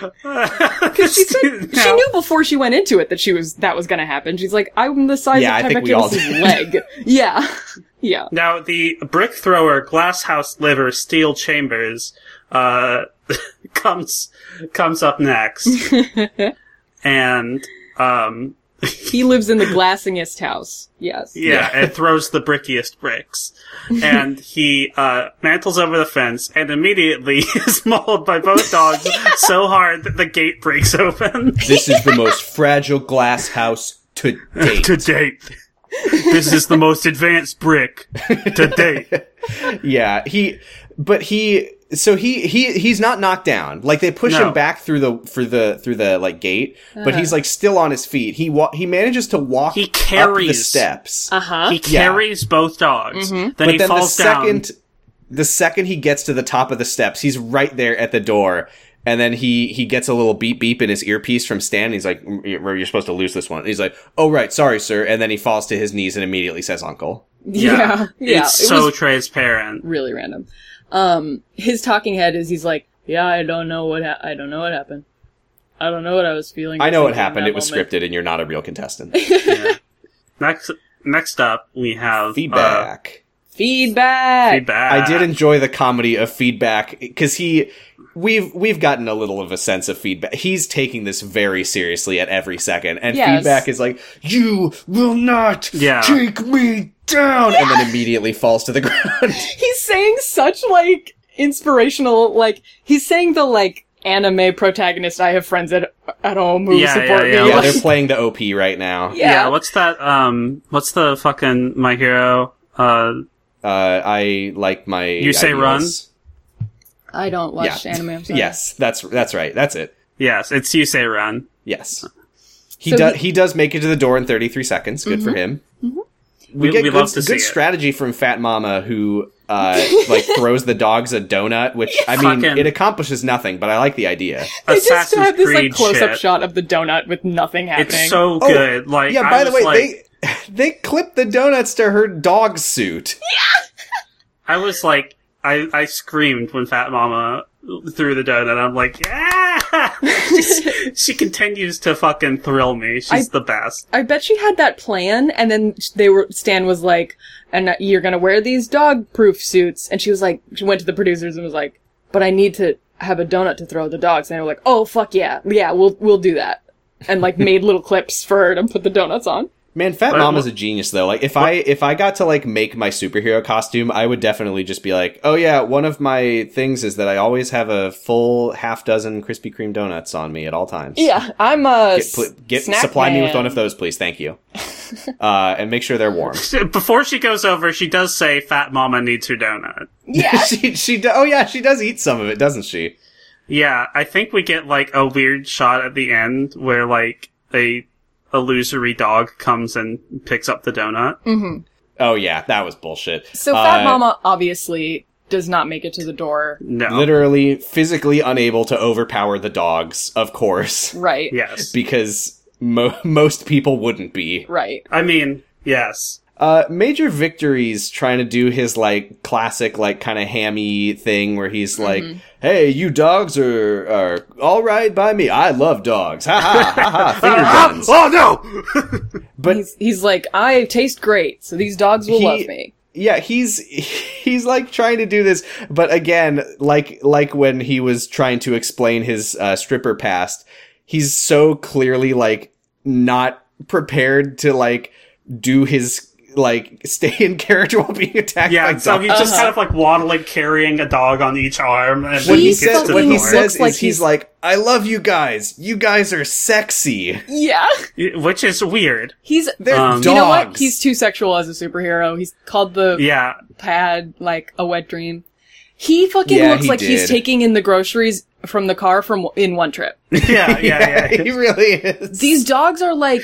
[SPEAKER 3] she said she knew before she went into it that she was that was going to happen. She's like, I'm the size
[SPEAKER 1] Yeah, I
[SPEAKER 3] of
[SPEAKER 1] think we all did.
[SPEAKER 3] Temecula's leg. yeah, yeah.
[SPEAKER 2] Now, the brick thrower, glass house liver, steel chambers, uh, comes, comes up next. and, um,
[SPEAKER 3] He lives in the glassingest house. Yes.
[SPEAKER 2] yeah, and throws the brickiest bricks. And he, uh, mantles over the fence and immediately is mauled by both dogs so hard that the gate breaks open.
[SPEAKER 1] This is the most fragile glass house to date.
[SPEAKER 2] to date. This is the most advanced brick to date.
[SPEAKER 1] yeah, he, but he, so he he he's not knocked down. Like they push
[SPEAKER 2] No.
[SPEAKER 1] him back through the through the through the like gate, but
[SPEAKER 3] Uh.
[SPEAKER 1] he's like still on his feet. He wa- he manages to walk.
[SPEAKER 2] He
[SPEAKER 1] up the
[SPEAKER 2] carries.
[SPEAKER 1] steps.
[SPEAKER 3] Huh? Mm-hmm.
[SPEAKER 2] He carries both dogs. Then
[SPEAKER 1] but
[SPEAKER 2] he
[SPEAKER 1] then
[SPEAKER 2] falls
[SPEAKER 1] the
[SPEAKER 2] down.
[SPEAKER 1] second the second he gets to the top of the steps he's right there at the door and then he he gets a little beep beep in his earpiece from stan and he's like "Mm, you're you're supposed to lose this one And he's like oh right sorry sir and then he falls to his knees and immediately says uncle
[SPEAKER 3] Yeah. Yeah.
[SPEAKER 2] It's
[SPEAKER 3] it
[SPEAKER 2] so
[SPEAKER 3] was
[SPEAKER 2] transparent.
[SPEAKER 3] really random. Um, his talking head is he's like, yeah, I don't know what ha- I don't know what happened. I don't know what I was feeling.
[SPEAKER 1] i
[SPEAKER 3] or
[SPEAKER 1] know what
[SPEAKER 3] thinking in
[SPEAKER 1] happened
[SPEAKER 3] that
[SPEAKER 1] it was
[SPEAKER 3] moment."
[SPEAKER 1] scripted and you're not a real contestant
[SPEAKER 2] Next, next up, we have uh,
[SPEAKER 1] feedback
[SPEAKER 3] Feedback.
[SPEAKER 2] feedback.
[SPEAKER 1] I did enjoy the comedy of feedback because he we've we've gotten a little of a sense of feedback. He's taking this very seriously at every second, and
[SPEAKER 3] Yes.
[SPEAKER 1] feedback is like, "You will not
[SPEAKER 2] Yeah.
[SPEAKER 1] take me down," and then immediately falls to the ground.
[SPEAKER 3] he's saying such like inspirational like he's saying the like anime protagonist I have friends at at home who
[SPEAKER 2] Yeah,
[SPEAKER 3] support
[SPEAKER 2] yeah,
[SPEAKER 3] me.
[SPEAKER 1] yeah,
[SPEAKER 3] like-
[SPEAKER 1] they're playing the OP right now.
[SPEAKER 2] Yeah. what's that? Um, what's the fucking my hero? Uh,
[SPEAKER 1] Uh, I like my. You
[SPEAKER 2] say run?
[SPEAKER 3] I don't watch
[SPEAKER 1] Yeah.
[SPEAKER 3] anime. I'm sorry.
[SPEAKER 1] Yes, that's that's right. That's it.
[SPEAKER 2] yes, it's you say run.
[SPEAKER 1] Yes. He
[SPEAKER 3] So
[SPEAKER 1] does.
[SPEAKER 3] he- Mm-hmm.
[SPEAKER 1] He does make it to the door in 33 seconds. Good for him. We,
[SPEAKER 2] We-
[SPEAKER 1] get
[SPEAKER 2] we
[SPEAKER 1] good,
[SPEAKER 2] love to see
[SPEAKER 1] good
[SPEAKER 2] it.
[SPEAKER 1] strategy from Fat Mama, who uh, like throws the dogs a donut, which I mean,
[SPEAKER 2] Fucking-
[SPEAKER 1] it accomplishes nothing, but I like the idea.
[SPEAKER 3] They just
[SPEAKER 2] Assassin's
[SPEAKER 3] have this like
[SPEAKER 2] Creed
[SPEAKER 3] close up
[SPEAKER 2] shit.
[SPEAKER 3] shot of the donut with nothing happening.
[SPEAKER 2] It's so good. Like
[SPEAKER 1] Oh, yeah.
[SPEAKER 2] I
[SPEAKER 1] By the way,
[SPEAKER 2] was like,
[SPEAKER 1] they they clip the donuts to her dog suit.
[SPEAKER 2] I was like, I, I screamed when Fat Mama threw the donut. I'm like, yeah! She's- she continues to fucking thrill me. She's
[SPEAKER 3] I-
[SPEAKER 2] the best.
[SPEAKER 3] I bet she had that plan, and then they were Stan was like, "And you're gonna wear these dog-proof suits," and she was like, she went to the producers and was like, "But I need to have a donut to throw at the dogs," and they were like, "Oh fuck yeah, yeah, we'll we'll do that," and like made little clips for her to put the donuts on.
[SPEAKER 1] Man, Fat
[SPEAKER 2] What-
[SPEAKER 1] Mama's a genius though. Like if I if I got to like make my superhero costume, I would definitely just be like, "Oh yeah, one of my things is that I always have a full half dozen Krispy Kreme donuts on me at all times."
[SPEAKER 3] Yeah, I'm a
[SPEAKER 1] Get, pl- get supply me with one of those, please. Thank you. uh, and make sure they're warm.
[SPEAKER 2] Before she goes over, she does say Fat Mama needs her donut.
[SPEAKER 3] Yeah,
[SPEAKER 1] she she do- oh yeah, she does eat some of it, doesn't she?
[SPEAKER 2] Yeah, I think we get like a weird shot at the end where like a illusory dog comes and picks up the donut.
[SPEAKER 1] Oh yeah, that was bullshit.
[SPEAKER 3] so Fat
[SPEAKER 1] Uh,
[SPEAKER 3] Mama obviously does not make it to the door,
[SPEAKER 2] No.
[SPEAKER 1] Uh, literally physically unable to overpower the dogs, of course,
[SPEAKER 3] right?
[SPEAKER 2] Yes.
[SPEAKER 1] because mo- most people wouldn't be.
[SPEAKER 3] right.
[SPEAKER 2] I mean, yes.
[SPEAKER 1] Uh, Major Victory's trying to do his like classic, like kind of hammy thing where he's like,
[SPEAKER 3] Mm-hmm.
[SPEAKER 1] "Hey, you dogs are are all right by me. I love dogs. Ha ha ha ha. Finger guns."
[SPEAKER 2] Oh no!
[SPEAKER 1] But
[SPEAKER 3] He's he's like, I taste great, so these dogs will
[SPEAKER 1] He-
[SPEAKER 3] love me.
[SPEAKER 1] yeah he's he's like trying to do this but again like like when he was trying to explain his uh, stripper past he's so clearly like not prepared to like do his like stay in character while being attacked
[SPEAKER 2] Yeah,
[SPEAKER 1] by
[SPEAKER 2] so
[SPEAKER 1] dogs.
[SPEAKER 2] he's
[SPEAKER 3] Uh-huh.
[SPEAKER 2] just kind of like waddling, carrying a dog on each arm, and
[SPEAKER 1] what
[SPEAKER 2] then
[SPEAKER 1] he
[SPEAKER 2] he, gets
[SPEAKER 1] says,
[SPEAKER 2] to
[SPEAKER 1] what
[SPEAKER 2] the
[SPEAKER 1] he
[SPEAKER 2] door.
[SPEAKER 3] looks
[SPEAKER 1] says
[SPEAKER 3] like
[SPEAKER 1] is he's
[SPEAKER 3] he's-
[SPEAKER 1] like, "I love you guys. You guys are sexy.
[SPEAKER 3] Yeah,
[SPEAKER 2] which is weird.
[SPEAKER 3] he's
[SPEAKER 1] They're
[SPEAKER 2] Um,
[SPEAKER 1] dogs."
[SPEAKER 3] You know what? He's too sexual as a superhero. He's called the
[SPEAKER 2] Yeah,
[SPEAKER 3] pad like a wet dream. He fucking
[SPEAKER 1] Yeah,
[SPEAKER 3] looks
[SPEAKER 1] he
[SPEAKER 3] like
[SPEAKER 1] did.
[SPEAKER 3] he's taking in the groceries from the car from in one trip.
[SPEAKER 2] yeah, yeah, yeah.
[SPEAKER 1] he really is.
[SPEAKER 3] These dogs are like,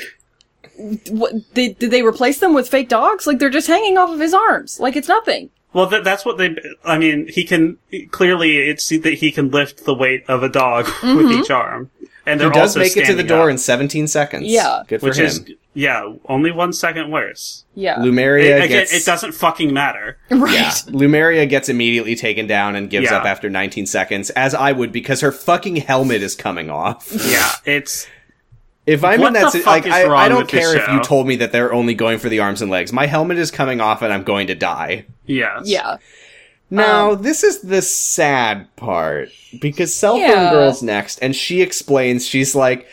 [SPEAKER 3] what, they, did they replace them with fake dogs? Like they're just hanging off of his arms, like it's nothing.
[SPEAKER 2] Well, that, that's what they. I mean, he can clearly it's that he can lift the weight of a dog with
[SPEAKER 3] Mm-hmm.
[SPEAKER 2] each arm, and
[SPEAKER 1] he
[SPEAKER 2] they're
[SPEAKER 1] does
[SPEAKER 2] also
[SPEAKER 1] make it to the
[SPEAKER 2] standing
[SPEAKER 1] door
[SPEAKER 2] up,
[SPEAKER 1] in 17 seconds.
[SPEAKER 3] Yeah.
[SPEAKER 1] good for
[SPEAKER 2] which
[SPEAKER 1] him.
[SPEAKER 2] is yeah, only one second worse.
[SPEAKER 3] Yeah,
[SPEAKER 1] Lumeria
[SPEAKER 2] Again,
[SPEAKER 1] gets
[SPEAKER 2] it doesn't fucking matter.
[SPEAKER 3] right.
[SPEAKER 1] Yeah. Lumeria gets immediately taken down and gives
[SPEAKER 2] Yeah.
[SPEAKER 1] up after 19 seconds, as I would because her fucking helmet is coming off.
[SPEAKER 2] Yeah, it's
[SPEAKER 1] If I'm
[SPEAKER 2] What
[SPEAKER 1] in that,
[SPEAKER 2] the
[SPEAKER 1] si-
[SPEAKER 2] fuck
[SPEAKER 1] like,
[SPEAKER 2] is
[SPEAKER 1] I,
[SPEAKER 2] wrong
[SPEAKER 1] I don't
[SPEAKER 2] with this
[SPEAKER 1] care if
[SPEAKER 2] show?
[SPEAKER 1] you told me that they're only going for the arms and legs. My helmet is coming off and I'm going to die.
[SPEAKER 2] yes. Oh.
[SPEAKER 3] Yeah,
[SPEAKER 1] Now, this is the sad part because Cell Phone
[SPEAKER 3] Yeah.
[SPEAKER 1] Girl's next, and she explains, she's like,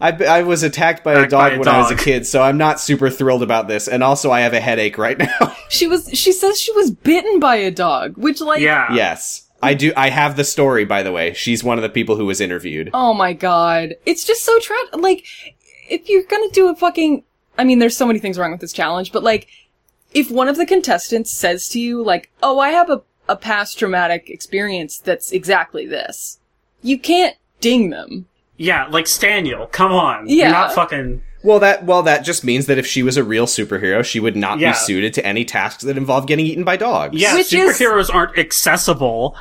[SPEAKER 1] I, I was attacked by a
[SPEAKER 2] Attacked by
[SPEAKER 1] dog
[SPEAKER 2] a
[SPEAKER 1] when I was a
[SPEAKER 2] dog."
[SPEAKER 1] kid, so I'm not super thrilled about this, and also I have a headache right now.
[SPEAKER 3] she was. She says she was bitten by a dog, which like,
[SPEAKER 2] yeah,
[SPEAKER 1] yes. I do. I have the story, by the way. She's one of the people who was interviewed.
[SPEAKER 3] Oh my god. It's just so tra- like if you're going to do a fucking I mean there's so many things wrong with this challenge, but like if one of the contestants says to you like, "Oh, I have a a past traumatic experience that's exactly this." You can't ding them.
[SPEAKER 2] yeah. Like Staniel, come on,
[SPEAKER 3] Yeah.
[SPEAKER 2] you're not fucking.
[SPEAKER 1] Well, that well that just means that if she was a real superhero, she would not
[SPEAKER 2] Yeah.
[SPEAKER 1] be suited to any tasks that involve getting eaten by dogs.
[SPEAKER 2] Yeah,
[SPEAKER 3] Which is-
[SPEAKER 2] superheroes aren't accessible.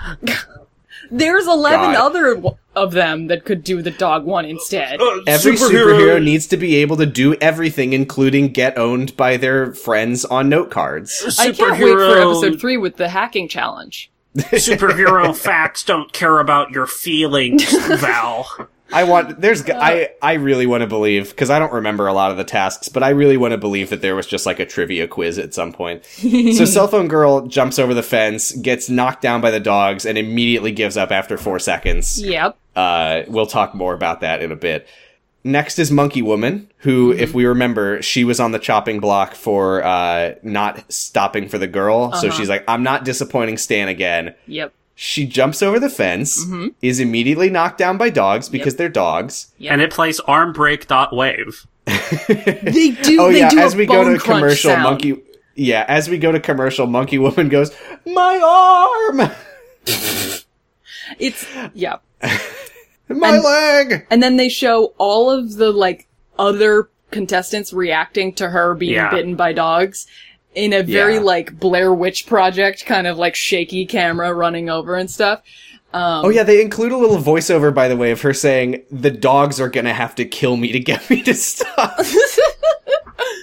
[SPEAKER 3] There's 11
[SPEAKER 1] God.
[SPEAKER 3] other w- of them that could do the dog one instead.
[SPEAKER 2] Uh,
[SPEAKER 1] Every superhero. needs to be able to do everything, including get owned by their friends on note cards.
[SPEAKER 3] I can't wait for episode 3 with the hacking challenge.
[SPEAKER 2] superhero facts don't care about your feelings, Val.
[SPEAKER 1] I want there's g- I I really want to believe because I don't remember a lot of the tasks, but I really want to believe that there was just like a trivia quiz at some point. so cell phone girl jumps over the fence, gets knocked down by the dogs, and immediately gives up after four seconds.
[SPEAKER 3] Yep.
[SPEAKER 1] Uh, we'll talk more about that in a bit. Next is Monkey Woman, who,
[SPEAKER 3] Mm-hmm.
[SPEAKER 1] if we remember, she was on the chopping block for uh, not stopping for the girl.
[SPEAKER 3] Uh-huh.
[SPEAKER 1] So she's like, I'm not disappointing Stan again.
[SPEAKER 3] Yep.
[SPEAKER 1] She jumps over the fence,
[SPEAKER 3] Mm-hmm.
[SPEAKER 1] is immediately knocked down by dogs because they're dogs.
[SPEAKER 3] Yep.
[SPEAKER 2] And it plays arm break dot wave.
[SPEAKER 3] They do
[SPEAKER 1] Oh,
[SPEAKER 3] they
[SPEAKER 1] yeah,
[SPEAKER 3] do
[SPEAKER 1] as
[SPEAKER 3] a
[SPEAKER 1] we go
[SPEAKER 3] bone
[SPEAKER 1] to
[SPEAKER 3] crunch
[SPEAKER 1] commercial,
[SPEAKER 3] sound.
[SPEAKER 1] Monkey. Yeah, as we go to commercial, Monkey Woman goes, My arm!
[SPEAKER 3] It's yeah.
[SPEAKER 1] My leg!
[SPEAKER 3] And then they show all of the like other contestants reacting to her being
[SPEAKER 2] Yeah.
[SPEAKER 3] bitten by dogs in a very
[SPEAKER 1] Yeah.
[SPEAKER 3] like Blair Witch project kind of like shaky camera running over and stuff. um,
[SPEAKER 1] Oh yeah, they include a little voiceover, by the way, of her saying, "The dogs are gonna have to kill me to get me to stop."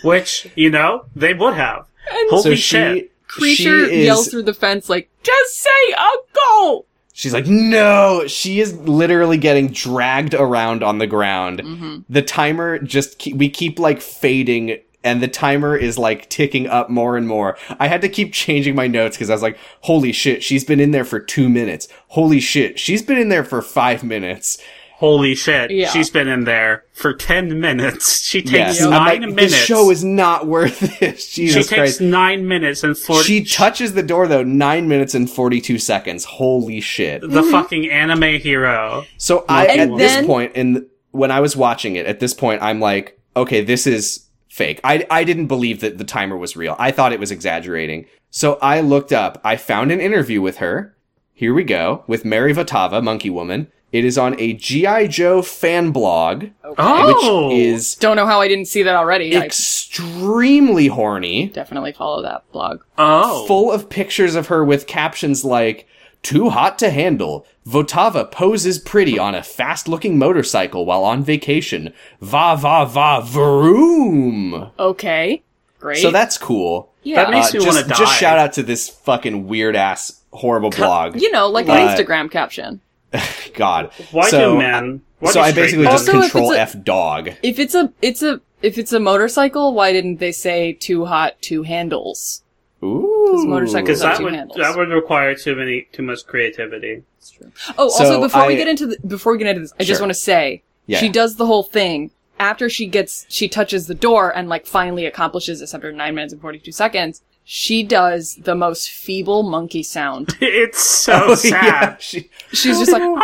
[SPEAKER 2] Which, you know, they would have. Holy
[SPEAKER 1] so she
[SPEAKER 2] shit.
[SPEAKER 3] preacher
[SPEAKER 1] She is-
[SPEAKER 3] yells through the fence like, "Just say uncle."
[SPEAKER 1] She's like, no, she is literally getting dragged around on the ground.
[SPEAKER 2] Mm-hmm.
[SPEAKER 1] The timer just, keep, we keep like fading and the timer is like ticking up more and more. I had to keep changing my notes because I was like, holy shit, she's been in there for two minutes. Holy shit, she's been in there for five minutes.
[SPEAKER 2] Holy shit.
[SPEAKER 3] Yeah.
[SPEAKER 2] She's been in there for 10 minutes. She takes
[SPEAKER 1] Yes. I'm
[SPEAKER 2] 9
[SPEAKER 1] like,
[SPEAKER 2] minutes.
[SPEAKER 1] this show is not worth this.
[SPEAKER 2] she
[SPEAKER 1] Jesus
[SPEAKER 2] takes
[SPEAKER 1] Christ.
[SPEAKER 2] 9 minutes and 40
[SPEAKER 1] She touches the door though, nine minutes and 42 seconds. Holy shit.
[SPEAKER 2] the fucking anime hero.
[SPEAKER 1] So I
[SPEAKER 2] And
[SPEAKER 1] at this
[SPEAKER 3] then-
[SPEAKER 1] point in when I was watching it, at this point I'm like, okay, this is fake. I I didn't believe that the timer was real. I thought it was exaggerating. So I looked up. I found an interview with her. Here we go with Mary Vatava, Monkey Woman. It is on a GI Joe fan blog,
[SPEAKER 2] Oh.
[SPEAKER 1] which is
[SPEAKER 3] Don't know how I didn't see that already. I
[SPEAKER 1] extremely horny.
[SPEAKER 3] definitely follow that blog.
[SPEAKER 2] oh.
[SPEAKER 1] full of pictures of her with captions like too hot to handle votava poses pretty on a fast looking motorcycle while on vacation va va va vroom
[SPEAKER 3] Okay, great.
[SPEAKER 1] so that's cool Uh,
[SPEAKER 3] Yeah. That
[SPEAKER 2] makes me
[SPEAKER 1] just,
[SPEAKER 2] wanna
[SPEAKER 1] just
[SPEAKER 2] die.
[SPEAKER 1] shout out to this fucking weird ass horrible blog
[SPEAKER 3] you know, like an
[SPEAKER 1] Right.
[SPEAKER 3] Instagram caption.
[SPEAKER 1] god
[SPEAKER 2] Why
[SPEAKER 1] so,
[SPEAKER 2] do men? Why
[SPEAKER 1] so
[SPEAKER 2] do
[SPEAKER 1] i
[SPEAKER 2] straight
[SPEAKER 1] basically
[SPEAKER 2] men-
[SPEAKER 1] just
[SPEAKER 3] Also, if it's
[SPEAKER 1] control
[SPEAKER 3] a-
[SPEAKER 1] f dog
[SPEAKER 3] If it's a, it's a, if it's a motorcycle, why didn't they say too hot, two handles?
[SPEAKER 1] ooh
[SPEAKER 3] motorcycles
[SPEAKER 2] because
[SPEAKER 3] Those are
[SPEAKER 2] that
[SPEAKER 3] two
[SPEAKER 2] would
[SPEAKER 3] handles.
[SPEAKER 2] that would require too many too much creativity.
[SPEAKER 3] That's true. Oh,
[SPEAKER 1] So
[SPEAKER 3] also before we
[SPEAKER 1] I-
[SPEAKER 3] get into the, before we get into this, I just
[SPEAKER 1] Sure.
[SPEAKER 3] want to say
[SPEAKER 1] Yeah.
[SPEAKER 3] she does the whole thing after she gets she touches the door and like finally accomplishes this after nine minutes and forty two seconds. She does the most feeble monkey sound.
[SPEAKER 2] It's so sad.
[SPEAKER 1] yeah, she-
[SPEAKER 3] She's just like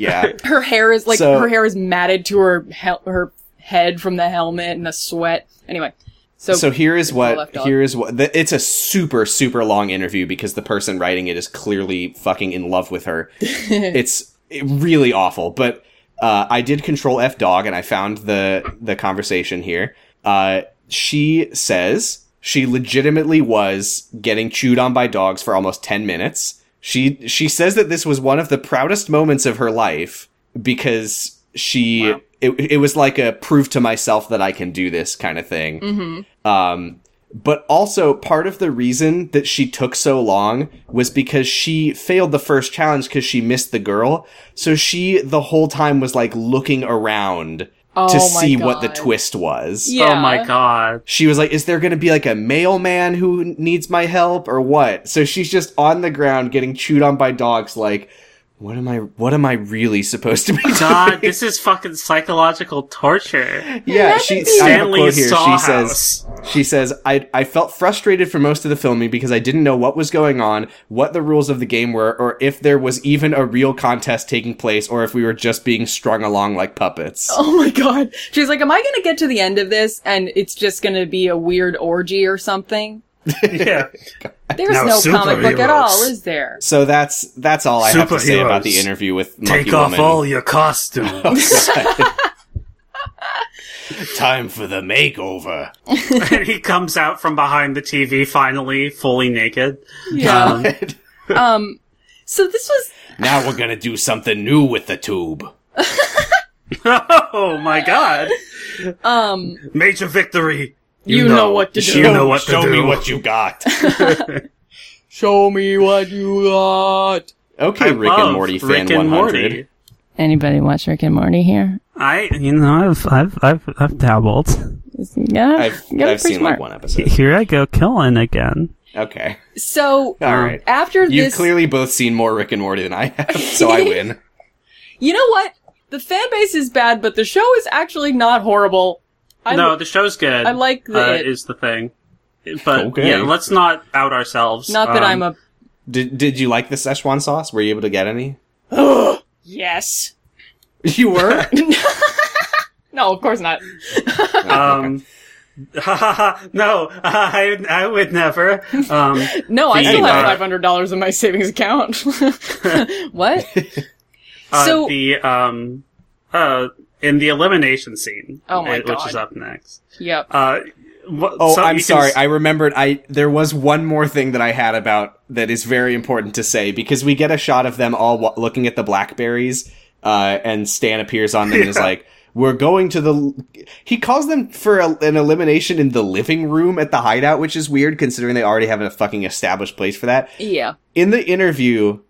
[SPEAKER 1] yeah.
[SPEAKER 3] her hair is like
[SPEAKER 1] So-
[SPEAKER 3] her hair is matted to her hel- her head from the helmet and the sweat. Anyway, so
[SPEAKER 1] so here is
[SPEAKER 3] it's all
[SPEAKER 1] what
[SPEAKER 3] left off.
[SPEAKER 1] here is what the, it's a super super long interview because the person writing it is clearly fucking in love with her it's really awful but uh, i did control f dog and i found the the conversation here uh, she says she legitimately was getting chewed on by dogs for almost 10 minutes she she says that this was one of the proudest moments of her life because she it, it was like a prove to myself that i can do this kind of thing um, but also, part of the reason that she took so long was because she failed the first challenge because she missed the girl. So she, the whole time, was like looking around to
[SPEAKER 3] Oh my
[SPEAKER 1] see what the
[SPEAKER 3] God.
[SPEAKER 1] twist was.
[SPEAKER 3] yeah.
[SPEAKER 2] Oh my god.
[SPEAKER 1] She was like, Is there going to be like a mailman who needs my help or what? So she's just on the ground getting chewed on by dogs, like, what am I? What am I really supposed to be doing?
[SPEAKER 2] God, this is fucking psychological torture.
[SPEAKER 1] yeah, she. I have a
[SPEAKER 2] Stanley
[SPEAKER 1] quote here. She
[SPEAKER 2] Sawhouse.
[SPEAKER 1] says, She says, I, I felt frustrated for most of the filming because I didn't know what was going on, what the rules of the game were, or if there was even a real contest taking place, or if we were just being strung along like puppets.
[SPEAKER 3] Oh my god. She's like, Am I gonna get to the end of this and it's just gonna be a weird orgy or something?
[SPEAKER 2] yeah.
[SPEAKER 3] There's
[SPEAKER 6] Now
[SPEAKER 3] no comic book
[SPEAKER 6] superheroes.
[SPEAKER 3] at all, is there?
[SPEAKER 1] So that's that's all I have to say
[SPEAKER 6] Superheroes.
[SPEAKER 1] about the interview with Monkey
[SPEAKER 6] Take off
[SPEAKER 1] Woman.
[SPEAKER 6] all your costumes.
[SPEAKER 1] Time for the makeover.
[SPEAKER 2] and he comes out from behind the TV finally, fully naked.
[SPEAKER 3] Yeah. um so this was
[SPEAKER 1] now we're gonna do something new with the tube.
[SPEAKER 2] oh my god.
[SPEAKER 3] um
[SPEAKER 6] Major victory.
[SPEAKER 3] You know what to do.
[SPEAKER 6] You know what to
[SPEAKER 1] Show
[SPEAKER 6] do.
[SPEAKER 1] me what you got.
[SPEAKER 3] Show me what you got.
[SPEAKER 1] Okay,
[SPEAKER 2] I
[SPEAKER 1] Rick
[SPEAKER 2] love
[SPEAKER 1] and Morty fan
[SPEAKER 2] Rick
[SPEAKER 1] 100.
[SPEAKER 2] and Morty.
[SPEAKER 3] Anybody watch Rick and Morty here?
[SPEAKER 2] I, you know, I've, I've, I've, I've dabbled.
[SPEAKER 3] Yeah.
[SPEAKER 1] I've, I've seen like one episode.
[SPEAKER 2] Here I go killing again.
[SPEAKER 1] Okay.
[SPEAKER 3] So um,
[SPEAKER 1] All right.
[SPEAKER 3] after
[SPEAKER 1] You've
[SPEAKER 3] this
[SPEAKER 1] clearly both seen more Rick and Morty than I have, so I win.
[SPEAKER 3] You know what? The fan base is bad, but the show is actually not horrible. I
[SPEAKER 2] no, the show's good.
[SPEAKER 3] I like the
[SPEAKER 2] uh,
[SPEAKER 3] it.
[SPEAKER 2] is the thing. But
[SPEAKER 1] Okay.
[SPEAKER 2] yeah, let's not out ourselves.
[SPEAKER 3] not that
[SPEAKER 2] Um,
[SPEAKER 3] I'm a
[SPEAKER 1] Did Did you like the Szechuan sauce? Were you able to get any?
[SPEAKER 3] Yes.
[SPEAKER 1] You were.
[SPEAKER 3] No, of course not.
[SPEAKER 2] Um, no, I, I would never. Um,
[SPEAKER 3] No, I
[SPEAKER 2] The,
[SPEAKER 3] still have
[SPEAKER 2] uh,
[SPEAKER 3] five hundred dollars in my savings account. what?
[SPEAKER 2] uh,
[SPEAKER 3] So-
[SPEAKER 2] the um, uh, in the elimination scene,
[SPEAKER 3] Oh
[SPEAKER 2] uh,
[SPEAKER 3] my
[SPEAKER 2] which
[SPEAKER 3] God.
[SPEAKER 2] is up next.
[SPEAKER 3] Yep.
[SPEAKER 2] Uh, wha-
[SPEAKER 1] Oh,
[SPEAKER 2] so
[SPEAKER 1] I'm
[SPEAKER 2] you can
[SPEAKER 1] sorry.
[SPEAKER 2] s-
[SPEAKER 1] I remembered. I there was one more thing that I had about that is very important to say because we get a shot of them all w- looking at the blackberries, uh, and Stan appears on them and is like, We're going to the. He calls them for a, an elimination in the living room at the hideout, which is weird considering they already have a fucking established place for that.
[SPEAKER 3] Yeah.
[SPEAKER 1] In the interview,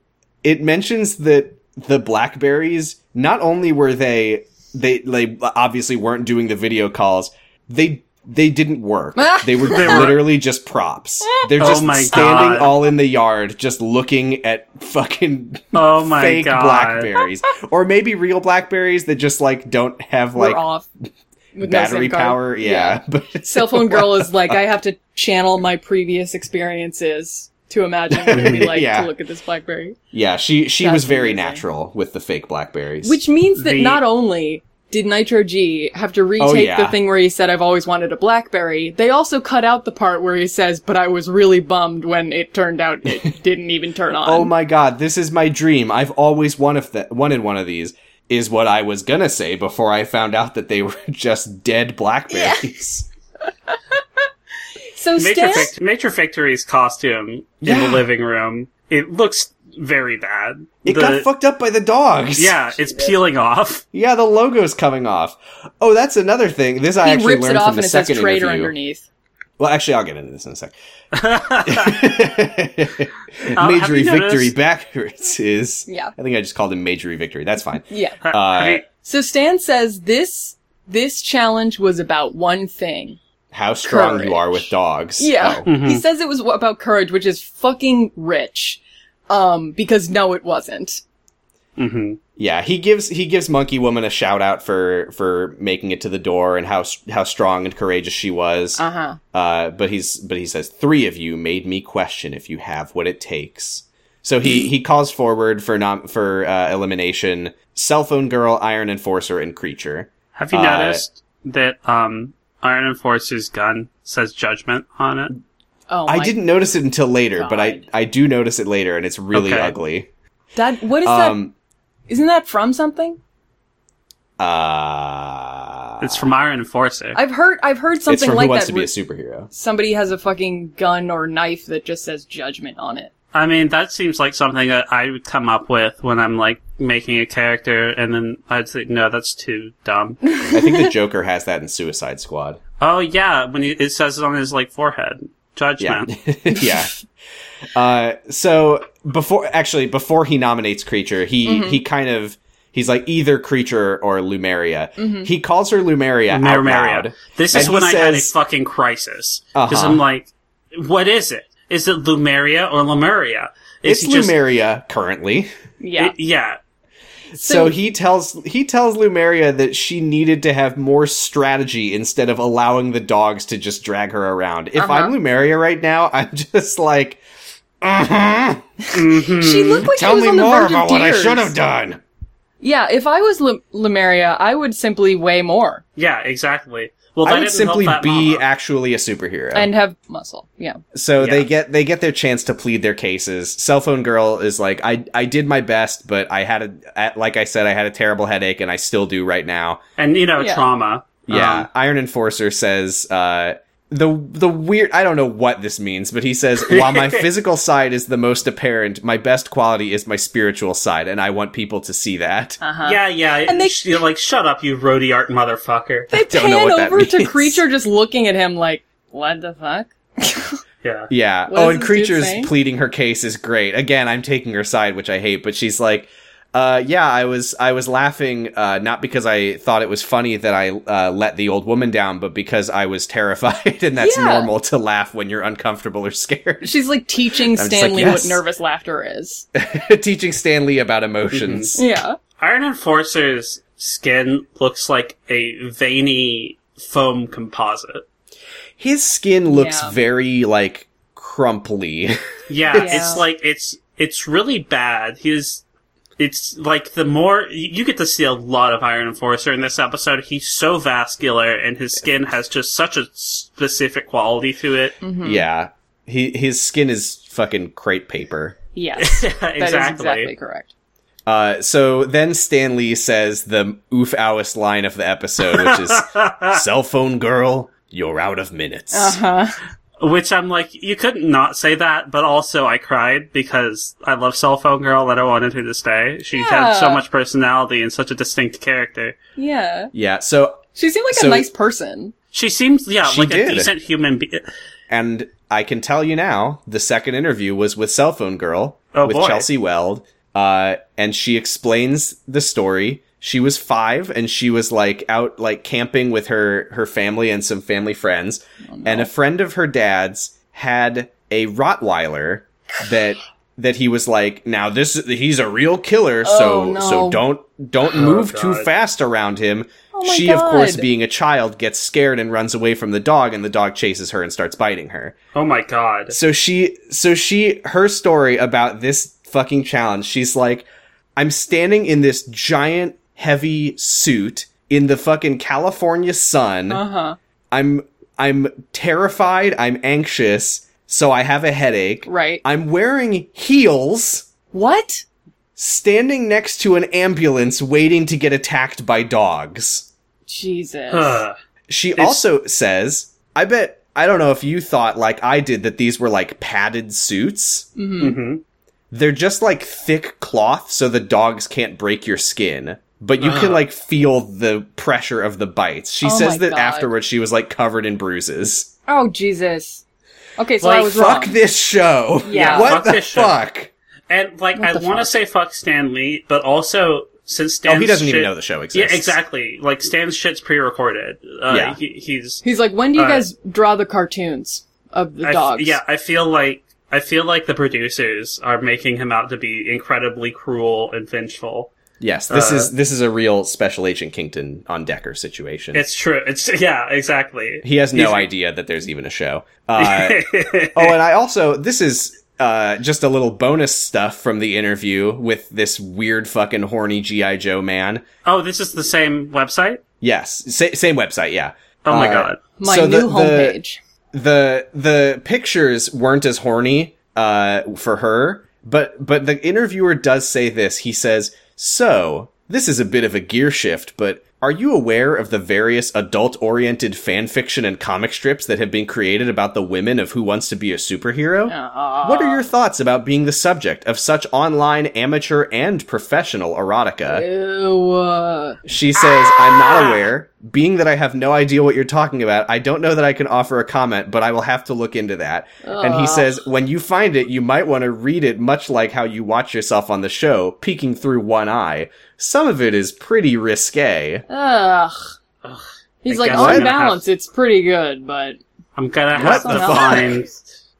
[SPEAKER 1] it mentions that the Blackberries not only were they they they obviously weren't doing the video calls, they they didn't work. They were literally just props. They're
[SPEAKER 2] Oh
[SPEAKER 1] just
[SPEAKER 2] my
[SPEAKER 1] standing
[SPEAKER 2] God.
[SPEAKER 1] all in the yard, just looking at fucking
[SPEAKER 2] Oh my
[SPEAKER 1] fake
[SPEAKER 2] god.
[SPEAKER 1] blackberries, or maybe real blackberries that just like don't have like
[SPEAKER 3] we're off. With no SIM
[SPEAKER 1] battery
[SPEAKER 3] card.
[SPEAKER 1] power. Yeah, but
[SPEAKER 3] Cell phone girl is like, I have to channel my previous experiences to imagine what it'd be like
[SPEAKER 1] Yeah.
[SPEAKER 3] to look at this BlackBerry.
[SPEAKER 1] yeah, she she
[SPEAKER 3] That's
[SPEAKER 1] was very
[SPEAKER 3] amazing.
[SPEAKER 1] natural with the fake blackberries.
[SPEAKER 3] Which means that
[SPEAKER 2] The-
[SPEAKER 3] not only did Nitro G have to retake
[SPEAKER 1] Oh, yeah.
[SPEAKER 3] the thing where he said, I've always wanted a Blackberry, they also cut out the part where he says, but I was really bummed when it turned out it didn't even turn on.
[SPEAKER 1] oh my god, this is my dream. I've always wanted th- wanted one of these. Is what I was gonna say before I found out that they were just dead blackberries.
[SPEAKER 3] so
[SPEAKER 2] Major,
[SPEAKER 3] Stan,
[SPEAKER 2] Vic- Major Victory's costume in
[SPEAKER 1] Yeah.
[SPEAKER 2] the living room. It looks very bad.
[SPEAKER 1] It got
[SPEAKER 2] The-
[SPEAKER 1] fucked up by the dogs.
[SPEAKER 2] Yeah, it's peeling off.
[SPEAKER 1] yeah, the logo's coming off. Oh, that's another thing. This I
[SPEAKER 3] he
[SPEAKER 1] actually
[SPEAKER 3] rips
[SPEAKER 1] learned
[SPEAKER 3] it off
[SPEAKER 1] from
[SPEAKER 3] and
[SPEAKER 1] the
[SPEAKER 3] it says
[SPEAKER 1] second
[SPEAKER 3] traitor
[SPEAKER 1] interview.
[SPEAKER 3] underneath. Uh,
[SPEAKER 1] Well, actually, I'll get into this in a sec. Majory
[SPEAKER 2] you noticed-
[SPEAKER 1] victory backwards is.
[SPEAKER 3] Yeah.
[SPEAKER 1] I think I just called him Majory victory. That's fine.
[SPEAKER 3] Yeah.
[SPEAKER 2] I
[SPEAKER 1] Uh,
[SPEAKER 2] mean,
[SPEAKER 3] So Stan says this, this challenge was about one thing.
[SPEAKER 1] how strong
[SPEAKER 3] Courage.
[SPEAKER 1] you are with dogs.
[SPEAKER 3] Yeah.
[SPEAKER 1] Oh.
[SPEAKER 3] He says it was wh- about courage, which is fucking rich. Um, because no, it wasn't.
[SPEAKER 2] mhm.
[SPEAKER 1] Yeah. He gives he gives Monkey Woman a shout out for for making it to the door and how s- how strong and courageous she was.
[SPEAKER 3] Uh huh.
[SPEAKER 1] Uh, but he's but he says three of you made me question if you have what it takes. So he he calls forward for nom- for uh, elimination. Cell phone girl, Iron Enforcer, and Creature.
[SPEAKER 2] Have you
[SPEAKER 1] Uh,
[SPEAKER 2] noticed that um, Iron Enforcer's gun says judgment on it?
[SPEAKER 3] Oh,
[SPEAKER 1] I
[SPEAKER 3] my-
[SPEAKER 1] didn't notice it until later, but I,
[SPEAKER 3] God.
[SPEAKER 1] I do notice it later, and it's really
[SPEAKER 2] Okay.
[SPEAKER 1] ugly.
[SPEAKER 3] That what is
[SPEAKER 1] Um,
[SPEAKER 3] that? Isn't that from something?
[SPEAKER 1] uh,
[SPEAKER 2] It's from Iron Enforcer.
[SPEAKER 3] I've heard. I've heard
[SPEAKER 1] it's
[SPEAKER 3] something
[SPEAKER 1] from
[SPEAKER 3] like
[SPEAKER 1] Who Wants
[SPEAKER 3] that.
[SPEAKER 1] to Be a
[SPEAKER 3] where
[SPEAKER 1] Superhero.
[SPEAKER 3] somebody has a fucking gun or knife that just says judgment on it.
[SPEAKER 2] I mean, that seems like something that I would come up with when I'm like making a character, and then I'd think, no, that's too dumb.
[SPEAKER 1] I think the Joker has that in Suicide Squad.
[SPEAKER 2] oh yeah, when he, it says it on his like forehead,
[SPEAKER 1] Yeah,
[SPEAKER 2] judgment.
[SPEAKER 1] yeah. Uh, so before actually before he nominates Creature, he
[SPEAKER 3] Mm-hmm.
[SPEAKER 1] he kind of he's like either Creature or Lumeria.
[SPEAKER 3] Mm-hmm.
[SPEAKER 1] He calls her Lumeria out
[SPEAKER 2] Mario.
[SPEAKER 1] loud.
[SPEAKER 2] This
[SPEAKER 1] And
[SPEAKER 2] is
[SPEAKER 1] he
[SPEAKER 2] when I had a
[SPEAKER 1] says-
[SPEAKER 2] fucking crisis because
[SPEAKER 1] Uh-huh.
[SPEAKER 2] I'm like, what is it? Is it Lumeria or Lemuria? Is
[SPEAKER 1] It's
[SPEAKER 2] he just-
[SPEAKER 1] Lumeria currently.
[SPEAKER 3] Yeah.
[SPEAKER 2] it- yeah,
[SPEAKER 1] So,
[SPEAKER 3] So-
[SPEAKER 1] he tells he tells Lumeria that she needed to have more strategy instead of allowing the dogs to just drag her around. If
[SPEAKER 3] Uh-huh.
[SPEAKER 1] I'm Lumeria right now, I'm just like, "Mhm,
[SPEAKER 3] she looked like
[SPEAKER 1] tell
[SPEAKER 3] she was
[SPEAKER 1] me
[SPEAKER 3] on the
[SPEAKER 1] more
[SPEAKER 3] verge
[SPEAKER 1] about
[SPEAKER 3] of
[SPEAKER 1] what I
[SPEAKER 3] tears.
[SPEAKER 1] should have done.
[SPEAKER 3] Yeah. If I was Lem- Lemuria, I would simply weigh more
[SPEAKER 2] yeah, exactly. Well, that
[SPEAKER 1] I would
[SPEAKER 2] didn't help
[SPEAKER 1] simply
[SPEAKER 2] that
[SPEAKER 1] be
[SPEAKER 2] mama.
[SPEAKER 1] actually a superhero.
[SPEAKER 3] and have muscle. Yeah.
[SPEAKER 1] so they
[SPEAKER 2] Yeah.
[SPEAKER 1] get they get their chance to plead their cases. Cell phone girl is like, I I did my best, but I had a like I said, I had a terrible headache, and I still do right now.
[SPEAKER 2] and you know
[SPEAKER 3] Yeah.
[SPEAKER 2] trauma.
[SPEAKER 1] Yeah,
[SPEAKER 2] Um,
[SPEAKER 1] Iron Enforcer says uh, the the weird. I don't know what this means, but he says while my physical side is the most apparent, my best quality is my spiritual side, and I want people to see that.
[SPEAKER 2] yeah, yeah.
[SPEAKER 3] Uh-huh. And they-
[SPEAKER 2] you're like, shut up, you roadie art motherfucker.
[SPEAKER 3] They
[SPEAKER 1] don't know
[SPEAKER 3] pan
[SPEAKER 1] what that
[SPEAKER 3] over to
[SPEAKER 1] means.
[SPEAKER 3] creature, just looking at him like, what the fuck?
[SPEAKER 2] yeah.
[SPEAKER 1] Yeah.
[SPEAKER 3] What
[SPEAKER 1] oh,
[SPEAKER 3] is
[SPEAKER 1] and
[SPEAKER 3] this dude
[SPEAKER 1] creatures
[SPEAKER 3] saying?
[SPEAKER 1] pleading her case is great. Again, I'm taking her side, which I hate, but she's like. Uh, yeah, I was I was laughing uh, not because I thought it was funny that I uh, let the old woman down, but because I was terrified, and that's
[SPEAKER 3] Yeah.
[SPEAKER 1] normal to laugh when you're uncomfortable or scared.
[SPEAKER 3] She's like teaching
[SPEAKER 1] just
[SPEAKER 3] Stanley
[SPEAKER 1] like, yes.
[SPEAKER 3] what nervous laughter is.
[SPEAKER 1] Teaching Stanley about emotions.
[SPEAKER 3] Mm-hmm. Yeah.
[SPEAKER 2] Iron Enforcer's skin looks like a veiny foam composite.
[SPEAKER 1] his skin looks
[SPEAKER 3] Yeah.
[SPEAKER 1] very like crumply.
[SPEAKER 2] Yeah,
[SPEAKER 3] Yeah.
[SPEAKER 2] it's like it's it's really bad. He's it's like the more you you get to see a lot of Iron Enforcer in this episode. He's so vascular, and his skin has just such a specific quality to it.
[SPEAKER 3] Mm-hmm.
[SPEAKER 1] Yeah. He his skin is fucking crepe paper.
[SPEAKER 3] Yes. That
[SPEAKER 2] exactly.
[SPEAKER 3] is exactly correct.
[SPEAKER 1] Uh, so then Stanley says the oof owest line of the episode, which is cell phone girl, you're out of minutes.
[SPEAKER 3] Uh huh.
[SPEAKER 2] Which I'm like, you couldn't not say that, but also I cried because I love Cell Phone Girl and I wanted her to stay. She
[SPEAKER 3] Yeah.
[SPEAKER 2] had so much personality and such a distinct character.
[SPEAKER 3] Yeah.
[SPEAKER 1] Yeah. So
[SPEAKER 3] She seemed like
[SPEAKER 1] So-
[SPEAKER 3] a nice person.
[SPEAKER 2] She seems, yeah,
[SPEAKER 1] She
[SPEAKER 2] like
[SPEAKER 1] did.
[SPEAKER 2] a decent human being.
[SPEAKER 1] And I can tell you now, the second interview was with Cell Phone Girl
[SPEAKER 2] Oh,
[SPEAKER 1] with
[SPEAKER 2] boy.
[SPEAKER 1] Chelsea Weld, uh, and she explains the story. She was five, and she was like out like camping with her her family and some family friends,
[SPEAKER 2] Oh,
[SPEAKER 1] and a friend of her dad's had a Rottweiler that that he was like, now this he's a real killer, so
[SPEAKER 3] Oh, no.
[SPEAKER 1] so don't don't move too
[SPEAKER 2] Oh, God.
[SPEAKER 1] fast around him.
[SPEAKER 3] Oh, my
[SPEAKER 1] she of course
[SPEAKER 3] God.
[SPEAKER 1] being a child gets scared and runs away from the dog, and the dog chases her and starts biting her.
[SPEAKER 2] Oh my god.
[SPEAKER 1] So she, so she, her story about this fucking challenge, she's like, I'm standing in this giant, heavy suit in the fucking California sun.
[SPEAKER 3] Uh huh.
[SPEAKER 1] I'm, I'm terrified. I'm anxious. So I have a headache.
[SPEAKER 3] Right.
[SPEAKER 1] I'm wearing heels,
[SPEAKER 3] What?
[SPEAKER 1] standing next to an ambulance waiting to get attacked by dogs.
[SPEAKER 3] Jesus.
[SPEAKER 2] Ugh.
[SPEAKER 1] She also says, I bet, I don't know if you thought like I did that these were like padded suits. Mm-hmm. They're just like thick cloth so the dogs can't break your skin. But you
[SPEAKER 2] Uh-huh.
[SPEAKER 1] can like feel the pressure of the bites. She
[SPEAKER 3] Oh my
[SPEAKER 1] says that
[SPEAKER 3] God.
[SPEAKER 1] afterwards she was like covered in bruises.
[SPEAKER 3] Oh Jesus. Okay, so I
[SPEAKER 2] Like,
[SPEAKER 3] was
[SPEAKER 1] Fuck
[SPEAKER 3] wrong.
[SPEAKER 1] this show.
[SPEAKER 3] Yeah.
[SPEAKER 1] What
[SPEAKER 2] Fuck
[SPEAKER 1] the
[SPEAKER 2] this show.
[SPEAKER 1] fuck?
[SPEAKER 2] And like,
[SPEAKER 3] What
[SPEAKER 2] I
[SPEAKER 3] the
[SPEAKER 2] want to
[SPEAKER 3] fuck?
[SPEAKER 2] say fuck Stan Lee, but also since Stan
[SPEAKER 1] Oh, he doesn't even
[SPEAKER 2] shit-
[SPEAKER 1] know the show
[SPEAKER 2] Yeah,
[SPEAKER 1] exists.
[SPEAKER 2] exactly. Like Stan's shit's pre-recorded. Uh,
[SPEAKER 1] Yeah.
[SPEAKER 2] he, he's
[SPEAKER 3] He's like, when do you
[SPEAKER 2] All right.
[SPEAKER 3] guys draw the cartoons of the
[SPEAKER 2] I f-
[SPEAKER 3] dogs?
[SPEAKER 2] yeah, I feel like I feel like the producers are making him out to be incredibly cruel and vengeful.
[SPEAKER 1] Yes, this
[SPEAKER 2] Uh.
[SPEAKER 1] is this is a real special agent Kington on Decker situation.
[SPEAKER 2] It's true. It's yeah, exactly.
[SPEAKER 1] he has no
[SPEAKER 2] he's-
[SPEAKER 1] idea that there's even a show. Uh, oh, and I also this is uh, just a little bonus stuff from the interview with this weird fucking horny GI Joe man.
[SPEAKER 2] oh, this is the same website.
[SPEAKER 1] Yes, sa- same website. Yeah.
[SPEAKER 2] Oh my
[SPEAKER 1] Uh,
[SPEAKER 2] god.
[SPEAKER 3] My
[SPEAKER 1] So the-
[SPEAKER 3] new
[SPEAKER 1] the-
[SPEAKER 3] homepage.
[SPEAKER 1] the the pictures weren't as horny uh, for her, but but the interviewer does say this. He says, "So this is a bit of a gear shift, but." Are you aware of the various adult-oriented fan fiction and comic strips that have been created about the women of who wants to be a superhero? What are your thoughts about being the subject of such online amateur and professional erotica?
[SPEAKER 3] Ew. uh,
[SPEAKER 1] She says, I'm
[SPEAKER 3] Ah.
[SPEAKER 1] not aware. Being that I have no idea what you're talking about, I don't know that I can offer a comment, but I will have to look into that. And he says, when you find it, you might want to read it much like how you watch yourself on the show, peeking through one eye. Some of it is pretty risque.
[SPEAKER 3] Ugh. He's
[SPEAKER 2] I
[SPEAKER 3] like,
[SPEAKER 2] guess
[SPEAKER 1] I'm
[SPEAKER 3] on
[SPEAKER 2] gonna
[SPEAKER 3] balance, it's pretty good, but
[SPEAKER 2] I'm gonna
[SPEAKER 1] What
[SPEAKER 2] have
[SPEAKER 1] the
[SPEAKER 2] to
[SPEAKER 1] fuck?
[SPEAKER 2] find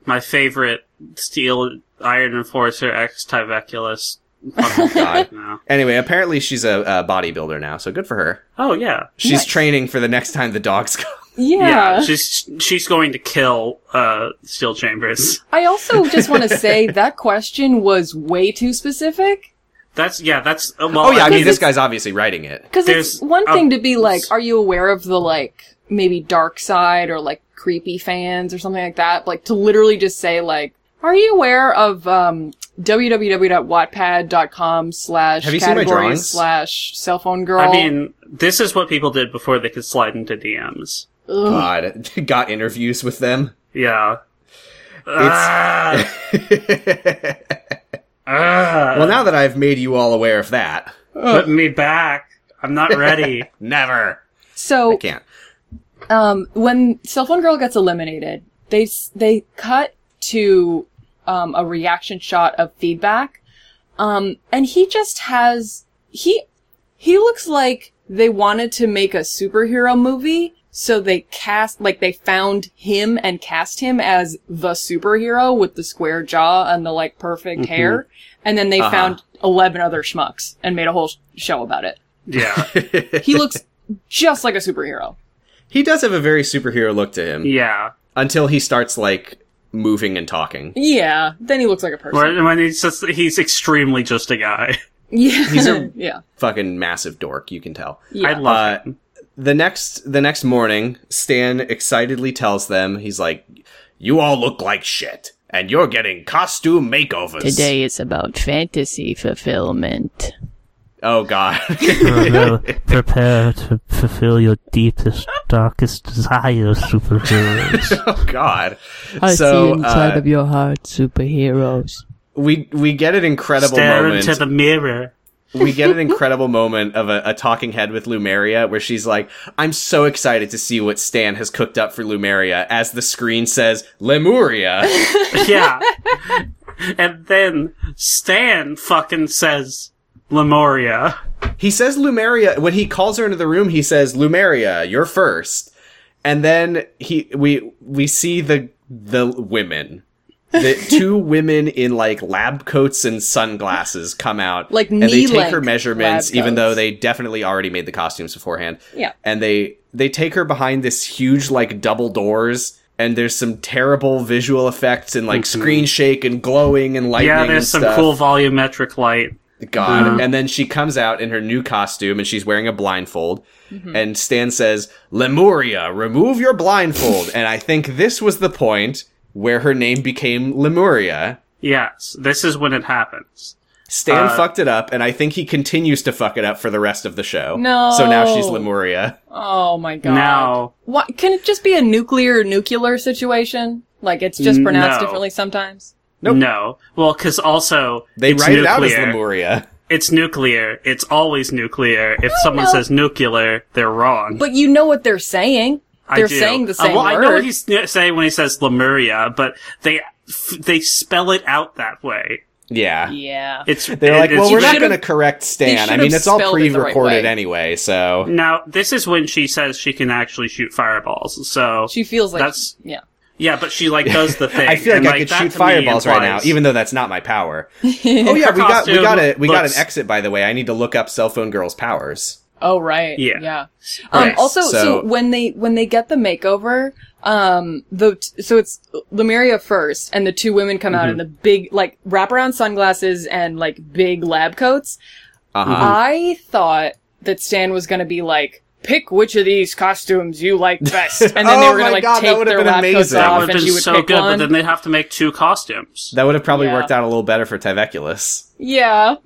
[SPEAKER 2] my favorite steel Iron Enforcer X Tiveculus. Oh
[SPEAKER 1] God.
[SPEAKER 2] No.
[SPEAKER 1] Anyway, apparently she's a, a bodybuilder now, so good for her.
[SPEAKER 2] Oh yeah.
[SPEAKER 1] She's
[SPEAKER 3] Nice.
[SPEAKER 1] training for the next time the dogs come.
[SPEAKER 3] yeah.
[SPEAKER 2] she's she's going to kill uh, Steel Chambers.
[SPEAKER 3] I also just want to say that question was way too specific.
[SPEAKER 2] That's yeah. That's uh, well.
[SPEAKER 1] Oh yeah, I mean
[SPEAKER 3] Because
[SPEAKER 1] this
[SPEAKER 3] it's-
[SPEAKER 1] guy's obviously writing it.
[SPEAKER 3] Because it's
[SPEAKER 2] There's
[SPEAKER 3] one
[SPEAKER 2] a-
[SPEAKER 3] thing to be like, are you aware of the like maybe dark side or like creepy fans or something like that? Like to literally just say like, are you aware of um, www.wattpad.com slash
[SPEAKER 1] Have you seen my
[SPEAKER 3] category
[SPEAKER 1] drawings?
[SPEAKER 3] slash cell phone girl?
[SPEAKER 2] I mean, this is what people did before they could slide into DMs.
[SPEAKER 3] Ugh.
[SPEAKER 1] God, got interviews with them.
[SPEAKER 2] Yeah. Ah, ah,
[SPEAKER 1] well, now that I've made you all aware of that,
[SPEAKER 2] put me back. I'm not ready.
[SPEAKER 1] never. I
[SPEAKER 3] so
[SPEAKER 1] can't.
[SPEAKER 3] um, when cell phone girl gets eliminated, they s- they cut to um, a reaction shot of feedback, um, and he just has he he looks like they wanted to make a superhero movie, so they cast like they found him and cast him as the superhero with the square jaw and the like perfect hair, and then they found eleven other schmucks and made a whole sh- show about it.
[SPEAKER 2] Yeah.
[SPEAKER 3] He looks just like a superhero.
[SPEAKER 1] He does have a very superhero look to him
[SPEAKER 2] Yeah.
[SPEAKER 1] until he starts like moving and talking.
[SPEAKER 3] Yeah, then he looks like a person.
[SPEAKER 2] When when he's just he's extremely just a guy.
[SPEAKER 3] Yeah.
[SPEAKER 1] He's a-
[SPEAKER 3] yeah.
[SPEAKER 1] Fucking massive dork, you can tell.
[SPEAKER 3] Yeah.
[SPEAKER 2] I love
[SPEAKER 1] Uh, the next the next morning, Stan excitedly tells them he's like, "You all look like shit, and you're getting costume makeovers
[SPEAKER 7] Today is about fantasy fulfillment.
[SPEAKER 1] Oh God.
[SPEAKER 7] Prepare, prepare to fulfill your deepest, darkest desires, superheroes.
[SPEAKER 1] oh God.
[SPEAKER 8] I
[SPEAKER 1] so
[SPEAKER 8] see inside
[SPEAKER 1] uh,
[SPEAKER 8] of your heart, superheroes.
[SPEAKER 1] we we get an incredible
[SPEAKER 2] Stare
[SPEAKER 1] moment.
[SPEAKER 2] into the mirror.
[SPEAKER 1] we get an incredible moment of a, a talking head with Lumeria where she's like, I'm so excited to see what Stan has cooked up for Lumeria as the screen says Lemuria.
[SPEAKER 2] Yeah. and then Stan fucking says Lemuria.
[SPEAKER 1] he says Lumeria when he calls her into the room, he says, Lumeria, you're first. And then he we we see the the women. The two women in like lab coats and sunglasses come out.
[SPEAKER 3] Like
[SPEAKER 1] and they take
[SPEAKER 3] knee-length
[SPEAKER 1] her measurements,
[SPEAKER 3] lab
[SPEAKER 1] even
[SPEAKER 3] coats.
[SPEAKER 1] though they definitely already made the costumes beforehand.
[SPEAKER 3] Yeah.
[SPEAKER 1] and they they take her behind this huge like double doors and there's some terrible visual effects and like screen shake and glowing and lightning
[SPEAKER 2] Mm-hmm. yeah, there's
[SPEAKER 1] and
[SPEAKER 2] some
[SPEAKER 1] stuff.
[SPEAKER 2] cool volumetric light.
[SPEAKER 1] god
[SPEAKER 3] Mm-hmm.
[SPEAKER 1] and then she comes out in her new costume and she's wearing a blindfold
[SPEAKER 3] Mm-hmm.
[SPEAKER 1] and stan says lemuria remove your blindfold and i think this was the point where her name became lemuria
[SPEAKER 2] Yes, this is when it happens.
[SPEAKER 1] stan
[SPEAKER 2] Uh,
[SPEAKER 1] fucked it up and i think he continues to fuck it up for the rest of the show
[SPEAKER 3] No.
[SPEAKER 1] so now she's lemuria
[SPEAKER 3] Oh my god.
[SPEAKER 2] Now-
[SPEAKER 3] What can it just be a nuclear nuclear situation? Like it's just
[SPEAKER 2] N-
[SPEAKER 3] pronounced
[SPEAKER 2] no.
[SPEAKER 3] differently sometimes?
[SPEAKER 1] Nope.
[SPEAKER 2] No. Well, because also,
[SPEAKER 1] they
[SPEAKER 2] it's
[SPEAKER 1] write
[SPEAKER 2] nuclear.
[SPEAKER 1] it out as lemuria
[SPEAKER 2] It's nuclear. It's always nuclear. If someone
[SPEAKER 3] know.
[SPEAKER 2] says nuclear, they're wrong.
[SPEAKER 3] But you know what they're saying.
[SPEAKER 2] I
[SPEAKER 3] They're
[SPEAKER 2] do.
[SPEAKER 3] saying the
[SPEAKER 2] Uh,
[SPEAKER 3] same
[SPEAKER 2] well, I
[SPEAKER 3] word.
[SPEAKER 2] know what he's n- saying when he says Lemuria, but they f- they spell it out that way.
[SPEAKER 1] yeah
[SPEAKER 3] yeah.
[SPEAKER 2] It's
[SPEAKER 1] They're like,
[SPEAKER 2] it's
[SPEAKER 1] well, we're not
[SPEAKER 3] should've-
[SPEAKER 1] going to correct
[SPEAKER 3] they
[SPEAKER 1] Stan. I
[SPEAKER 3] should've
[SPEAKER 1] mean, it's all
[SPEAKER 3] spelled it the right
[SPEAKER 1] pre-recorded
[SPEAKER 3] way.
[SPEAKER 1] anyway, so
[SPEAKER 2] Now, this is when she says she can actually shoot fireballs. So
[SPEAKER 3] She feels like
[SPEAKER 2] That's-
[SPEAKER 3] yeah.
[SPEAKER 2] yeah, but she like does the thing.
[SPEAKER 1] I feel like
[SPEAKER 2] and,
[SPEAKER 1] I could
[SPEAKER 2] that
[SPEAKER 1] shoot
[SPEAKER 2] to me
[SPEAKER 1] fireballs right now,
[SPEAKER 2] implies-
[SPEAKER 1] even though that's not my power. oh yeah, we got we
[SPEAKER 2] costume
[SPEAKER 1] got a we got an
[SPEAKER 2] looks-
[SPEAKER 1] exit by the way. I need to look up cell phone girl's powers.
[SPEAKER 3] Oh right.
[SPEAKER 2] Yeah.
[SPEAKER 3] Yeah. Um,
[SPEAKER 2] Right.
[SPEAKER 3] also, so,
[SPEAKER 1] So-
[SPEAKER 3] when they when they get the makeover, um, the t- so it's Lemuria first, and the two women come
[SPEAKER 1] Mm-hmm.
[SPEAKER 3] out in the big like wraparound sunglasses and like big lab coats. Mm-hmm.
[SPEAKER 1] Uh huh.
[SPEAKER 3] I thought that Stan was going to be like, pick which of these costumes you like best, and then they
[SPEAKER 1] Oh
[SPEAKER 3] were going
[SPEAKER 1] my
[SPEAKER 3] to like
[SPEAKER 1] God, that
[SPEAKER 3] take
[SPEAKER 1] would've
[SPEAKER 3] their
[SPEAKER 1] been
[SPEAKER 3] lab coats
[SPEAKER 1] amazing. That
[SPEAKER 2] That
[SPEAKER 3] off,
[SPEAKER 2] would
[SPEAKER 3] and
[SPEAKER 2] have
[SPEAKER 3] she
[SPEAKER 2] been
[SPEAKER 3] would
[SPEAKER 2] so
[SPEAKER 3] pick
[SPEAKER 2] good, but
[SPEAKER 3] one.
[SPEAKER 2] then they'd have to make two costumes.
[SPEAKER 1] That would have probably
[SPEAKER 3] yeah.
[SPEAKER 1] worked out a little better for Tyveculus.
[SPEAKER 3] yeah,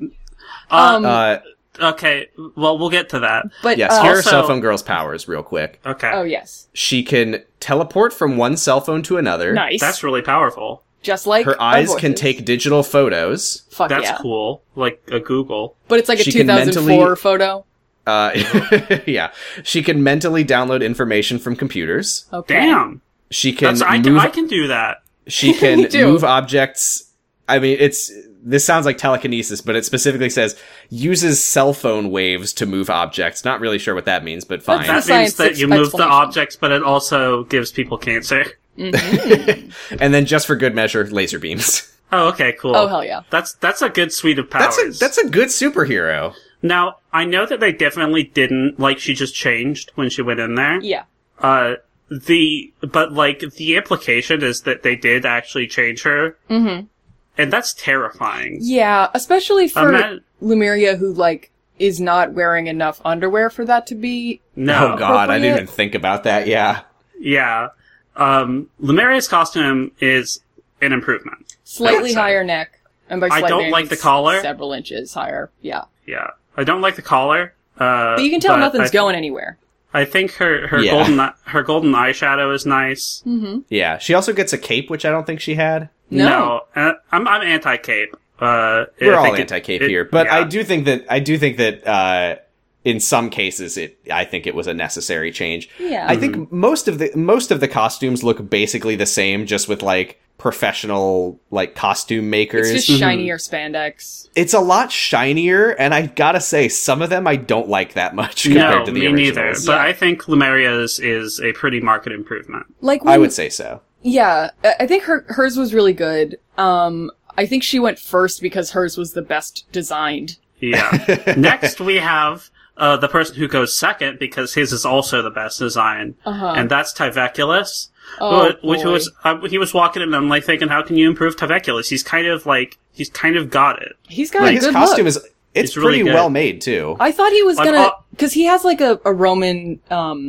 [SPEAKER 2] Uh,
[SPEAKER 3] um,
[SPEAKER 1] Uh,
[SPEAKER 2] okay, well, we'll get to that.
[SPEAKER 3] but
[SPEAKER 1] yes,
[SPEAKER 3] uh,
[SPEAKER 1] here are
[SPEAKER 2] also-
[SPEAKER 1] cell phone girl's powers, real quick.
[SPEAKER 2] Okay,
[SPEAKER 3] oh yes,
[SPEAKER 1] She can teleport from one cell phone to another.
[SPEAKER 3] nice.
[SPEAKER 2] that's really powerful.
[SPEAKER 3] Just like
[SPEAKER 1] Her
[SPEAKER 3] our
[SPEAKER 1] eyes can
[SPEAKER 3] voices.
[SPEAKER 1] take digital photos.
[SPEAKER 3] Fuck
[SPEAKER 2] That's
[SPEAKER 3] yeah.
[SPEAKER 2] cool. Like a Google.
[SPEAKER 3] But it's like a
[SPEAKER 1] She can
[SPEAKER 3] 2004
[SPEAKER 1] mentally-
[SPEAKER 3] photo.
[SPEAKER 1] Uh, yeah, she can mentally download information from computers.
[SPEAKER 3] Okay.
[SPEAKER 2] Damn,
[SPEAKER 1] She can
[SPEAKER 2] that's I,
[SPEAKER 1] move
[SPEAKER 2] I can do that.
[SPEAKER 1] She can
[SPEAKER 3] You do.
[SPEAKER 1] move objects. I mean, it's this sounds like telekinesis, but it specifically says uses cell phone waves to move objects. Not really sure what that means, but fine.
[SPEAKER 3] That's
[SPEAKER 2] That
[SPEAKER 3] Science
[SPEAKER 2] means that you
[SPEAKER 3] explanation.
[SPEAKER 2] move the objects, but it also gives people cancer.
[SPEAKER 1] and then just for good measure, laser beams.
[SPEAKER 2] Oh, okay, cool.
[SPEAKER 3] Oh, hell yeah.
[SPEAKER 2] That's that's a good suite of powers.
[SPEAKER 1] That's a that's a good superhero.
[SPEAKER 2] now I know that they definitely didn't like she just changed when she went in there.
[SPEAKER 3] Yeah.
[SPEAKER 2] Uh, the but like the implication is that they did actually change her, mm-hmm. and that's terrifying.
[SPEAKER 3] Yeah, especially for
[SPEAKER 2] Ima-
[SPEAKER 3] Lumeria, who like is not wearing enough underwear for that to be.
[SPEAKER 2] No,
[SPEAKER 1] oh god, I didn't
[SPEAKER 3] Appropriate.
[SPEAKER 1] even think about that. Yeah.
[SPEAKER 2] yeah. Um, Lumeria's costume is an improvement.
[SPEAKER 3] Slightly
[SPEAKER 2] That's-
[SPEAKER 3] higher neck, and by
[SPEAKER 2] I
[SPEAKER 3] slightly
[SPEAKER 2] don't
[SPEAKER 3] higher
[SPEAKER 2] like
[SPEAKER 3] neck,
[SPEAKER 2] the collar. Uh,
[SPEAKER 3] several inches higher. Yeah,
[SPEAKER 2] Yeah, I don't like the collar. Uh,
[SPEAKER 3] but you can tell nothing's
[SPEAKER 2] I-
[SPEAKER 3] going anywhere.
[SPEAKER 2] I think her her
[SPEAKER 1] Yeah.
[SPEAKER 2] golden golden her golden eyeshadow is nice.
[SPEAKER 1] Yeah. She also gets a cape, which I don't think she had.
[SPEAKER 3] No.
[SPEAKER 2] Uh, I'm I'm anti cape. Uh,
[SPEAKER 1] We're
[SPEAKER 2] I
[SPEAKER 1] all
[SPEAKER 2] think it-
[SPEAKER 1] anti cape
[SPEAKER 2] it-
[SPEAKER 1] here. But
[SPEAKER 2] yeah.
[SPEAKER 1] I do think that I do think that uh in some cases it I think it was a necessary change.
[SPEAKER 3] Yeah,
[SPEAKER 1] I think
[SPEAKER 2] Mm-hmm.
[SPEAKER 1] most of the most of the costumes look basically the same, just with like professional like costume makers.
[SPEAKER 3] it's
[SPEAKER 1] It's,
[SPEAKER 3] just
[SPEAKER 2] Mm-hmm.
[SPEAKER 3] shinier spandex.
[SPEAKER 1] a lot shinier, and I gotta say, some of them I don't like that much compared
[SPEAKER 2] No,
[SPEAKER 1] to the
[SPEAKER 2] me neither.
[SPEAKER 1] originals.
[SPEAKER 2] But I think Lumeria's is a pretty marked improvement.
[SPEAKER 3] Like when,
[SPEAKER 1] I would say so.
[SPEAKER 3] yeah, I I think her hers was really good. Um, I think she went first because hers was the best designed.
[SPEAKER 2] Yeah. Next we have uh, the person who goes second because his is also the best design,
[SPEAKER 3] Uh-huh.
[SPEAKER 2] and that's Tyveculus.
[SPEAKER 3] Oh,
[SPEAKER 2] who- which
[SPEAKER 3] boy.
[SPEAKER 2] was uh, he was walking in and I'm like thinking, how can you improve Tyveculus? He's kind of like he's kind of got it.
[SPEAKER 3] He's got
[SPEAKER 1] Like,
[SPEAKER 3] a
[SPEAKER 1] his
[SPEAKER 3] good
[SPEAKER 1] costume
[SPEAKER 3] look.
[SPEAKER 1] is it's,
[SPEAKER 2] It's really
[SPEAKER 1] pretty
[SPEAKER 2] good.
[SPEAKER 1] well made too.
[SPEAKER 3] I thought he was
[SPEAKER 2] Like,
[SPEAKER 3] gonna
[SPEAKER 2] uh,
[SPEAKER 3] because he has like a, a Roman um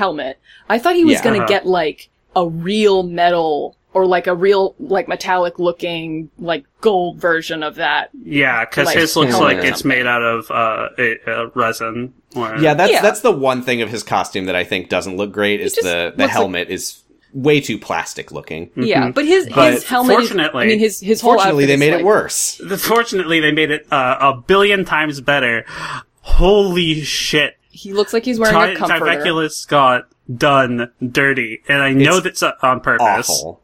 [SPEAKER 3] helmet. I thought he was
[SPEAKER 1] Yeah.
[SPEAKER 3] gonna
[SPEAKER 2] Uh-huh.
[SPEAKER 3] get like a real metal or like a real like metallic looking like gold version of that.
[SPEAKER 2] Yeah, because
[SPEAKER 3] Like
[SPEAKER 2] his looks
[SPEAKER 3] helmet
[SPEAKER 2] like
[SPEAKER 1] or
[SPEAKER 2] it's made out of uh, a, a resin. Or...
[SPEAKER 1] Yeah, that's
[SPEAKER 3] Yeah.
[SPEAKER 1] that's the one thing of his costume that I think doesn't look great is
[SPEAKER 3] just
[SPEAKER 1] the
[SPEAKER 3] looks
[SPEAKER 1] the
[SPEAKER 3] like-
[SPEAKER 1] helmet is way too plastic looking.
[SPEAKER 3] Yeah, but his
[SPEAKER 2] But
[SPEAKER 3] his helmet. is-
[SPEAKER 2] fortunately-
[SPEAKER 3] I mean his his whole.
[SPEAKER 1] Fortunately,
[SPEAKER 3] outfit
[SPEAKER 1] they
[SPEAKER 3] is,
[SPEAKER 1] made
[SPEAKER 3] like-
[SPEAKER 1] it worse.
[SPEAKER 2] Fortunately, they made it uh, a billion times better. Holy shit!
[SPEAKER 3] He looks like he's wearing
[SPEAKER 2] Ty-
[SPEAKER 3] a comforter.
[SPEAKER 2] Diverculus got done dirty, and I know
[SPEAKER 1] It's
[SPEAKER 2] that's uh, on purpose.
[SPEAKER 1] Awful.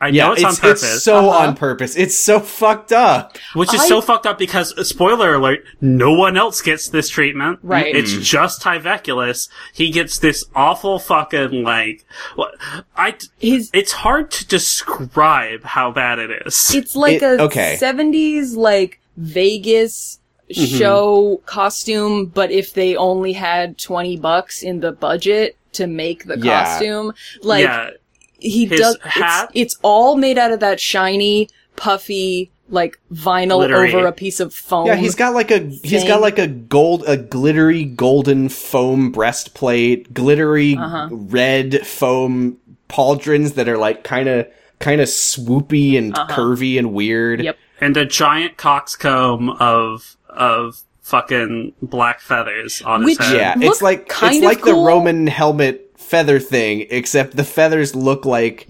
[SPEAKER 2] I
[SPEAKER 1] Yeah,
[SPEAKER 2] know it's,
[SPEAKER 1] it's,
[SPEAKER 2] on purpose,
[SPEAKER 1] it's so on purpose. Uh-huh. It's so fucked up.
[SPEAKER 2] which is
[SPEAKER 3] I-
[SPEAKER 2] so fucked up because uh, spoiler alert: no one else gets this treatment.
[SPEAKER 3] Right.
[SPEAKER 2] It's just Tyveculus. He gets this awful fucking like. What I.
[SPEAKER 3] His
[SPEAKER 2] It's hard to describe how bad it is.
[SPEAKER 3] it's like
[SPEAKER 1] It-
[SPEAKER 3] a
[SPEAKER 1] okay.
[SPEAKER 3] 70s like Vegas
[SPEAKER 2] Mm-hmm.
[SPEAKER 3] show costume, but if they only had 20 bucks in the budget to make the
[SPEAKER 1] Yeah.
[SPEAKER 3] costume, like
[SPEAKER 2] yeah,
[SPEAKER 3] he
[SPEAKER 2] His
[SPEAKER 3] does it's-
[SPEAKER 2] hat?
[SPEAKER 3] It's, all made out of that shiny, puffy, like vinyl
[SPEAKER 2] Glittery.
[SPEAKER 3] over a piece of foam.
[SPEAKER 1] Yeah, he's got like a he's
[SPEAKER 3] thing.
[SPEAKER 1] got like a gold a glittery golden foam breastplate, glittery
[SPEAKER 3] Uh-huh.
[SPEAKER 1] red foam pauldrons that are like kind of kind of swoopy and curvy and weird.
[SPEAKER 3] Uh-huh. Yep.
[SPEAKER 2] and a giant coxcomb of of fucking black feathers on
[SPEAKER 3] Which-
[SPEAKER 2] his head.
[SPEAKER 1] Yeah,
[SPEAKER 3] Look
[SPEAKER 1] it's like
[SPEAKER 3] kind
[SPEAKER 1] it's
[SPEAKER 3] of
[SPEAKER 1] like the
[SPEAKER 3] cool.
[SPEAKER 1] Roman helmet feather thing, except the feathers look like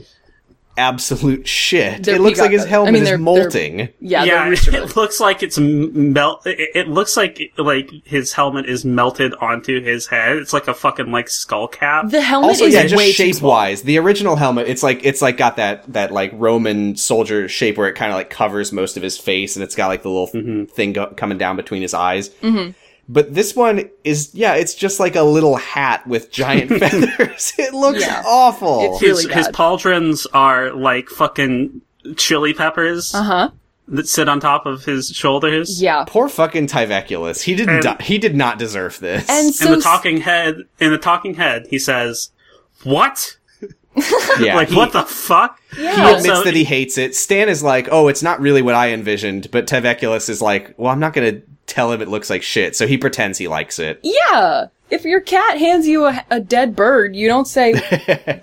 [SPEAKER 1] absolute shit.
[SPEAKER 3] They're
[SPEAKER 1] it looks like his
[SPEAKER 3] peacock- I
[SPEAKER 1] helmet
[SPEAKER 3] mean,
[SPEAKER 1] is
[SPEAKER 3] they're- they're-
[SPEAKER 1] molting.
[SPEAKER 3] yeah,
[SPEAKER 2] yeah,
[SPEAKER 3] the rooster bird.
[SPEAKER 2] it looks like it's m- melt. It, it looks like like his helmet is melted onto his head. It's like a fucking like skull cap.
[SPEAKER 3] The helmet
[SPEAKER 1] also,
[SPEAKER 3] is
[SPEAKER 1] yeah, just
[SPEAKER 3] way too
[SPEAKER 1] shape wise, the original helmet, it's like it's like got that that like Roman soldier shape where it kind of like covers most of his face, and it's got like the little
[SPEAKER 3] Mm-hmm.
[SPEAKER 1] thing go- coming down between his eyes. But this one is yeah, it's just like a little hat with giant feathers. It looks
[SPEAKER 3] Yeah.
[SPEAKER 1] awful.
[SPEAKER 3] It's-
[SPEAKER 2] his
[SPEAKER 3] really
[SPEAKER 2] his
[SPEAKER 3] bad.
[SPEAKER 2] pauldrons are like fucking chili peppers
[SPEAKER 3] Uh huh.
[SPEAKER 2] that sit on top of his shoulders.
[SPEAKER 3] Yeah.
[SPEAKER 1] Poor fucking Tyveculus. He didn't.
[SPEAKER 2] And-
[SPEAKER 1] di- he did not deserve this.
[SPEAKER 3] And
[SPEAKER 2] In
[SPEAKER 3] so
[SPEAKER 2] the talking head, in the talking head, he says, "What?
[SPEAKER 1] yeah,
[SPEAKER 2] like
[SPEAKER 1] he-
[SPEAKER 2] what the fuck?"
[SPEAKER 1] He
[SPEAKER 3] yeah.
[SPEAKER 2] also-
[SPEAKER 1] admits that he hates it. Stan is like, "Oh, it's not really what I envisioned," but Tyveculus is like, "Well, I'm not gonna tell him it looks like shit." So he pretends he likes it.
[SPEAKER 3] Yeah. If your cat hands you a, a dead bird, you don't say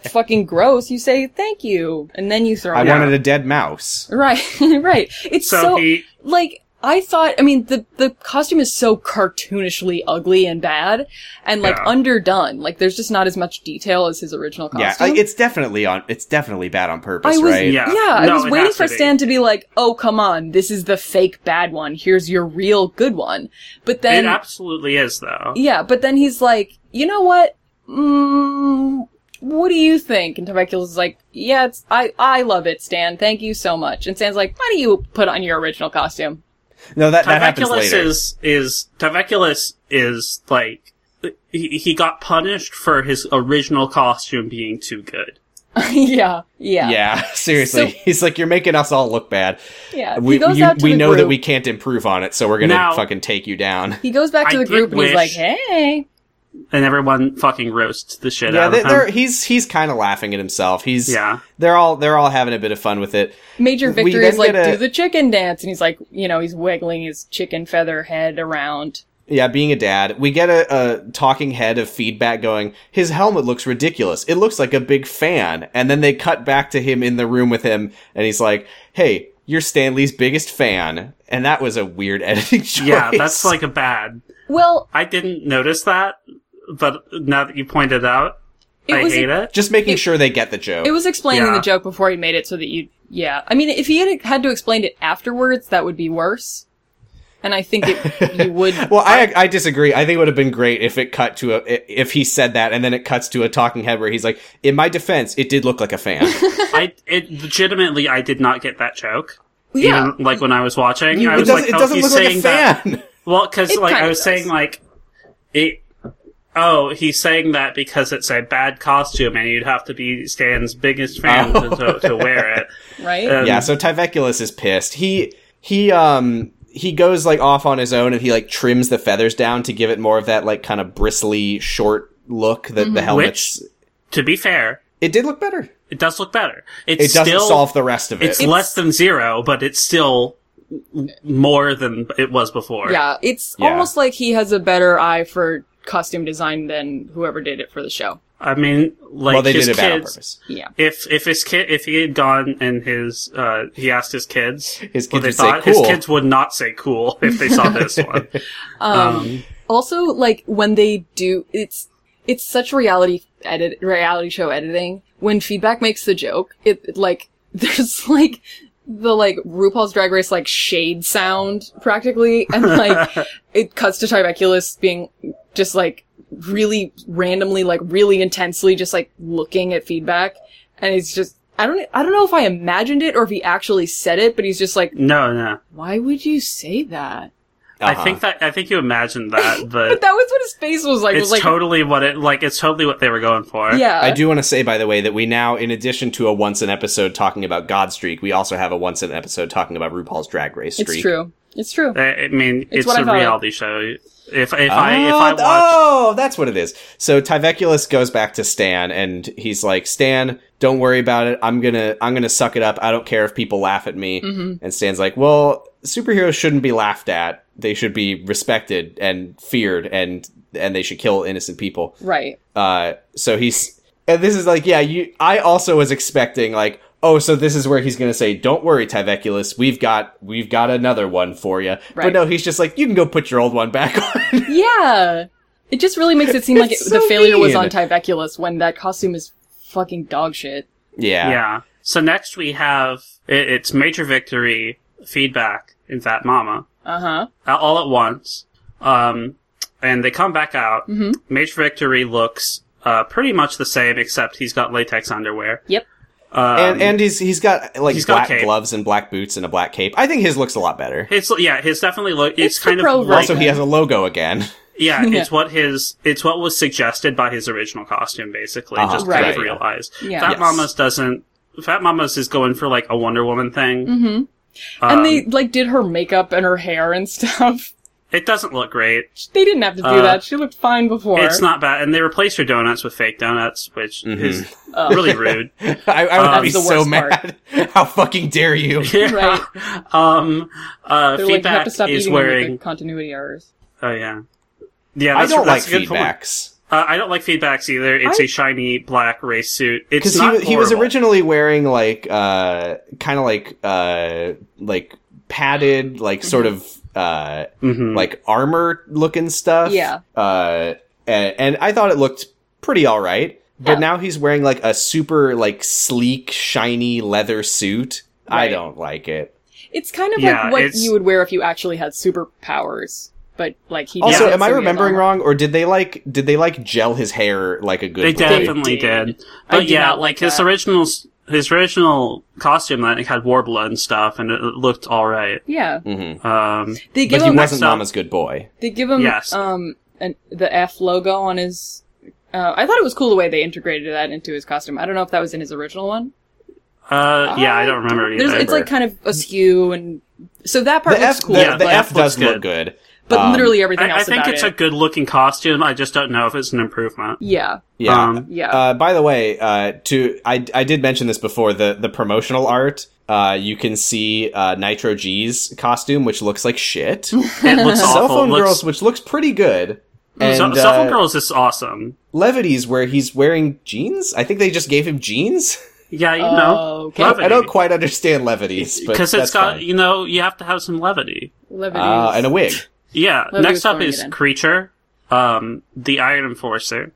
[SPEAKER 3] fucking gross. You say thank you, and then you throw
[SPEAKER 1] I
[SPEAKER 3] it.
[SPEAKER 1] wanted a dead mouse.
[SPEAKER 3] Right, right. It's
[SPEAKER 2] So
[SPEAKER 3] so,
[SPEAKER 2] he-
[SPEAKER 3] like I thought. I mean, the the costume is so cartoonishly ugly and bad, and like underdone. Like there's just not as much detail as his original
[SPEAKER 1] Yeah,
[SPEAKER 3] costume.
[SPEAKER 1] like, it's definitely on. It's definitely bad on purpose,
[SPEAKER 3] I was
[SPEAKER 1] right?
[SPEAKER 2] Yeah.
[SPEAKER 3] yeah,
[SPEAKER 2] No,
[SPEAKER 3] I was
[SPEAKER 2] it
[SPEAKER 3] waiting
[SPEAKER 2] has
[SPEAKER 3] for
[SPEAKER 2] to be.
[SPEAKER 3] Stan to be like, "Oh, come on, this is the fake bad one. Here's your real good one." But then
[SPEAKER 2] it absolutely is though.
[SPEAKER 3] yeah, but then he's like, you know what? Mm, what do you think? And Tuberculous is like, yeah, it's, I, I love it, Stan. Thank you so much. And Stan's like, why do you put on your original costume?
[SPEAKER 1] No, that that happens
[SPEAKER 2] Tyveculus
[SPEAKER 1] later.
[SPEAKER 2] is is Tyveculus is like he, he got punished for his original costume being too good.
[SPEAKER 3] yeah, yeah,
[SPEAKER 1] yeah, seriously,
[SPEAKER 3] So-
[SPEAKER 1] he's like, "You're making us all look bad.
[SPEAKER 3] yeah.
[SPEAKER 1] We
[SPEAKER 3] he goes
[SPEAKER 1] you-
[SPEAKER 3] out to
[SPEAKER 1] we
[SPEAKER 3] the
[SPEAKER 1] know
[SPEAKER 3] group.
[SPEAKER 1] that we can't improve on it, so we're gonna
[SPEAKER 2] Now-
[SPEAKER 1] fucking take you down."
[SPEAKER 3] He goes back to
[SPEAKER 2] I
[SPEAKER 3] the
[SPEAKER 2] did
[SPEAKER 3] group and he's like,
[SPEAKER 2] wish-
[SPEAKER 3] hey,
[SPEAKER 2] And everyone fucking roasts the shit
[SPEAKER 1] Yeah,
[SPEAKER 2] out
[SPEAKER 1] they,
[SPEAKER 2] of him.
[SPEAKER 1] they're, he's he's kind of laughing at himself. He's
[SPEAKER 2] Yeah.
[SPEAKER 1] They're all they're all having a bit of fun with it.
[SPEAKER 3] Major
[SPEAKER 1] We
[SPEAKER 3] Victory
[SPEAKER 1] then
[SPEAKER 3] is like,
[SPEAKER 1] get a-
[SPEAKER 3] do the chicken dance. And he's like, you know, he's wiggling his chicken feather head around.
[SPEAKER 1] Yeah, being a dad, we get a, a talking head of feedback going, his helmet looks ridiculous. It looks like a big fan. And then they cut back to him in the room with him, and he's like, hey, you're Stanley's biggest fan. And that was a weird editing choice.
[SPEAKER 2] yeah, that's like a bad.
[SPEAKER 3] Well,
[SPEAKER 2] I didn't notice that, but now that you pointed it out,
[SPEAKER 3] it
[SPEAKER 2] I
[SPEAKER 3] was
[SPEAKER 2] hate it.
[SPEAKER 1] Just making sure they get the joke.
[SPEAKER 3] It was explaining
[SPEAKER 2] Yeah.
[SPEAKER 3] the joke before he made it so that you, yeah. I mean, if he had had to explain it afterwards, that would be worse. And I think it, you would.
[SPEAKER 1] well, I, I disagree. I think it would have been great if it cut to a if he said that, and then it cuts to a talking head where he's like, "In my defense, it did look like a fan."
[SPEAKER 2] I it legitimately I did not get that joke.
[SPEAKER 3] yeah,
[SPEAKER 2] Even like when I was watching, I
[SPEAKER 1] it
[SPEAKER 2] was
[SPEAKER 1] doesn't,
[SPEAKER 2] like,
[SPEAKER 1] it
[SPEAKER 2] oh,
[SPEAKER 1] doesn't
[SPEAKER 2] he's
[SPEAKER 1] look like
[SPEAKER 2] saying
[SPEAKER 1] a
[SPEAKER 2] that.
[SPEAKER 1] fan.
[SPEAKER 2] Well, because
[SPEAKER 3] It
[SPEAKER 2] like I
[SPEAKER 3] kind of
[SPEAKER 2] was saying,
[SPEAKER 3] does.
[SPEAKER 2] like it. Oh, he's saying that because it's a bad costume, and you'd have to be Stan's biggest fan
[SPEAKER 1] Oh.
[SPEAKER 2] to, to, to wear it.
[SPEAKER 3] right.
[SPEAKER 2] Um,
[SPEAKER 1] yeah so tyveculus is pissed he he um he goes like off on his own and he like trims the feathers down to give it more of that like kind of bristly short look that
[SPEAKER 3] Mm-hmm.
[SPEAKER 1] the helmets
[SPEAKER 2] To be fair,
[SPEAKER 1] it did look better
[SPEAKER 2] it does look better. It's
[SPEAKER 1] it doesn't
[SPEAKER 2] still,
[SPEAKER 1] solve the rest of it
[SPEAKER 2] It's, less than zero, but it's still m- more than it was before.
[SPEAKER 3] yeah, it's
[SPEAKER 1] Yeah.
[SPEAKER 3] almost like he has a better eye for costume design than whoever did it for the show.
[SPEAKER 2] I mean, like
[SPEAKER 1] well, they
[SPEAKER 2] his
[SPEAKER 1] did it bad on
[SPEAKER 2] kids.
[SPEAKER 1] purpose.
[SPEAKER 3] Yeah.
[SPEAKER 2] If if his kid if he had gone and his uh he asked his kids
[SPEAKER 1] His
[SPEAKER 2] what
[SPEAKER 1] kids
[SPEAKER 2] they
[SPEAKER 1] would say,
[SPEAKER 2] thought his
[SPEAKER 1] "Cool."
[SPEAKER 2] kids would not say cool if they saw this one. Um,
[SPEAKER 3] Also, like when they do, it's it's such reality edit reality show editing. When feedback makes the joke, it, it, like there's like the like RuPaul's Drag Race like shade sound practically, and like it cuts to Tibeculus being just like really randomly, like really intensely, just like looking at feedback, and he's just. I don't, I don't know if I imagined it or if he actually said it, but he's just like,
[SPEAKER 2] no, no.
[SPEAKER 3] why would you say that?
[SPEAKER 1] Uh-huh.
[SPEAKER 2] I think that I think you imagined that, but,
[SPEAKER 3] But that was what his face was like. It
[SPEAKER 2] it's
[SPEAKER 3] was like,
[SPEAKER 2] totally what it like. It's totally what they were going for.
[SPEAKER 3] yeah.
[SPEAKER 1] I do want to say, by the way, that we now, in addition to a once an episode talking about Godstreak, we also have a once an episode talking about RuPaul's Drag Race streak.
[SPEAKER 3] It's true. It's true.
[SPEAKER 2] I I mean, it's,
[SPEAKER 3] It's what I
[SPEAKER 2] a
[SPEAKER 3] thought.
[SPEAKER 2] reality show. If if I if
[SPEAKER 1] Oh,
[SPEAKER 2] I watch,
[SPEAKER 1] oh, that's what it is. So Tyveculus goes back to Stan, and he's like, "Stan, don't worry about it. I'm gonna, I'm gonna suck it up. I don't care if people laugh at me."
[SPEAKER 2] Mm-hmm.
[SPEAKER 1] And Stan's like, "Well, superheroes shouldn't be laughed at. They should be respected and feared, and and they should kill innocent people."
[SPEAKER 3] Right.
[SPEAKER 1] Uh, so he's and this is like, yeah, you. I also was expecting like, oh, so this is where he's gonna say, "Don't worry, Tyveculus, we've got we've got another one for you." But
[SPEAKER 3] Right.
[SPEAKER 1] no, he's just like, "You can go put your old one back on."
[SPEAKER 3] Yeah. It just really makes it seem like it,
[SPEAKER 1] It's
[SPEAKER 3] the
[SPEAKER 1] so
[SPEAKER 3] failure was on
[SPEAKER 1] mean.
[SPEAKER 3] Tyveculus when that costume is fucking dog shit.
[SPEAKER 1] yeah,
[SPEAKER 2] yeah. So next we have it, it's major victory feedback in Fat Mama
[SPEAKER 3] Uh huh.
[SPEAKER 2] uh, all at once, um, and they come back out.
[SPEAKER 3] Mm-hmm.
[SPEAKER 2] Major victory looks uh, pretty much the same except he's got latex underwear.
[SPEAKER 3] Yep.
[SPEAKER 2] Um,
[SPEAKER 1] and and he's he's got like
[SPEAKER 2] he's got
[SPEAKER 1] black
[SPEAKER 2] cape.
[SPEAKER 1] gloves and black boots and a black cape. I think his looks a lot better.
[SPEAKER 2] it's yeah, his definitely look.
[SPEAKER 3] It's
[SPEAKER 2] It's,
[SPEAKER 3] the
[SPEAKER 2] kind
[SPEAKER 3] pro
[SPEAKER 2] of like
[SPEAKER 1] also, he has a logo again.
[SPEAKER 2] Yeah,
[SPEAKER 3] Yeah.
[SPEAKER 2] it's what his it's what was suggested by his original costume, basically.
[SPEAKER 1] Uh-huh.
[SPEAKER 2] Just kind
[SPEAKER 3] Right.
[SPEAKER 2] of realized.
[SPEAKER 3] Yeah.
[SPEAKER 2] Fat
[SPEAKER 1] Yes.
[SPEAKER 2] Mamas doesn't. Fat Mamas is going for like a Wonder Woman thing. Mm-hmm.
[SPEAKER 3] and they like did her makeup and her hair and stuff.
[SPEAKER 2] it doesn't look great.
[SPEAKER 3] They didn't have to do
[SPEAKER 2] Uh,
[SPEAKER 3] that. She looked fine before.
[SPEAKER 2] It's not bad, and they replaced her donuts with fake donuts, which
[SPEAKER 1] Mm-hmm.
[SPEAKER 2] is
[SPEAKER 3] Oh.
[SPEAKER 2] really rude.
[SPEAKER 1] I, I would
[SPEAKER 2] Um,
[SPEAKER 1] be
[SPEAKER 3] That's the
[SPEAKER 1] so
[SPEAKER 3] worst
[SPEAKER 1] mad. How fucking dare you?
[SPEAKER 2] Yeah.
[SPEAKER 3] Right.
[SPEAKER 2] Um. Uh.
[SPEAKER 3] They're like, you have
[SPEAKER 2] feedback
[SPEAKER 3] to stop
[SPEAKER 2] is
[SPEAKER 3] eating them with
[SPEAKER 2] wearing.
[SPEAKER 3] the continuity errors.
[SPEAKER 2] Oh yeah. Yeah,
[SPEAKER 1] I
[SPEAKER 2] that's,
[SPEAKER 1] don't like
[SPEAKER 2] that's a good point.
[SPEAKER 1] feedbacks.
[SPEAKER 2] Uh, I don't like feedbacks either. It's a
[SPEAKER 3] I-
[SPEAKER 2] shiny black race suit. It's
[SPEAKER 1] because he,
[SPEAKER 2] not
[SPEAKER 1] wa- he was
[SPEAKER 2] horrible.
[SPEAKER 1] originally wearing like uh kind of like uh like padded like sort of uh
[SPEAKER 2] Mhm.
[SPEAKER 1] like armor looking stuff
[SPEAKER 3] Mm. Yeah.
[SPEAKER 1] uh and, and i thought it looked pretty all right but
[SPEAKER 3] Yeah.
[SPEAKER 1] now he's wearing like a super like sleek shiny leather suit i
[SPEAKER 3] Right.
[SPEAKER 1] don't like it
[SPEAKER 3] It's kind of
[SPEAKER 2] Yeah,
[SPEAKER 3] like what
[SPEAKER 2] it's-
[SPEAKER 3] you would wear if you actually had superpowers. But like he
[SPEAKER 1] also
[SPEAKER 3] doesn't,
[SPEAKER 1] am i
[SPEAKER 3] so he has
[SPEAKER 1] remembering
[SPEAKER 3] armor.
[SPEAKER 1] wrong or did they like did they like gel his hair like a good
[SPEAKER 2] They
[SPEAKER 1] boy?
[SPEAKER 2] definitely
[SPEAKER 3] did.
[SPEAKER 2] did.
[SPEAKER 3] I
[SPEAKER 2] But
[SPEAKER 3] do
[SPEAKER 2] yeah,
[SPEAKER 3] not like
[SPEAKER 2] like his
[SPEAKER 3] that.
[SPEAKER 2] original s- his original costume that had warbler and stuff, and it it looked all right.
[SPEAKER 3] Yeah.
[SPEAKER 2] Um,
[SPEAKER 3] They give
[SPEAKER 1] but Mm-hmm. he
[SPEAKER 3] him
[SPEAKER 1] wasn't
[SPEAKER 2] up-
[SPEAKER 1] mama's good boy
[SPEAKER 3] They give him
[SPEAKER 2] Yes.
[SPEAKER 3] um an, the F logo on his. Uh, I thought it was cool the way they integrated that into his costume. I don't know if that was in his original one.
[SPEAKER 2] uh, yeah, I don't remember
[SPEAKER 3] There's,
[SPEAKER 2] either.
[SPEAKER 3] it's like kind of askew, and so that part
[SPEAKER 1] the
[SPEAKER 3] looks
[SPEAKER 1] f
[SPEAKER 3] cool.
[SPEAKER 1] the,
[SPEAKER 2] Yeah,
[SPEAKER 1] the
[SPEAKER 3] but,
[SPEAKER 2] the
[SPEAKER 1] f,
[SPEAKER 2] F
[SPEAKER 1] does
[SPEAKER 2] looks
[SPEAKER 1] look
[SPEAKER 2] good.
[SPEAKER 1] good
[SPEAKER 3] but
[SPEAKER 1] um,
[SPEAKER 3] literally everything
[SPEAKER 2] I, I
[SPEAKER 3] else
[SPEAKER 2] think
[SPEAKER 3] about
[SPEAKER 2] it's
[SPEAKER 3] it.
[SPEAKER 2] a good looking costume. I just don't know if it's an improvement.
[SPEAKER 3] yeah,
[SPEAKER 1] yeah
[SPEAKER 2] Um,
[SPEAKER 3] yeah.
[SPEAKER 1] Uh, by the way, uh, to I, I did mention this before the the promotional art. Uh, you can see uh, Nitro G's costume, which looks like shit.
[SPEAKER 2] It looks
[SPEAKER 1] Cell
[SPEAKER 2] awful. It
[SPEAKER 1] Phone
[SPEAKER 2] looks, Mm,
[SPEAKER 1] Girls, which looks pretty good. And
[SPEAKER 2] Cell- Cell Phone
[SPEAKER 1] uh,
[SPEAKER 2] Girls is awesome.
[SPEAKER 1] Levity's, where he's wearing jeans. I think they just gave him jeans.
[SPEAKER 2] Yeah, you know,
[SPEAKER 3] okay.
[SPEAKER 1] I don't quite understand Levity's, but
[SPEAKER 2] because
[SPEAKER 1] that's
[SPEAKER 2] it's got
[SPEAKER 1] fine.
[SPEAKER 2] you know you have to have some levity.
[SPEAKER 3] Levity.
[SPEAKER 1] Uh, and a wig.
[SPEAKER 2] Yeah.
[SPEAKER 3] Levity was
[SPEAKER 2] Next up
[SPEAKER 3] throwing
[SPEAKER 2] is
[SPEAKER 3] it in.
[SPEAKER 2] Creature, um, the Iron Enforcer,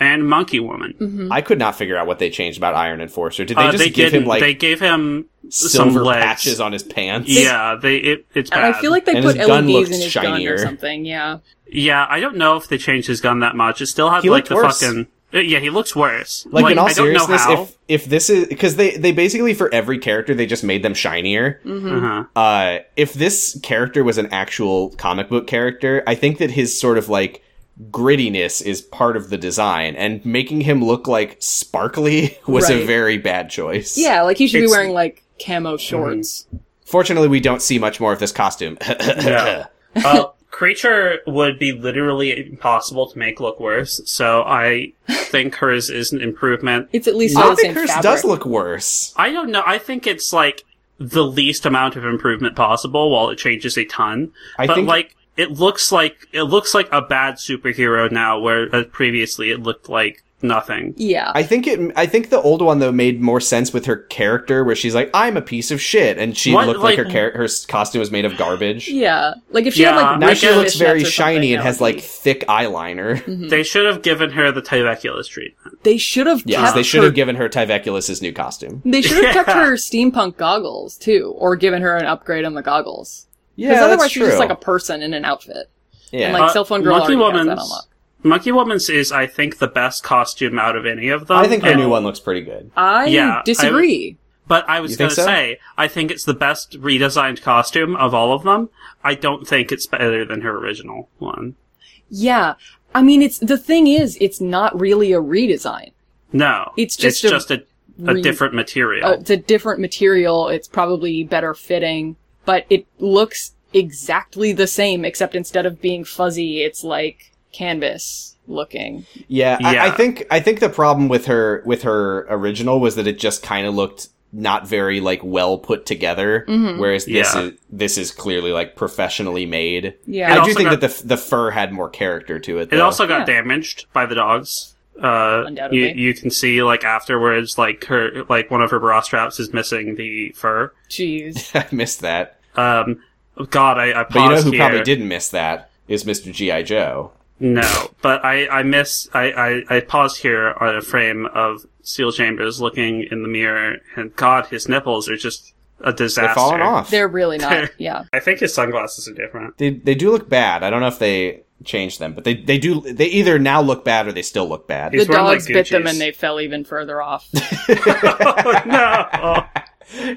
[SPEAKER 2] and Monkey Woman.
[SPEAKER 1] I could not figure out what they changed about Iron Enforcer. Did they
[SPEAKER 2] Uh,
[SPEAKER 1] just give
[SPEAKER 2] didn't.
[SPEAKER 1] him like
[SPEAKER 2] they gave him
[SPEAKER 1] silver
[SPEAKER 2] some legs.
[SPEAKER 1] patches on his pants?
[SPEAKER 2] Yeah, they it, it's
[SPEAKER 3] and
[SPEAKER 2] bad.
[SPEAKER 3] I feel like they
[SPEAKER 1] And
[SPEAKER 3] put
[SPEAKER 1] his gun
[SPEAKER 3] LEDs in
[SPEAKER 1] looked
[SPEAKER 3] his gun
[SPEAKER 1] shinier.
[SPEAKER 3] or something. Yeah,
[SPEAKER 2] yeah, I don't know if they changed his gun that much. It still had
[SPEAKER 1] He looked
[SPEAKER 2] like the
[SPEAKER 1] worse.
[SPEAKER 2] fucking uh, yeah. He looks worse.
[SPEAKER 1] like, in all
[SPEAKER 2] I don't know
[SPEAKER 1] seriousness,
[SPEAKER 2] how.
[SPEAKER 1] if if this is because they they basically for every character they just made them shinier.
[SPEAKER 2] uh-huh.
[SPEAKER 1] Uh, if this character was an actual comic book character, I think that his sort of like grittiness is part of the design, and making him look like sparkly was a
[SPEAKER 3] Right.
[SPEAKER 1] very bad choice.
[SPEAKER 3] yeah. Like he should be
[SPEAKER 2] It's- Mhm.
[SPEAKER 3] wearing like camo shorts.
[SPEAKER 1] Fortunately, we don't see much more of this costume.
[SPEAKER 3] Mm-hmm.
[SPEAKER 2] Yeah. uh, creature would be literally impossible to make look worse. So I think hers is an improvement.
[SPEAKER 3] It's at least all
[SPEAKER 1] I
[SPEAKER 3] the same
[SPEAKER 1] think hers
[SPEAKER 3] fabric.
[SPEAKER 1] does look worse.
[SPEAKER 2] I don't know. I think it's like the least amount of improvement possible, while it changes a ton.
[SPEAKER 1] I
[SPEAKER 2] but
[SPEAKER 1] think-
[SPEAKER 2] like it looks like it looks like a bad superhero now, where uh, previously it looked like nothing.
[SPEAKER 3] Yeah.
[SPEAKER 1] I think it. I think the old one though made more sense with her character, where she's like, "I'm a piece of shit," and she
[SPEAKER 2] What,
[SPEAKER 1] looked like,
[SPEAKER 2] like-
[SPEAKER 1] her char- her s- costume was made of garbage.
[SPEAKER 3] yeah. Like if she had
[SPEAKER 2] Yeah.
[SPEAKER 3] like
[SPEAKER 2] Now
[SPEAKER 1] Now
[SPEAKER 3] red
[SPEAKER 1] she
[SPEAKER 2] Like a
[SPEAKER 1] looks
[SPEAKER 3] fishnets
[SPEAKER 1] very
[SPEAKER 3] or something,
[SPEAKER 1] shiny and
[SPEAKER 3] that
[SPEAKER 1] has
[SPEAKER 3] would
[SPEAKER 1] like
[SPEAKER 3] be-
[SPEAKER 1] thick eyeliner.
[SPEAKER 3] Mm-hmm.
[SPEAKER 2] They should have given her the Tyveculus treatment.
[SPEAKER 3] They should have
[SPEAKER 1] Yes,
[SPEAKER 3] kept
[SPEAKER 1] they should
[SPEAKER 3] her-
[SPEAKER 1] have given her Tyveculus's new costume.
[SPEAKER 3] They should have kept
[SPEAKER 2] Yeah.
[SPEAKER 3] her steampunk goggles too, or given her an upgrade on the goggles.
[SPEAKER 1] Yeah,
[SPEAKER 3] Because
[SPEAKER 1] that's
[SPEAKER 3] otherwise, she's just
[SPEAKER 1] true.
[SPEAKER 3] like a person in an outfit.
[SPEAKER 1] yeah.
[SPEAKER 3] and, like, Cell Phone Girl
[SPEAKER 2] Monkey
[SPEAKER 3] already has that
[SPEAKER 2] Woman's
[SPEAKER 3] unlocked.
[SPEAKER 2] Monkey Woman's is, I think, the best costume out of any of them.
[SPEAKER 1] I think her
[SPEAKER 2] and-
[SPEAKER 3] um,
[SPEAKER 1] new one looks pretty good.
[SPEAKER 3] I
[SPEAKER 2] Yeah, I-
[SPEAKER 3] disagree.
[SPEAKER 2] But I was
[SPEAKER 1] You
[SPEAKER 2] going
[SPEAKER 1] think
[SPEAKER 2] to
[SPEAKER 1] so?
[SPEAKER 2] say, I think it's the best redesigned costume of all of them. I don't think it's better than her original one.
[SPEAKER 3] yeah, I mean, it's the thing is, it's not really a redesign.
[SPEAKER 2] No,
[SPEAKER 3] It's just a
[SPEAKER 2] a, a
[SPEAKER 3] re-
[SPEAKER 2] different material.
[SPEAKER 3] Uh, it's a different material. It's probably better fitting, but it looks exactly the same, except instead of being fuzzy, it's like canvas looking.
[SPEAKER 1] Yeah,
[SPEAKER 2] Yeah.
[SPEAKER 1] I, I think I think the problem with her with her original was that it just kind of looked not very like well put together.
[SPEAKER 3] Mm-hmm.
[SPEAKER 1] Whereas this
[SPEAKER 2] Yeah.
[SPEAKER 1] is this is clearly like professionally made.
[SPEAKER 2] It
[SPEAKER 3] Yeah.
[SPEAKER 1] I
[SPEAKER 2] also
[SPEAKER 1] do think
[SPEAKER 2] got-
[SPEAKER 1] that the f- the fur had more character to it.
[SPEAKER 2] It
[SPEAKER 1] though.
[SPEAKER 2] also got
[SPEAKER 3] Yeah.
[SPEAKER 2] damaged by the dogs. Uh, you,
[SPEAKER 3] Undoubtedly.
[SPEAKER 2] you can see like afterwards, like her, like one of her bra straps is missing the fur.
[SPEAKER 3] Jeez.
[SPEAKER 1] I missed that.
[SPEAKER 2] Um, God, I, I paused
[SPEAKER 1] But you know who
[SPEAKER 2] here.
[SPEAKER 1] probably didn't miss that is Mr. GI Joe.
[SPEAKER 2] No, but I, I miss, I, I, I paused here on a frame of Seal Chambers looking in the mirror, and God, his nipples are just a disaster.
[SPEAKER 1] They're falling off.
[SPEAKER 3] They're really not. Yeah.
[SPEAKER 2] I think his sunglasses are different.
[SPEAKER 1] They they do look bad. I don't know if they changed them, but they they do they either now look bad or they still look bad.
[SPEAKER 2] He's
[SPEAKER 3] the
[SPEAKER 2] wearing, like,
[SPEAKER 3] dogs bit them
[SPEAKER 2] Gucci's.
[SPEAKER 3] and they fell even further off.
[SPEAKER 2] oh, no, oh,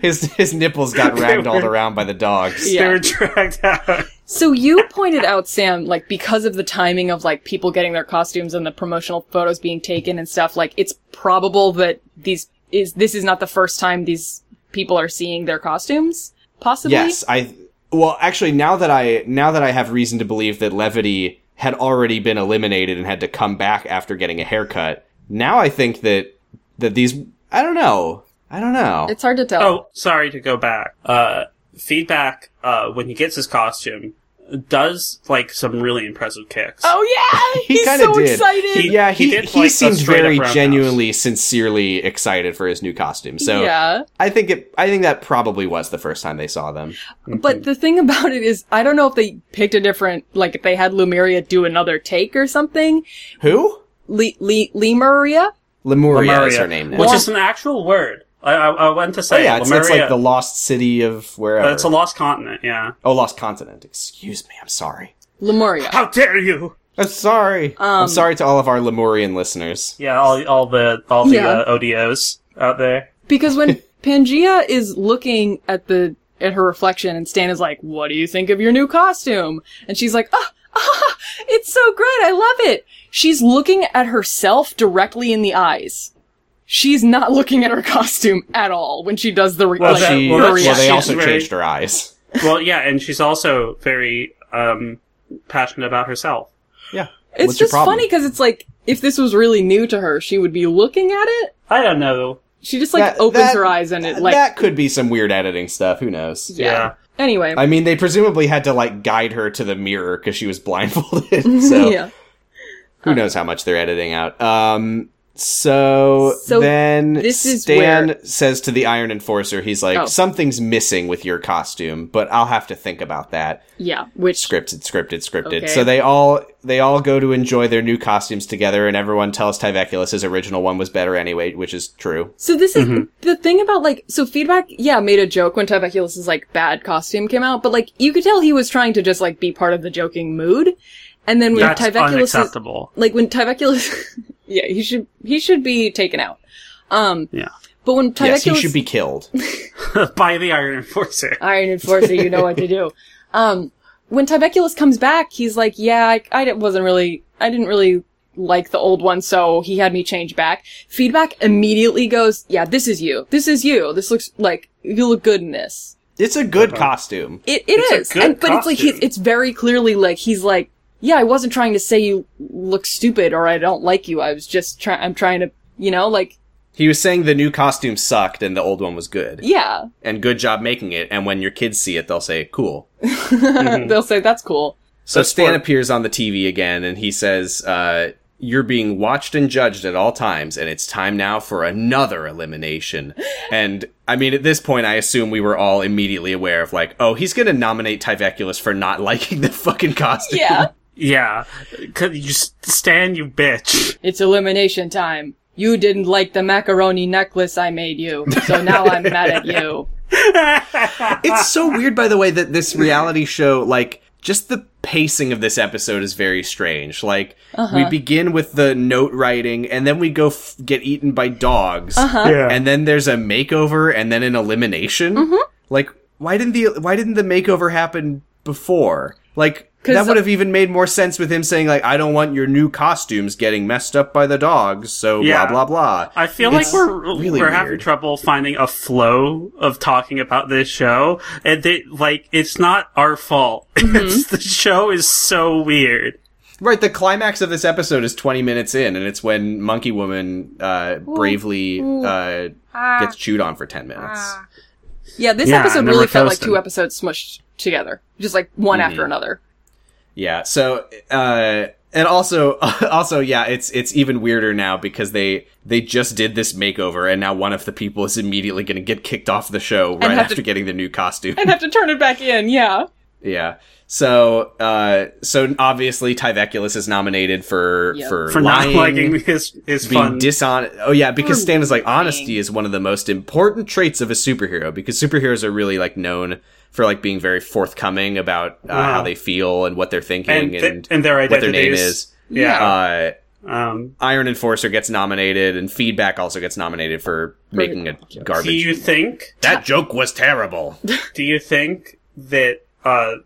[SPEAKER 1] His his nipples got ragdolled around by the dogs.
[SPEAKER 3] Yeah.
[SPEAKER 2] they were dragged out.
[SPEAKER 3] So you pointed out, Sam, like because of the timing of like people getting their costumes and the promotional photos being taken and stuff, like it's probable that these is this is not the first time these people are seeing their costumes, possibly.
[SPEAKER 1] Yes, I. Well, actually, now that I now that I have reason to believe that Levity had already been eliminated and had to come back after getting a haircut, now I think that that these I don't know. I don't know.
[SPEAKER 3] It's hard to tell.
[SPEAKER 2] Oh, sorry to go back. Uh, feedback, uh, when he gets his costume, does, like, some really impressive kicks.
[SPEAKER 3] Oh, yeah,
[SPEAKER 1] He
[SPEAKER 3] he's
[SPEAKER 1] kinda
[SPEAKER 3] so
[SPEAKER 1] did.
[SPEAKER 3] excited.
[SPEAKER 2] He-
[SPEAKER 1] yeah, he, he,
[SPEAKER 2] did, like, a
[SPEAKER 1] seemed
[SPEAKER 2] straight-up
[SPEAKER 1] very
[SPEAKER 2] roundhouse.
[SPEAKER 1] genuinely, sincerely excited for his new costume. So
[SPEAKER 3] yeah,
[SPEAKER 1] I think it. I think that probably was the first time they saw them.
[SPEAKER 3] but the thing about it is, I don't know if they picked a different, like if they had Lumeria do another take or something.
[SPEAKER 1] Who?
[SPEAKER 3] Le- Le- Lemuria?
[SPEAKER 1] Lemuria, is
[SPEAKER 2] Lemuria,
[SPEAKER 1] Oh, her name now.
[SPEAKER 2] Which is an actual word. I, I, I went to
[SPEAKER 1] oh,
[SPEAKER 2] say
[SPEAKER 1] yeah, it's, it's like
[SPEAKER 2] Lemuria,
[SPEAKER 1] the lost city of wherever.
[SPEAKER 2] but it's a lost continent, yeah.
[SPEAKER 1] oh, lost continent. Excuse me. I'm sorry.
[SPEAKER 3] Lemuria.
[SPEAKER 6] How dare you?
[SPEAKER 1] I'm sorry.
[SPEAKER 3] Um,
[SPEAKER 1] I'm sorry to all of our Lemurian listeners.
[SPEAKER 2] Yeah, all, all the all the
[SPEAKER 3] Yeah.
[SPEAKER 2] uh, ODOs out there.
[SPEAKER 3] Because when Pangea is looking at the at her reflection and Stan is like, "What do you think of your new costume?" And she's like, "Ah, ah, it's so great. I love it." She's looking at herself directly in the eyes. She's not looking at her costume at all when she does the re-
[SPEAKER 2] Well,
[SPEAKER 3] like,
[SPEAKER 2] that-
[SPEAKER 1] She,
[SPEAKER 2] well,
[SPEAKER 3] her
[SPEAKER 2] that's-
[SPEAKER 1] well, they
[SPEAKER 3] reaction.
[SPEAKER 1] also
[SPEAKER 2] Very-
[SPEAKER 1] changed her eyes.
[SPEAKER 2] Well, yeah, and she's also very um, passionate about herself.
[SPEAKER 1] Yeah.
[SPEAKER 3] It's
[SPEAKER 1] What's your
[SPEAKER 3] just
[SPEAKER 1] problem?
[SPEAKER 3] funny because it's like if this was really new to her, she would be looking at it.
[SPEAKER 2] I don't know.
[SPEAKER 3] She just like
[SPEAKER 1] That-
[SPEAKER 3] opens
[SPEAKER 1] that-
[SPEAKER 3] her eyes and it like
[SPEAKER 1] that could be some weird editing stuff. Who knows?
[SPEAKER 3] yeah.
[SPEAKER 2] Yeah.
[SPEAKER 3] Anyway,
[SPEAKER 1] I mean, they presumably had to like guide her to the mirror because she was blindfolded. So
[SPEAKER 3] yeah.
[SPEAKER 1] who knows how much they're editing out. Um. So,
[SPEAKER 3] So
[SPEAKER 1] then
[SPEAKER 3] this is
[SPEAKER 1] Stan
[SPEAKER 3] where-
[SPEAKER 1] says to the Iron Enforcer, he's like,
[SPEAKER 3] Oh.
[SPEAKER 1] "Something's missing with your costume, but I'll have to think about that."
[SPEAKER 3] Yeah, which
[SPEAKER 1] scripted scripted scripted
[SPEAKER 3] Okay.
[SPEAKER 1] so they all they all go to enjoy their new costumes together and everyone tells tyveculus his original one was better anyway which is true
[SPEAKER 3] So this
[SPEAKER 1] Mm-hmm.
[SPEAKER 3] is the thing about like so feedback. Yeah, made a joke when Tabaculus's like bad costume came out, but like you could tell he was trying to just like be part of the joking mood. And then when
[SPEAKER 2] That's
[SPEAKER 3] Tyveculus
[SPEAKER 2] unacceptable.
[SPEAKER 3] like when Tyveculus, yeah, he should he should be taken out. Um,
[SPEAKER 2] Yeah.
[SPEAKER 3] but when Tyveculus
[SPEAKER 1] yes he should be killed
[SPEAKER 2] By the Iron Enforcer.
[SPEAKER 3] Iron Enforcer, you know what to do. Um, when Tibeculus comes back, he's like, yeah, I, I di- wasn't really, I didn't really like the old one, so he had me change back. Feedback immediately goes, yeah, this is you. This is you. This looks like, you look good in this.
[SPEAKER 1] it's a good costume
[SPEAKER 3] It,
[SPEAKER 2] It's
[SPEAKER 3] it's
[SPEAKER 2] a good
[SPEAKER 3] but it's like, he's,
[SPEAKER 2] costume.
[SPEAKER 3] it's very clearly like, he's like, yeah, I wasn't trying to say you look stupid or I don't like you. I was just trying, I'm trying to, you know, like,
[SPEAKER 1] he was saying the new costume sucked and the old one was good
[SPEAKER 3] yeah.
[SPEAKER 1] and good job making it and when your kids see it they'll say cool
[SPEAKER 2] Mm-hmm.
[SPEAKER 3] They'll say, that's cool.
[SPEAKER 1] so
[SPEAKER 2] That's
[SPEAKER 1] stan
[SPEAKER 2] smart.
[SPEAKER 1] appears on the tv again and he says uh you're being watched and judged at all times, and it's time now for another elimination. And I mean, at this point, I assume we were all immediately aware of like, oh, he's going to nominate Tyveculus for not liking the fucking costume.
[SPEAKER 3] Yeah.
[SPEAKER 2] Yeah. Could you s- stand, you bitch?
[SPEAKER 3] It's elimination time. You didn't like the macaroni necklace I made you, so now I'm mad at you.
[SPEAKER 1] it's so weird by the way that this reality show like just the pacing of this episode is very strange like we begin with the note writing and then we go f- get eaten by dogs
[SPEAKER 2] Uh-huh.
[SPEAKER 6] Yeah.
[SPEAKER 1] and then there's a makeover and then an elimination like why didn't the why didn't the makeover happen before like
[SPEAKER 3] 'Cause
[SPEAKER 1] that would
[SPEAKER 3] the-
[SPEAKER 1] have even made more sense with him saying like i don't want your new costumes getting messed up by the dogs so
[SPEAKER 2] Yeah.
[SPEAKER 1] blah blah blah
[SPEAKER 2] I feel
[SPEAKER 1] It's
[SPEAKER 2] like we're
[SPEAKER 1] really
[SPEAKER 2] we're having
[SPEAKER 1] weird.
[SPEAKER 2] trouble finding a flow of talking about this show, and they, like it's not our fault. It's, the show is so weird.
[SPEAKER 1] Right, the climax of this episode is 20 minutes in, and it's when Monkey Woman uh, bravely uh, gets chewed on for 10 minutes.
[SPEAKER 3] Yeah, this
[SPEAKER 2] Yeah,
[SPEAKER 3] episode
[SPEAKER 2] never Mm-hmm.
[SPEAKER 3] really felt like
[SPEAKER 2] toasted.
[SPEAKER 3] two episodes smushed together, just like one after another.
[SPEAKER 1] Yeah, so, uh, and also, also, yeah, it's it's even weirder now because they they just did this makeover, and now one of the people is immediately going to get kicked off the show right
[SPEAKER 3] have
[SPEAKER 1] after
[SPEAKER 3] to-
[SPEAKER 1] getting the new costume.
[SPEAKER 3] And have to turn it back in. Yeah.
[SPEAKER 1] yeah, so uh, so obviously Tyveculus is nominated for
[SPEAKER 3] Yep.
[SPEAKER 1] for
[SPEAKER 2] For
[SPEAKER 1] lying.
[SPEAKER 2] not liking his his
[SPEAKER 1] being
[SPEAKER 2] fun.
[SPEAKER 1] dishonest. Oh yeah, because
[SPEAKER 3] Or
[SPEAKER 1] Stan is like
[SPEAKER 3] lying.
[SPEAKER 1] honesty is one of the most important traits of a superhero because superheroes are really like known for like being very forthcoming about uh,
[SPEAKER 2] Wow.
[SPEAKER 1] how they feel and what they're thinking
[SPEAKER 2] and,
[SPEAKER 1] and,
[SPEAKER 2] th- and their
[SPEAKER 1] what their
[SPEAKER 2] identities.
[SPEAKER 1] name is.
[SPEAKER 2] Yeah.
[SPEAKER 1] Uh,
[SPEAKER 2] Um,
[SPEAKER 1] Iron Enforcer gets nominated, and Feedback also gets nominated for making a
[SPEAKER 2] do
[SPEAKER 1] garbage.
[SPEAKER 2] you think
[SPEAKER 1] that joke was terrible.
[SPEAKER 2] Do you think that, uh,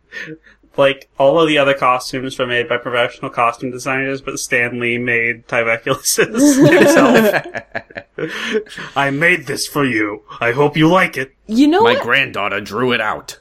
[SPEAKER 2] like, all of the other costumes were made by professional costume designers, but Stan Lee made Tyveculus's himself?
[SPEAKER 6] I made this for you. I hope you like it.
[SPEAKER 3] You know
[SPEAKER 1] My
[SPEAKER 3] what?
[SPEAKER 1] granddaughter drew it out.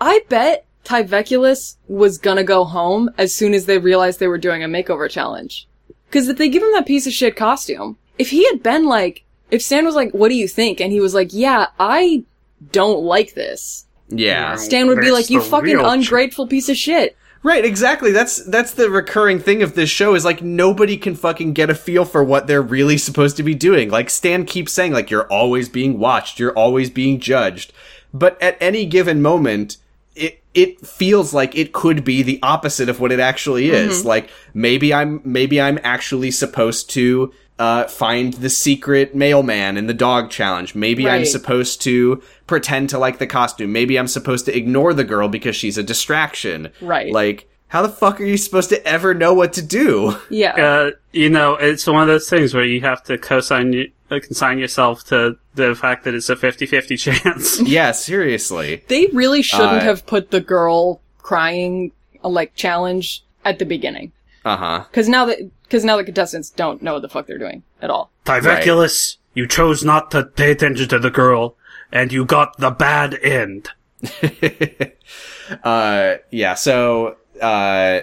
[SPEAKER 3] I bet Tyveculus was gonna go home as soon as they realized they were doing a makeover challenge. Cause if they give him that piece of shit costume, if he had been like, if Stan was like, what do you think? And he was like, yeah, I don't like this.
[SPEAKER 1] Yeah,
[SPEAKER 3] Stan would be
[SPEAKER 6] That's
[SPEAKER 3] like, you
[SPEAKER 6] the
[SPEAKER 3] fucking
[SPEAKER 6] real ch-
[SPEAKER 3] ungrateful piece of shit.
[SPEAKER 1] right. Exactly. That's that's the recurring thing of this show is like nobody can fucking get a feel for what they're really supposed to be doing. Like Stan keeps saying, like you're always being watched, you're always being judged, but at any given moment. It, it feels like it could be the opposite of what it actually is. Like maybe I'm maybe I'm actually supposed to uh, find the secret mailman in the dog challenge. Maybe I'm
[SPEAKER 3] Right.
[SPEAKER 1] supposed supposed to pretend to like the costume. Maybe I'm supposed to ignore the girl because she's a distraction.
[SPEAKER 3] Right.
[SPEAKER 1] Like, how the fuck are you supposed to ever know what to do?
[SPEAKER 3] Yeah.
[SPEAKER 2] uh, you know, it's one of those things where you have to cosign, y- uh, consign yourself to the fact that it's a 50-50 chance.
[SPEAKER 1] yeah, seriously.
[SPEAKER 3] They really shouldn't
[SPEAKER 1] Uh,
[SPEAKER 3] have put the girl crying uh, like challenge at the beginning
[SPEAKER 1] Uh huh.
[SPEAKER 3] because now that because now the contestants don't know what the fuck they're doing at all.
[SPEAKER 6] Tyveculus, you chose not to pay attention to the girl, and you got the bad end.
[SPEAKER 1] uh, yeah. So, uh,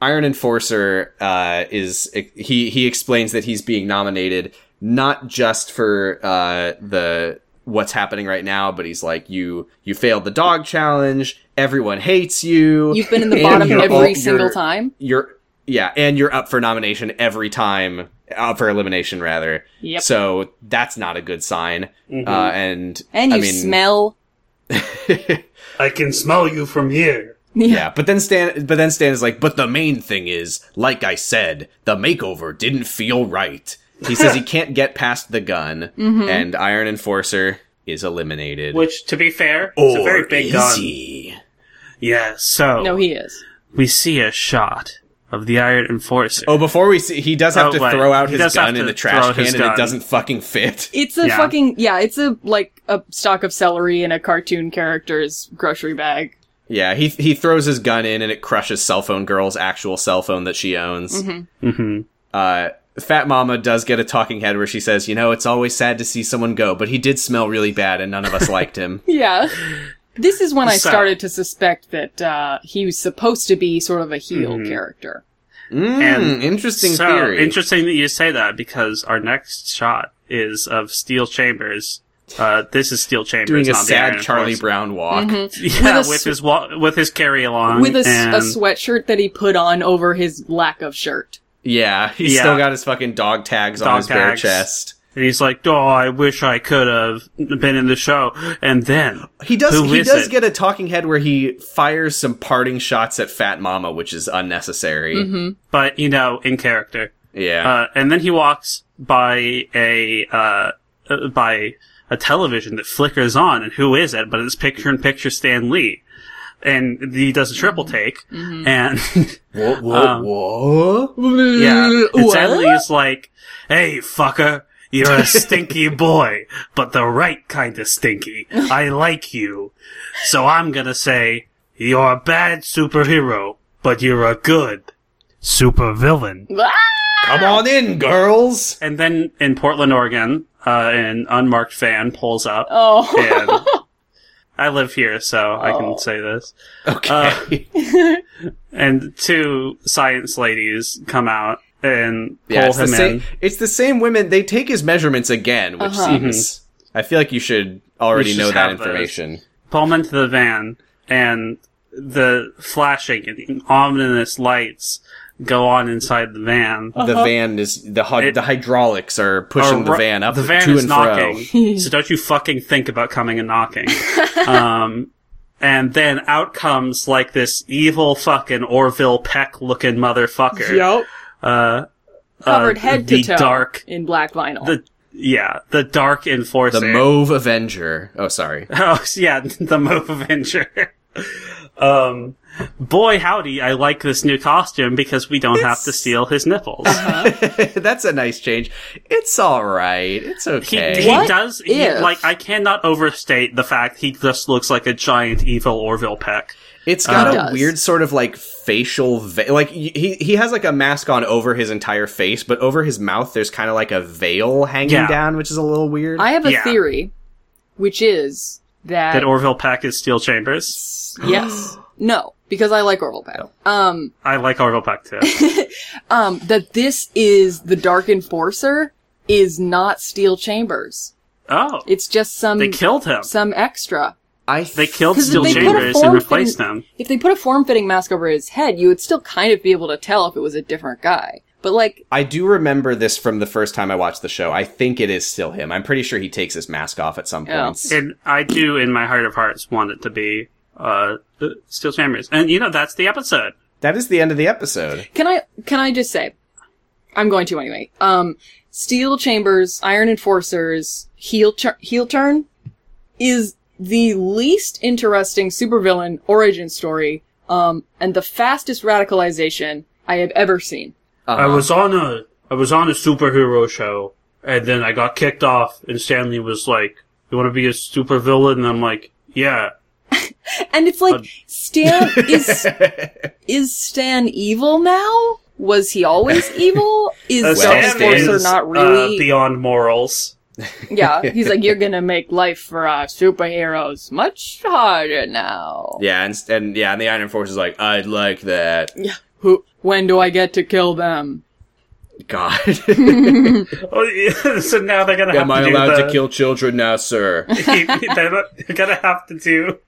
[SPEAKER 1] Iron Enforcer uh, is he he explains that he's being nominated not just for uh, the what's happening right now, but he's like you you failed the dog challenge. Everyone hates you.
[SPEAKER 3] You've been in the
[SPEAKER 1] and
[SPEAKER 3] bottom
[SPEAKER 1] you're
[SPEAKER 3] every
[SPEAKER 1] all-
[SPEAKER 3] single
[SPEAKER 1] you're-
[SPEAKER 3] time.
[SPEAKER 1] You're yeah, and you're up for nomination every time up for elimination rather.
[SPEAKER 3] Yep.
[SPEAKER 1] So that's not a good sign.
[SPEAKER 2] Mm-hmm.
[SPEAKER 1] Uh, and
[SPEAKER 3] And
[SPEAKER 1] I
[SPEAKER 3] you
[SPEAKER 1] mean,
[SPEAKER 3] smell.
[SPEAKER 6] I can smell you from here.
[SPEAKER 1] Yeah, but then Stan, but then Stan is like, but the main thing is, like I said, the makeover didn't feel right. He says he can't get past the gun,
[SPEAKER 3] Mm-hmm.
[SPEAKER 1] and Iron Enforcer is eliminated.
[SPEAKER 2] Which, to be fair, it's a very big gun.
[SPEAKER 1] gun.
[SPEAKER 2] Yeah, so,
[SPEAKER 3] No, he is.
[SPEAKER 2] we see a shot of the Iron Enforcer.
[SPEAKER 1] Oh, before we see, he does have
[SPEAKER 2] Oh,
[SPEAKER 1] to
[SPEAKER 2] wait.
[SPEAKER 1] throw out
[SPEAKER 2] He
[SPEAKER 1] his
[SPEAKER 2] does have
[SPEAKER 1] gun in
[SPEAKER 2] to
[SPEAKER 1] the trash
[SPEAKER 2] throw
[SPEAKER 1] can,
[SPEAKER 2] his
[SPEAKER 1] and it
[SPEAKER 2] gun.
[SPEAKER 1] doesn't fucking fit.
[SPEAKER 3] It's a
[SPEAKER 2] Yeah.
[SPEAKER 3] fucking yeah. It's a like a stalk of celery in a cartoon character's grocery bag.
[SPEAKER 1] Yeah, he he throws his gun in, and it crushes Cell Phone Girl's actual cell phone that she owns.
[SPEAKER 2] Mm-hmm.
[SPEAKER 1] Uh, Fat Mama does get a talking head where she says, "You know, it's always sad to see someone go, but he did smell really bad, and none of us liked him."
[SPEAKER 3] Yeah. This is when I
[SPEAKER 2] So-
[SPEAKER 3] started to suspect that uh, he was supposed to be sort of a heel
[SPEAKER 1] Mm-hmm.
[SPEAKER 3] character.
[SPEAKER 1] Mm,
[SPEAKER 2] And
[SPEAKER 1] interesting
[SPEAKER 2] so
[SPEAKER 1] theory.
[SPEAKER 2] interesting that you say that because our next shot is of Steel Chambers Uh, this is Steel Chambers.
[SPEAKER 1] doing a
[SPEAKER 2] not the Iron
[SPEAKER 1] sad Charlie
[SPEAKER 2] Force.
[SPEAKER 1] Brown walk.
[SPEAKER 2] Yeah,
[SPEAKER 3] With
[SPEAKER 2] with,
[SPEAKER 3] a s-
[SPEAKER 2] his wa- with his carry along
[SPEAKER 3] with a, s- a
[SPEAKER 2] and
[SPEAKER 3] sweatshirt that he put on over his lack of shirt.
[SPEAKER 1] Yeah, he's
[SPEAKER 2] Yeah.
[SPEAKER 1] still got his fucking dog tags on
[SPEAKER 2] Dog
[SPEAKER 1] his bare
[SPEAKER 2] tags.
[SPEAKER 1] chest.
[SPEAKER 2] and he's like, "Oh, I wish I could have been in the show." And then
[SPEAKER 1] He does.
[SPEAKER 2] Who
[SPEAKER 1] he
[SPEAKER 2] is
[SPEAKER 1] does
[SPEAKER 2] it?
[SPEAKER 1] get a talking head where he fires some parting shots at Fat Mama, which is unnecessary.
[SPEAKER 2] but you know, in character.
[SPEAKER 1] Yeah,
[SPEAKER 2] Uh, and then he walks by a uh, uh, by a television that flickers on, and who is it? But it's picture in picture Stan Lee, and he does a triple take,
[SPEAKER 3] Mm-hmm.
[SPEAKER 2] and
[SPEAKER 1] whoa, whoa,
[SPEAKER 2] um,
[SPEAKER 1] whoa.
[SPEAKER 2] yeah,
[SPEAKER 1] Mm,
[SPEAKER 2] and
[SPEAKER 3] What?
[SPEAKER 2] Stan Lee is like, "Hey, fucker." You're a stinky boy, but the right kind of stinky. I like you. So I'm gonna say, you're a bad superhero, but you're a good supervillain.
[SPEAKER 1] come on in, girls.
[SPEAKER 2] And then in Portland, Oregon, uh, an unmarked van pulls up.
[SPEAKER 3] Oh.
[SPEAKER 2] And I live here, so I
[SPEAKER 1] Oh.
[SPEAKER 2] can say this. Uh,
[SPEAKER 1] Okay,
[SPEAKER 2] And two science ladies come out and pull
[SPEAKER 1] yeah, it's the
[SPEAKER 2] him
[SPEAKER 1] same.
[SPEAKER 2] in.
[SPEAKER 1] It's the same women. They take his measurements again, which
[SPEAKER 3] Uh-huh.
[SPEAKER 1] seems. I feel like you should already
[SPEAKER 2] We Mm-hmm. should
[SPEAKER 1] know
[SPEAKER 2] just
[SPEAKER 1] that
[SPEAKER 2] have those.
[SPEAKER 1] information.
[SPEAKER 2] Pull him into the van, and the flashing and ominous lights go on inside the van.
[SPEAKER 3] Uh-huh.
[SPEAKER 1] The van is the hy-
[SPEAKER 2] It-
[SPEAKER 1] the hydraulics are pushing the
[SPEAKER 2] Or-
[SPEAKER 1] van up
[SPEAKER 2] The van
[SPEAKER 1] to
[SPEAKER 2] is
[SPEAKER 1] and fro.
[SPEAKER 2] knocking, so don't you fucking think about coming and knocking. um, and then out comes like this evil fucking Orville Peck looking motherfucker.
[SPEAKER 3] Yep.
[SPEAKER 2] Uh,
[SPEAKER 3] Covered
[SPEAKER 2] uh,
[SPEAKER 3] head
[SPEAKER 2] the
[SPEAKER 3] to toe
[SPEAKER 2] dark-
[SPEAKER 3] in black vinyl.
[SPEAKER 2] the yeah, the Dark Enforcer.
[SPEAKER 1] The Mauve Avenger. Oh, sorry.
[SPEAKER 2] oh yeah, the Mauve Avenger. um, boy howdy, I like this new costume because we don't have to steal his nipples.
[SPEAKER 1] That's a nice change. It's all right. It's
[SPEAKER 2] Uh-huh. He,
[SPEAKER 1] okay.
[SPEAKER 2] he
[SPEAKER 3] What
[SPEAKER 2] does he-
[SPEAKER 3] if-
[SPEAKER 2] like I cannot overstate the fact he just looks like a giant evil Orville Peck.
[SPEAKER 1] It's got
[SPEAKER 3] He
[SPEAKER 1] a
[SPEAKER 3] does.
[SPEAKER 1] weird sort of like facial ve- like y- he he has like a mask on over his entire face, but over his mouth there's kind of like a veil hanging
[SPEAKER 2] Yeah.
[SPEAKER 1] down, which is a little weird.
[SPEAKER 3] I have a
[SPEAKER 2] Yeah.
[SPEAKER 3] theory, which is that,
[SPEAKER 2] That Orville Peck is Steel Chambers.
[SPEAKER 3] yes, no, because I like Oral Pat. Um,
[SPEAKER 2] I like Orville Peck too.
[SPEAKER 3] um, that this is the Dark Enforcer is not Steel Chambers.
[SPEAKER 2] oh,
[SPEAKER 3] It's just some
[SPEAKER 2] they killed him.
[SPEAKER 3] some extra.
[SPEAKER 1] I
[SPEAKER 2] They
[SPEAKER 1] th-
[SPEAKER 2] killed
[SPEAKER 3] 'Cause if
[SPEAKER 2] Steel
[SPEAKER 3] they put a
[SPEAKER 2] Chambers and
[SPEAKER 3] form
[SPEAKER 2] replaced
[SPEAKER 3] thing-
[SPEAKER 2] him.
[SPEAKER 3] If they put a form-fitting mask over his head, you would still kind of be able to tell if it was a different guy. But like,
[SPEAKER 1] I do remember this from the first time I watched the show. I think it is still him. I'm pretty sure he takes his mask off at some
[SPEAKER 3] Yeah.
[SPEAKER 1] points.
[SPEAKER 2] And I do, in my heart of hearts, want it to be uh, Steel Chambers. And you know, that's the episode.
[SPEAKER 1] That is the end of the episode.
[SPEAKER 3] Can I can I just say I'm going to anyway. Um Steel Chambers, Iron Enforcers, Heel Tur- Heel Turn is the least interesting supervillain origin story um and the fastest radicalization I have ever seen.
[SPEAKER 6] I was on a I was on a superhero show, and then I got kicked off, and Stanley was like, "You want to be a supervillain?" And I'm like, "Yeah."
[SPEAKER 3] And it's like Stan is is Stan evil now? Was he always evil? Is
[SPEAKER 2] Uh,
[SPEAKER 3] Dark
[SPEAKER 2] Stan
[SPEAKER 3] Enforcer
[SPEAKER 2] is,
[SPEAKER 3] not
[SPEAKER 2] uh,
[SPEAKER 3] really?
[SPEAKER 2] beyond morals.
[SPEAKER 3] yeah, he's like you're gonna make life for our superheroes much harder now.
[SPEAKER 1] Yeah, and, and yeah, and the Iron Force is like, I'd like that.
[SPEAKER 3] Who? When do I get to kill them?
[SPEAKER 1] God,
[SPEAKER 2] Oh, yeah, so now they're gonna have
[SPEAKER 1] am I
[SPEAKER 2] to do
[SPEAKER 1] allowed
[SPEAKER 2] the,
[SPEAKER 1] to kill children now, sir?
[SPEAKER 2] they're gonna have to do.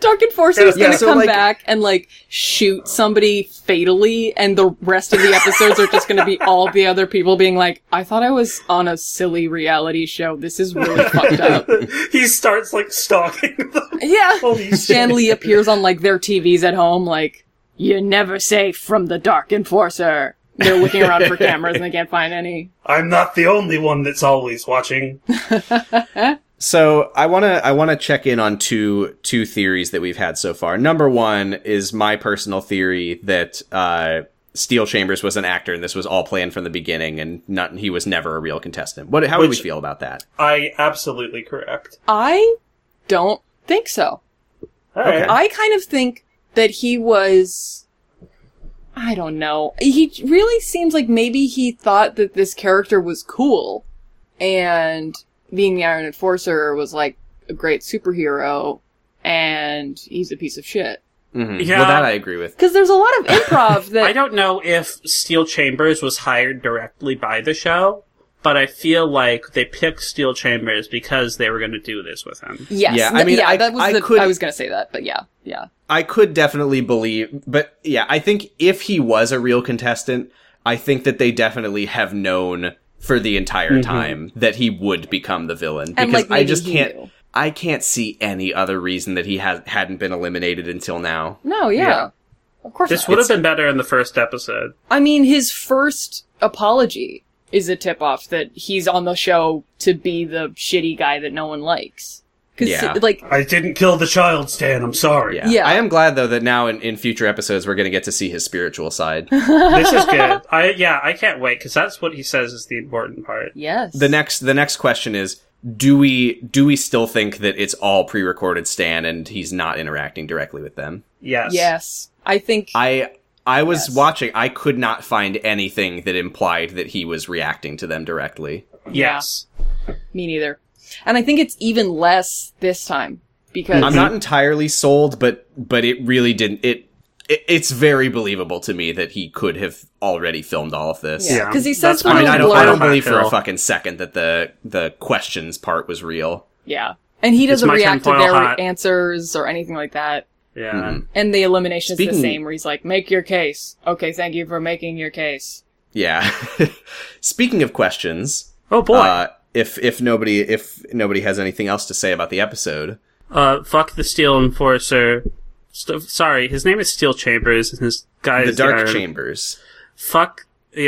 [SPEAKER 3] Dark Enforcer is
[SPEAKER 2] Yeah,
[SPEAKER 3] gonna
[SPEAKER 1] so,
[SPEAKER 3] come
[SPEAKER 1] like-
[SPEAKER 3] back and like shoot somebody fatally, and the rest of the episodes are just gonna be all the other people being like, "I thought I was on a silly reality show. This is really fucked up."
[SPEAKER 2] he starts like stalking them.
[SPEAKER 3] Yeah.
[SPEAKER 2] Holy shit.
[SPEAKER 3] Stanley appears on like their TVs at home, like, "You're never safe from the Dark Enforcer." They're looking around for cameras and they can't find any.
[SPEAKER 6] I'm not the only one that's always watching.
[SPEAKER 1] So I want to I want to check in on two two theories that we've had so far. Number one is my personal theory that uh, Steel Chambers was an actor and this was all planned from the beginning, and not he was never a real contestant. What? How do we
[SPEAKER 2] Which-
[SPEAKER 1] feel about that?
[SPEAKER 2] I absolutely correct.
[SPEAKER 3] I don't think so.
[SPEAKER 2] Alright.
[SPEAKER 3] I kind of think that he was. I don't know. He really seems like maybe he thought that this character was cool, and being the Iron Enforcer was like a great superhero, and he's a piece of shit.
[SPEAKER 1] Mhm.
[SPEAKER 2] Yeah.
[SPEAKER 1] Well, that I agree with.
[SPEAKER 3] Because there's a lot of improv that
[SPEAKER 2] I don't know if Steel Chambers was hired directly by the show, but I feel like they picked Steel Chambers because they were going to do this with him.
[SPEAKER 3] Yes.
[SPEAKER 1] Yeah, I
[SPEAKER 3] th-
[SPEAKER 1] mean,
[SPEAKER 3] yeah,
[SPEAKER 1] I-
[SPEAKER 3] that was
[SPEAKER 1] I
[SPEAKER 3] the,
[SPEAKER 1] could-
[SPEAKER 3] I was gonna say that, but yeah, yeah.
[SPEAKER 1] I could definitely believe, but yeah, I think if he was a real contestant, I think that they definitely have known for the entire time that he would become the villain because
[SPEAKER 3] And, like,
[SPEAKER 1] I
[SPEAKER 3] maybe
[SPEAKER 1] just
[SPEAKER 3] he
[SPEAKER 1] can't.
[SPEAKER 3] knew.
[SPEAKER 1] I can't see any other reason that he has hadn't been eliminated until now.
[SPEAKER 3] No, yeah.
[SPEAKER 2] Yeah.
[SPEAKER 3] Of course.
[SPEAKER 2] This
[SPEAKER 3] Not.
[SPEAKER 2] would have been better in the first episode.
[SPEAKER 3] I mean, his first apology is a tip off that he's on the show to be the shitty guy that no one likes. Because
[SPEAKER 1] Yeah.
[SPEAKER 3] like
[SPEAKER 6] I didn't kill the child, Stan. I'm sorry.
[SPEAKER 1] Yeah.
[SPEAKER 3] Yeah.
[SPEAKER 1] I am glad though that now in, in future episodes we're going to get to see his spiritual side.
[SPEAKER 2] This is good. I yeah, I can't wait because that's what he says is the important part.
[SPEAKER 3] yes,
[SPEAKER 1] the next the next question is do we do we still think that it's all pre-recorded Stan and he's not interacting directly with them?
[SPEAKER 2] Yes.
[SPEAKER 3] Yes, I think.
[SPEAKER 1] I I was
[SPEAKER 3] Yes.
[SPEAKER 1] watching. I could not find anything that implied that he was reacting to them directly.
[SPEAKER 2] Yes.
[SPEAKER 3] Me neither. And I think it's even less this time because
[SPEAKER 1] I'm not entirely sold, but but it really didn't. It, it it's very believable to me that he could have already filmed all of this.
[SPEAKER 3] yeah
[SPEAKER 2] Yeah.
[SPEAKER 3] because he
[SPEAKER 2] That's
[SPEAKER 3] says one
[SPEAKER 1] I mean,
[SPEAKER 3] of
[SPEAKER 1] I
[SPEAKER 3] the
[SPEAKER 1] don't, I don't
[SPEAKER 3] blow-
[SPEAKER 2] Blowback
[SPEAKER 1] believe for a
[SPEAKER 2] hill.
[SPEAKER 1] fucking second that the the questions part was real.
[SPEAKER 3] yeah, and he doesn't
[SPEAKER 2] my
[SPEAKER 3] react to
[SPEAKER 2] tinfoil
[SPEAKER 3] their
[SPEAKER 2] hat.
[SPEAKER 3] answers or anything like that.
[SPEAKER 2] Yeah.
[SPEAKER 1] Mhm.
[SPEAKER 3] And the elimination is the
[SPEAKER 1] Speaking-
[SPEAKER 3] same, where he's like, "Make your case." Okay, thank you for making your case.
[SPEAKER 1] Yeah. Speaking of questions,
[SPEAKER 2] Oh boy. Uh,
[SPEAKER 1] uh, if if nobody if nobody has anything else to say about the episode,
[SPEAKER 2] Uh, fuck the Steel Enforcer. St- sorry, his name is Steel Chambers, and his guy
[SPEAKER 1] the
[SPEAKER 2] is
[SPEAKER 1] Dark
[SPEAKER 2] Iron.
[SPEAKER 1] Chambers.
[SPEAKER 2] Fuck.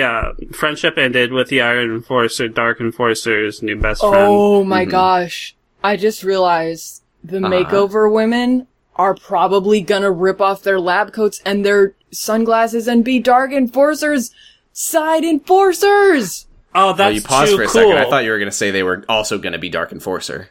[SPEAKER 2] Yeah, friendship ended with the Iron Enforcer, Dark Enforcer's new best friend.
[SPEAKER 3] Oh my gosh. I just realized the makeover women are probably gonna rip off their lab coats and their sunglasses and be dark enforcers, side enforcers!
[SPEAKER 2] Oh, that's
[SPEAKER 1] Well, you paused
[SPEAKER 2] too
[SPEAKER 1] for a
[SPEAKER 2] cool.
[SPEAKER 1] second. I thought you were going to say they were also going to be Dark Enforcer.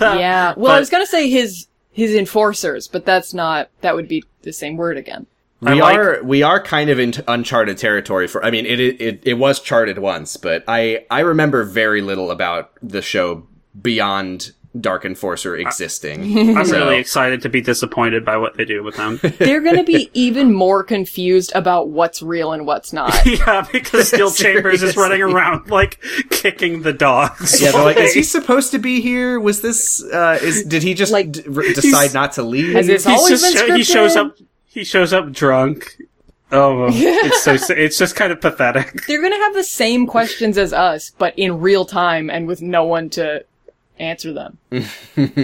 [SPEAKER 3] yeah. Well, I
[SPEAKER 2] But-
[SPEAKER 3] was gonna say his, his enforcers, but that's not, that would be the same word again.
[SPEAKER 1] We
[SPEAKER 2] like-
[SPEAKER 1] are we are kind of in t- uncharted territory for. I mean, it, it it it was charted once, but I I remember very little about the show beyond Dark Enforcer existing.
[SPEAKER 2] I'm
[SPEAKER 1] So-
[SPEAKER 2] really excited to be disappointed by what they do with them.
[SPEAKER 3] They're gonna be even more confused about what's real and what's not.
[SPEAKER 2] yeah, because Steel Chambers is running around like kicking the dogs.
[SPEAKER 1] yeah, they're like, is he supposed to be here? Was this? Uh, is did he just like
[SPEAKER 3] Like,
[SPEAKER 1] d- r- decide not to leave?
[SPEAKER 3] Has this
[SPEAKER 2] He's
[SPEAKER 3] always
[SPEAKER 2] just-
[SPEAKER 3] been scripted?
[SPEAKER 2] he shows up. He shows up drunk. Oh, it's so. It's just kind of pathetic.
[SPEAKER 3] They're gonna have the same questions as us, but in real time and with no one to answer them.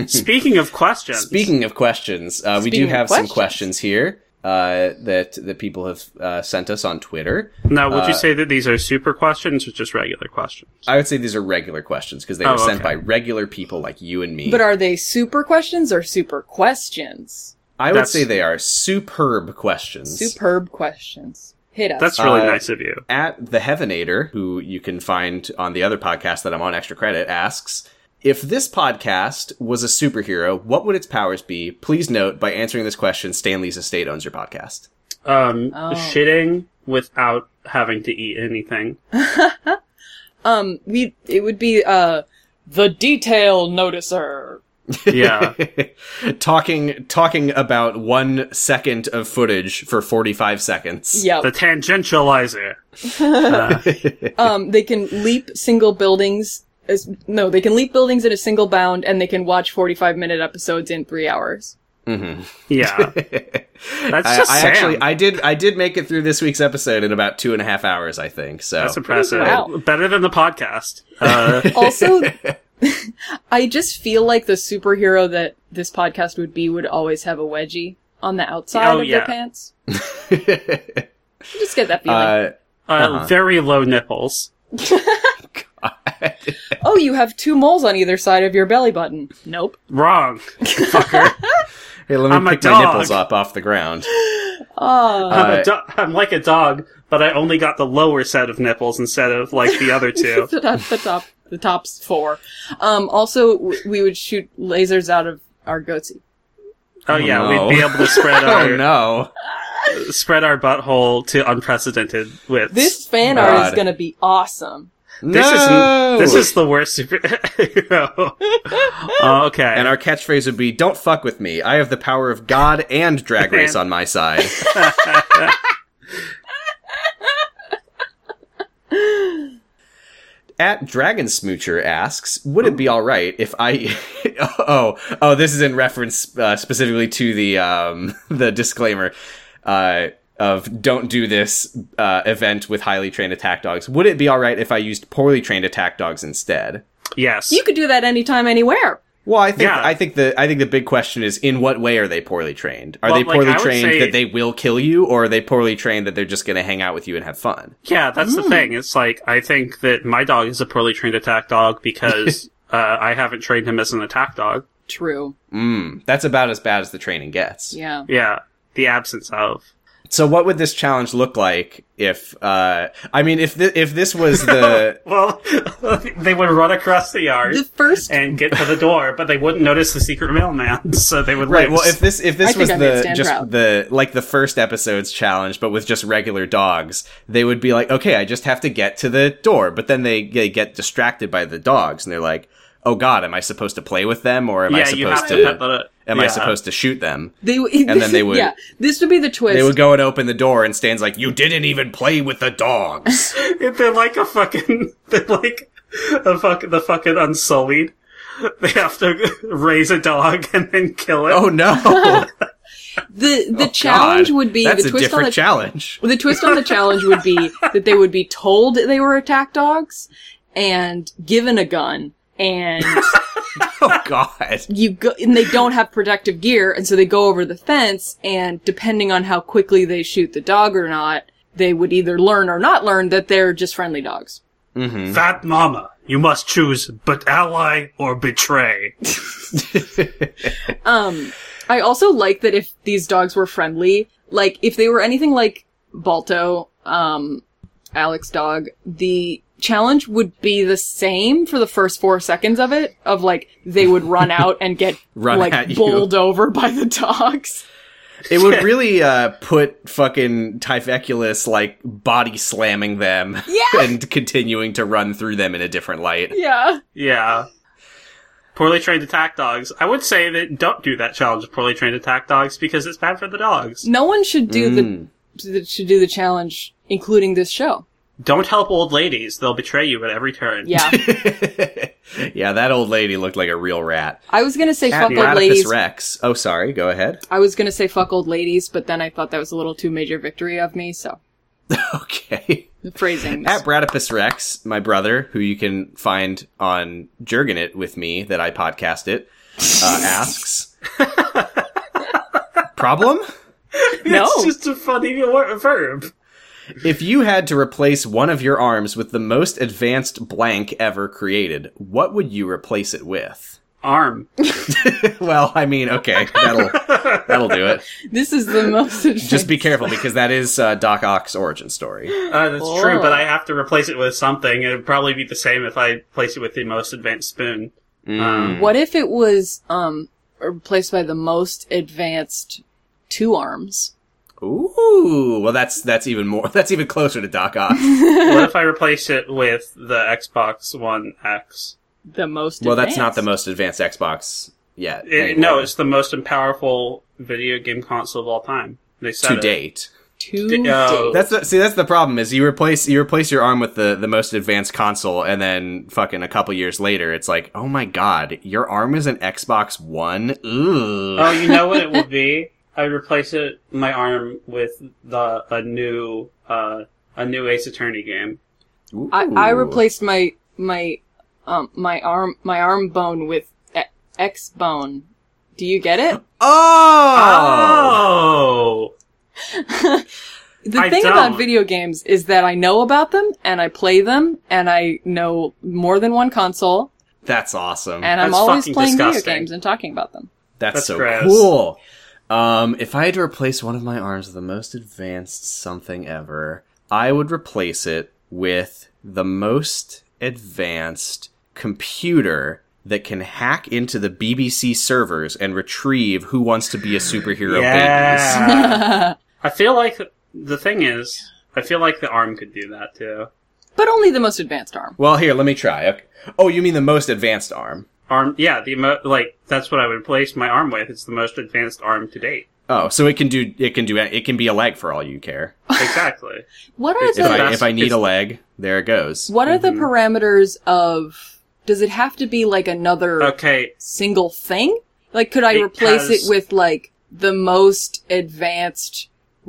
[SPEAKER 2] Speaking of questions,
[SPEAKER 1] Speaking of questions, uh, we do
[SPEAKER 3] Speaking of
[SPEAKER 1] have some questions
[SPEAKER 3] questions.
[SPEAKER 1] here uh, that that people have uh, sent us on Twitter.
[SPEAKER 2] now would
[SPEAKER 1] uh,
[SPEAKER 2] you say that these are super questions or just regular questions?
[SPEAKER 1] I would say these are regular questions because they
[SPEAKER 2] Oh,
[SPEAKER 1] were sent
[SPEAKER 2] okay.
[SPEAKER 1] by regular people like you and me.
[SPEAKER 3] But are they super questions or super questions?
[SPEAKER 1] I would
[SPEAKER 2] That's-
[SPEAKER 1] say they are superb questions.
[SPEAKER 3] Superb questions. Hit us.
[SPEAKER 2] That's really
[SPEAKER 1] Uh,
[SPEAKER 2] nice of you.
[SPEAKER 1] At the Heavenator, who you can find on the other podcast that I'm on, Extra Credit, asks if this podcast was a superhero, what would its powers be? Please note by answering this question, Stanley's estate owns your podcast.
[SPEAKER 2] Um,
[SPEAKER 3] Oh.
[SPEAKER 2] shitting without having to eat anything.
[SPEAKER 3] um, we it would be uh the detail noticer.
[SPEAKER 2] Yeah,
[SPEAKER 1] talking talking about one second of footage for 45 seconds.
[SPEAKER 3] Yep.
[SPEAKER 2] the tangentializer.
[SPEAKER 3] um, they can leap single buildings. As, no, they can leap buildings in a single bound, and they can watch forty-five minute episodes in three hours.
[SPEAKER 2] Yeah, that's
[SPEAKER 1] I,
[SPEAKER 2] just
[SPEAKER 1] I
[SPEAKER 2] Sam.
[SPEAKER 1] actually I did I did make it through this week's episode in about two and a half hours, I think. So
[SPEAKER 2] That's impressive.
[SPEAKER 3] Wow.
[SPEAKER 2] Better than the podcast. Uh,
[SPEAKER 3] Also, I just feel like the superhero that this podcast would be would always have a wedgie on the outside
[SPEAKER 2] Oh,
[SPEAKER 3] of
[SPEAKER 2] yeah.
[SPEAKER 3] their pants. I just get that feeling.
[SPEAKER 1] uh,
[SPEAKER 2] uh, Very low nipples.
[SPEAKER 3] Oh, you have two moles on either side of your belly button. Nope.
[SPEAKER 2] Wrong. Fucker.
[SPEAKER 1] Hey, let me
[SPEAKER 2] I'm a
[SPEAKER 1] pick my
[SPEAKER 2] dog.
[SPEAKER 1] nipples up off the ground.
[SPEAKER 2] I'm,
[SPEAKER 1] Uh,
[SPEAKER 2] a do- I'm like a dog, but I only got the lower set of nipples instead of like the other two.
[SPEAKER 1] Oh,
[SPEAKER 3] the, top, the top, the top's four. Um, also, w- we would shoot lasers out of our goatee.
[SPEAKER 2] Oh yeah,
[SPEAKER 1] no.
[SPEAKER 2] we'd be able to spread
[SPEAKER 1] oh
[SPEAKER 2] our
[SPEAKER 1] no!
[SPEAKER 2] spread our butthole to unprecedented widths.
[SPEAKER 3] This fan
[SPEAKER 1] God.
[SPEAKER 3] art is gonna be awesome.
[SPEAKER 2] this
[SPEAKER 1] no!
[SPEAKER 2] is this is the worst superhero. oh, okay,
[SPEAKER 1] and our catchphrase would be "Don't fuck with me. I have the power of God and Drag Race on my side." At Dragon Smoocher asks, would it be all right if I? oh, oh, this is in reference uh, specifically to the um, the disclaimer uh, of don't do this uh, event with highly trained attack dogs. Would it be all right if I used poorly trained attack dogs instead?
[SPEAKER 2] Yes.
[SPEAKER 3] You could do that anytime, anywhere.
[SPEAKER 1] Well, I think
[SPEAKER 2] Yeah.
[SPEAKER 1] I think the I think the big question is in what way are they poorly trained? Are
[SPEAKER 2] Well,
[SPEAKER 1] they
[SPEAKER 2] like,
[SPEAKER 1] poorly
[SPEAKER 2] I would
[SPEAKER 1] trained
[SPEAKER 2] say-
[SPEAKER 1] that they will kill you, or are they poorly trained that they're just going to hang out with you and have fun?
[SPEAKER 2] Yeah, that's
[SPEAKER 1] Mm.
[SPEAKER 2] the thing. It's like I think that my dog is a poorly trained attack dog because uh, I haven't trained him as an attack dog.
[SPEAKER 3] True.
[SPEAKER 1] Mm, that's about as bad as the training gets.
[SPEAKER 3] Yeah.
[SPEAKER 2] Yeah, the absence of.
[SPEAKER 1] So, what would this challenge look like if? Uh, I mean, if thi- if this was the
[SPEAKER 2] Well, they would run across the yard
[SPEAKER 3] The first
[SPEAKER 2] and get to the door, but they wouldn't notice the secret mailman, so they would
[SPEAKER 1] right,
[SPEAKER 2] lose.
[SPEAKER 1] well, if this if
[SPEAKER 3] I
[SPEAKER 1] this
[SPEAKER 3] think
[SPEAKER 1] was
[SPEAKER 3] I made
[SPEAKER 1] the
[SPEAKER 3] Stan
[SPEAKER 1] just
[SPEAKER 3] proud.
[SPEAKER 1] the like the first episode's challenge, but with just regular dogs, they would be like, okay, I just have to get to the door, but then they they get distracted by the dogs, and they're like, oh god, am I supposed to play with them, or am I
[SPEAKER 2] yeah, you have
[SPEAKER 1] supposed
[SPEAKER 2] to.
[SPEAKER 1] to?
[SPEAKER 2] put the-
[SPEAKER 1] Am I
[SPEAKER 2] yeah.
[SPEAKER 1] supposed to shoot them?
[SPEAKER 3] they
[SPEAKER 1] And then they would-
[SPEAKER 3] yeah this would be the twist.
[SPEAKER 1] They would go and open the door, and Stan's like, "You didn't even play with the dogs."
[SPEAKER 2] They're like a fucking. They're like a fuck, the fucking unsullied. They have to raise a dog and then kill it.
[SPEAKER 1] oh no!
[SPEAKER 3] the the challenge
[SPEAKER 1] oh, God,
[SPEAKER 3] would be
[SPEAKER 1] that's
[SPEAKER 3] the
[SPEAKER 1] a
[SPEAKER 3] twist on
[SPEAKER 1] different
[SPEAKER 3] the
[SPEAKER 1] challenge.
[SPEAKER 3] the twist on the challenge would be that they would be told that they were attack dogs and given a gun and
[SPEAKER 1] Oh god!
[SPEAKER 3] you go and they don't have protective gear and so they go over the fence and depending on how quickly they shoot the dog or not they would either learn or not learn that they're just friendly dogs
[SPEAKER 6] Fat Mama, you must choose but ally or betray.
[SPEAKER 3] um i also like that if these dogs were friendly like if they were anything like balto um alex dog the challenge would be the same for the first four seconds of it of like they would run out and get
[SPEAKER 1] Run at
[SPEAKER 3] like
[SPEAKER 1] you.
[SPEAKER 3] bowled over by the dogs
[SPEAKER 1] It would really uh, put fucking Typheculus like body slamming them
[SPEAKER 3] Yeah.
[SPEAKER 1] and continuing to run through them in a different light.
[SPEAKER 3] yeah
[SPEAKER 2] Yeah. Poorly trained attack dogs. I would say that don't do that challenge of poorly trained attack dogs because it's bad for the dogs.
[SPEAKER 3] No one should do
[SPEAKER 1] Mm.
[SPEAKER 3] the should do the challenge, including this show.
[SPEAKER 2] Don't help old ladies. They'll betray you at every turn.
[SPEAKER 3] Yeah,
[SPEAKER 1] yeah, that old lady looked like a real rat.
[SPEAKER 3] I was gonna say fuck
[SPEAKER 1] At
[SPEAKER 3] old
[SPEAKER 1] Platypus
[SPEAKER 3] ladies.
[SPEAKER 1] Rex. Oh, sorry. Go ahead.
[SPEAKER 3] I was gonna say fuck old ladies, but then I thought that was a little too major victory of me. So
[SPEAKER 1] Okay.
[SPEAKER 3] the phrasing.
[SPEAKER 1] At Bradipus Rex, my brother, who you can find on Jergin It with me that I podcast it, uh, asks. Problem?
[SPEAKER 3] no,
[SPEAKER 2] It's just a funny wor- verb.
[SPEAKER 1] If you had to replace one of your arms with the most advanced blank ever created, what would you replace it with?
[SPEAKER 2] Arm.
[SPEAKER 1] Well, I mean, okay, that'll that'll do it.
[SPEAKER 3] this is the most.
[SPEAKER 1] Just be careful because that is uh, Doc Ock's origin story.
[SPEAKER 2] Uh, that's
[SPEAKER 3] Oh.
[SPEAKER 2] true, but I have to replace it with something. It would probably be the same if I place it with the most advanced spoon.
[SPEAKER 1] Mm.
[SPEAKER 2] Um,
[SPEAKER 3] What if it was um replaced by the most advanced two arms?
[SPEAKER 1] Ooh, well, that's that's even more. That's even closer to Doc Ock.
[SPEAKER 2] what if I replace it with the Xbox One X?
[SPEAKER 3] The most.
[SPEAKER 1] Well, that's not the most
[SPEAKER 3] advanced.
[SPEAKER 1] advanced Xbox yet.
[SPEAKER 2] It,
[SPEAKER 1] anyway,
[SPEAKER 2] no, it's the most powerful video game console of all time. They said
[SPEAKER 1] to
[SPEAKER 2] it.
[SPEAKER 1] date.
[SPEAKER 3] two.
[SPEAKER 2] D- oh.
[SPEAKER 3] days.
[SPEAKER 1] That's the, see, that's the problem is you replace you replace your arm with the the most advanced console, and then fucking a couple years later, it's like, oh my god, your arm is an Xbox One. Ooh.
[SPEAKER 2] Oh, you know what it would be? I would replace it my arm with the a new uh, a new Ace Attorney game.
[SPEAKER 3] I, I
[SPEAKER 1] Ooh.
[SPEAKER 3] replaced my my um my arm my arm bone with e- X bone. Do you get it?
[SPEAKER 1] Oh,
[SPEAKER 2] Oh,
[SPEAKER 3] The
[SPEAKER 2] I
[SPEAKER 3] thing
[SPEAKER 2] don't.
[SPEAKER 3] about video games is that I know about them and I play them and I know more than one console
[SPEAKER 1] that's awesome.
[SPEAKER 3] and I'm
[SPEAKER 2] That's
[SPEAKER 3] always
[SPEAKER 2] fucking
[SPEAKER 3] playing
[SPEAKER 2] disgusting.
[SPEAKER 3] video games and talking about them.
[SPEAKER 1] That's,
[SPEAKER 2] That's
[SPEAKER 1] so
[SPEAKER 2] gross.
[SPEAKER 1] cool. Um, if I had to replace one of my arms with the most advanced something ever, I would replace it with the most advanced computer that can hack into the BBC servers and retrieve who wants to be a superhero babies.
[SPEAKER 2] yeah. I feel like the thing is, I feel like the arm could do that too.
[SPEAKER 3] But only the most advanced arm.
[SPEAKER 1] Well, here, let me try. Okay. Oh, you mean the most advanced arm?
[SPEAKER 2] Arm, yeah, the mo- like that's what I would replace my arm with. It's the most advanced arm to date.
[SPEAKER 1] Oh, so it can do it can do it can be a leg for all you care.
[SPEAKER 2] Exactly.
[SPEAKER 3] What are
[SPEAKER 2] It's
[SPEAKER 1] If
[SPEAKER 2] the
[SPEAKER 3] the
[SPEAKER 1] I,
[SPEAKER 2] best-
[SPEAKER 1] if I need a leg, there it goes.
[SPEAKER 3] What are the
[SPEAKER 2] Mm-hmm.
[SPEAKER 3] parameters of? Does it have to be like another
[SPEAKER 2] Okay,
[SPEAKER 3] single thing? Like, could I
[SPEAKER 2] It
[SPEAKER 3] replace
[SPEAKER 2] has-
[SPEAKER 3] it with like the most advanced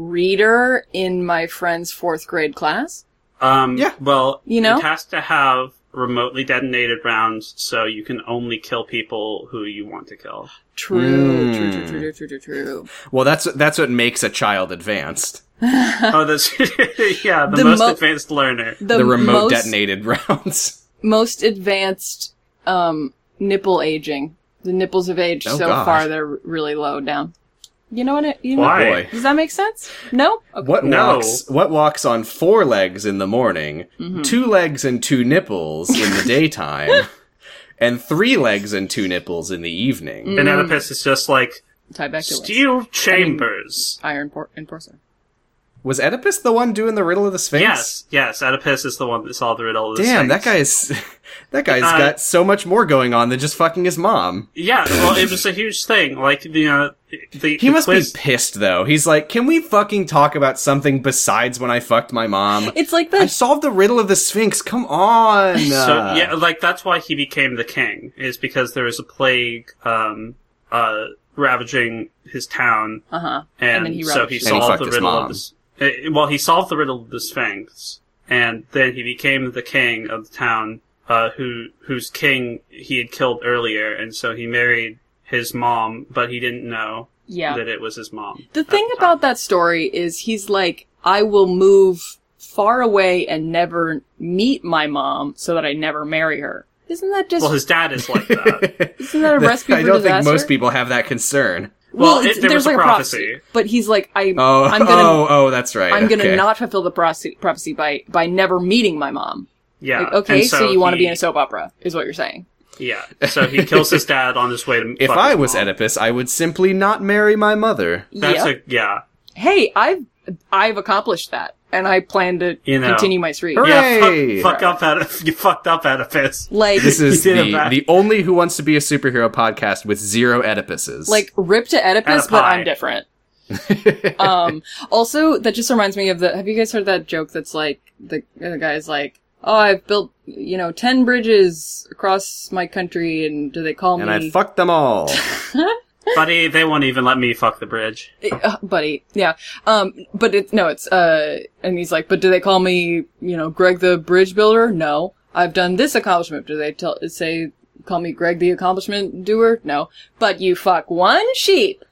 [SPEAKER 3] reader in my friend's fourth grade class?
[SPEAKER 2] um,
[SPEAKER 1] Yeah.
[SPEAKER 2] well,
[SPEAKER 3] You know?
[SPEAKER 2] it has to have remotely detonated rounds, so you can only kill people who you want to kill.
[SPEAKER 3] True, true, true,
[SPEAKER 1] Mm.
[SPEAKER 3] true, true, true, true.
[SPEAKER 1] Well, that's that's what makes a child advanced.
[SPEAKER 2] oh, that's yeah, the,
[SPEAKER 3] The
[SPEAKER 2] most
[SPEAKER 3] mo-
[SPEAKER 2] advanced learner.
[SPEAKER 1] The, remote
[SPEAKER 3] most,
[SPEAKER 1] detonated rounds.
[SPEAKER 3] most advanced um, nipple aging. The nipples have aged
[SPEAKER 1] Oh,
[SPEAKER 3] so
[SPEAKER 1] gosh.
[SPEAKER 3] far they're really low down. You know what? I, you know,
[SPEAKER 2] Why?
[SPEAKER 1] Boy.
[SPEAKER 3] Does that make sense? No. Oh, Okay.
[SPEAKER 1] What
[SPEAKER 2] No.
[SPEAKER 1] walks what walks on four legs in the morning, two legs and two nipples in the daytime, and three legs and two nipples in the evening.
[SPEAKER 2] And
[SPEAKER 3] Mm.
[SPEAKER 2] Oedipus is just like
[SPEAKER 3] Tie back to
[SPEAKER 2] steel
[SPEAKER 3] Steel-
[SPEAKER 2] chambers.
[SPEAKER 3] iron por- enforcer.
[SPEAKER 1] Was Oedipus the one doing the riddle of the Sphinx?
[SPEAKER 2] yes, yes, Oedipus is the one that solved the riddle. Of the
[SPEAKER 1] Damn, that
[SPEAKER 2] Sphinx.
[SPEAKER 1] guy is that guy's
[SPEAKER 2] Uh,
[SPEAKER 1] got so much more going on than just fucking his mom.
[SPEAKER 2] Yeah, well, it was a huge thing. Like you know,
[SPEAKER 1] He
[SPEAKER 2] the the
[SPEAKER 1] must
[SPEAKER 2] quiz-
[SPEAKER 1] be pissed though. He's like, "Can we fucking talk about something besides when I fucked my mom?
[SPEAKER 3] It's like
[SPEAKER 1] I
[SPEAKER 3] that.
[SPEAKER 1] solved the riddle of the Sphinx. Come on."
[SPEAKER 2] So yeah, like that's why he became the king is because there was a plague um, uh, ravaging his town,
[SPEAKER 3] Uh huh.
[SPEAKER 2] and,
[SPEAKER 3] then he
[SPEAKER 2] so
[SPEAKER 3] ravaged
[SPEAKER 2] he
[SPEAKER 3] it.
[SPEAKER 1] And he
[SPEAKER 2] solved
[SPEAKER 1] fucked
[SPEAKER 2] the
[SPEAKER 1] his
[SPEAKER 2] riddle
[SPEAKER 1] mom.
[SPEAKER 2] of this. Well, he solved the riddle of the Sphinx, and then he became the king of the town, uh, who whose king he had killed earlier, and so he married his mom, but he didn't know
[SPEAKER 3] Yeah.
[SPEAKER 2] that it was his mom.
[SPEAKER 3] The
[SPEAKER 2] at
[SPEAKER 3] thing
[SPEAKER 2] time.
[SPEAKER 3] about that story is he's like, I will move far away and never meet my mom so that I never marry her. Isn't that just
[SPEAKER 2] well, his dad is like that.
[SPEAKER 3] isn't that a recipe for
[SPEAKER 1] I don't think
[SPEAKER 3] disaster?
[SPEAKER 1] most people have that concern.
[SPEAKER 2] Well, it-
[SPEAKER 3] it's-
[SPEAKER 2] there was a prophecy.
[SPEAKER 3] But he's like, I,
[SPEAKER 1] Oh,
[SPEAKER 3] I'm gonna,
[SPEAKER 1] oh, oh, that's right.
[SPEAKER 3] I'm gonna
[SPEAKER 1] okay.
[SPEAKER 3] not fulfill the prophecy, prophecy by by never meeting my mom.
[SPEAKER 2] Yeah.
[SPEAKER 3] Like, okay,
[SPEAKER 2] and
[SPEAKER 3] so, you want to
[SPEAKER 2] he-
[SPEAKER 3] be in a soap opera, is what you're saying?
[SPEAKER 2] Yeah. So he kills his dad on his way to.
[SPEAKER 1] If
[SPEAKER 2] fuck
[SPEAKER 1] I
[SPEAKER 2] his
[SPEAKER 1] was
[SPEAKER 2] mom.
[SPEAKER 1] Oedipus, I would simply not marry my mother.
[SPEAKER 2] that's
[SPEAKER 3] yeah.
[SPEAKER 2] a yeah.
[SPEAKER 3] hey, I've I've accomplished that, and I plan to
[SPEAKER 2] You know.
[SPEAKER 3] continue my streak.
[SPEAKER 1] Hooray. Hey!
[SPEAKER 2] Yeah, fuck, fuck up Oedipus. You fucked up Oedipus.
[SPEAKER 3] Like,
[SPEAKER 1] This is
[SPEAKER 2] did it
[SPEAKER 1] the,
[SPEAKER 2] back.
[SPEAKER 1] the only Who Wants to Be a Superhero podcast with zero Oedipuses.
[SPEAKER 3] like rip to Oedipus,
[SPEAKER 2] Oedipus.
[SPEAKER 3] but I'm different. um, also, that just reminds me of the. Have you guys heard that joke? That's like the, the guy's like, "Oh, I've built you know ten bridges across my country, and do they call
[SPEAKER 1] and
[SPEAKER 3] me?"
[SPEAKER 1] I fucked them all.
[SPEAKER 2] Buddy, they won't even let me fuck the bridge.
[SPEAKER 3] uh, buddy. Yeah. Um, but it, no, it's, uh, and he's like, but do they call me, you know, Greg the Bridge Builder? No. I've done this accomplishment. Do they tell, say, call me Greg the Accomplishment Doer? No. But you fuck one sheep.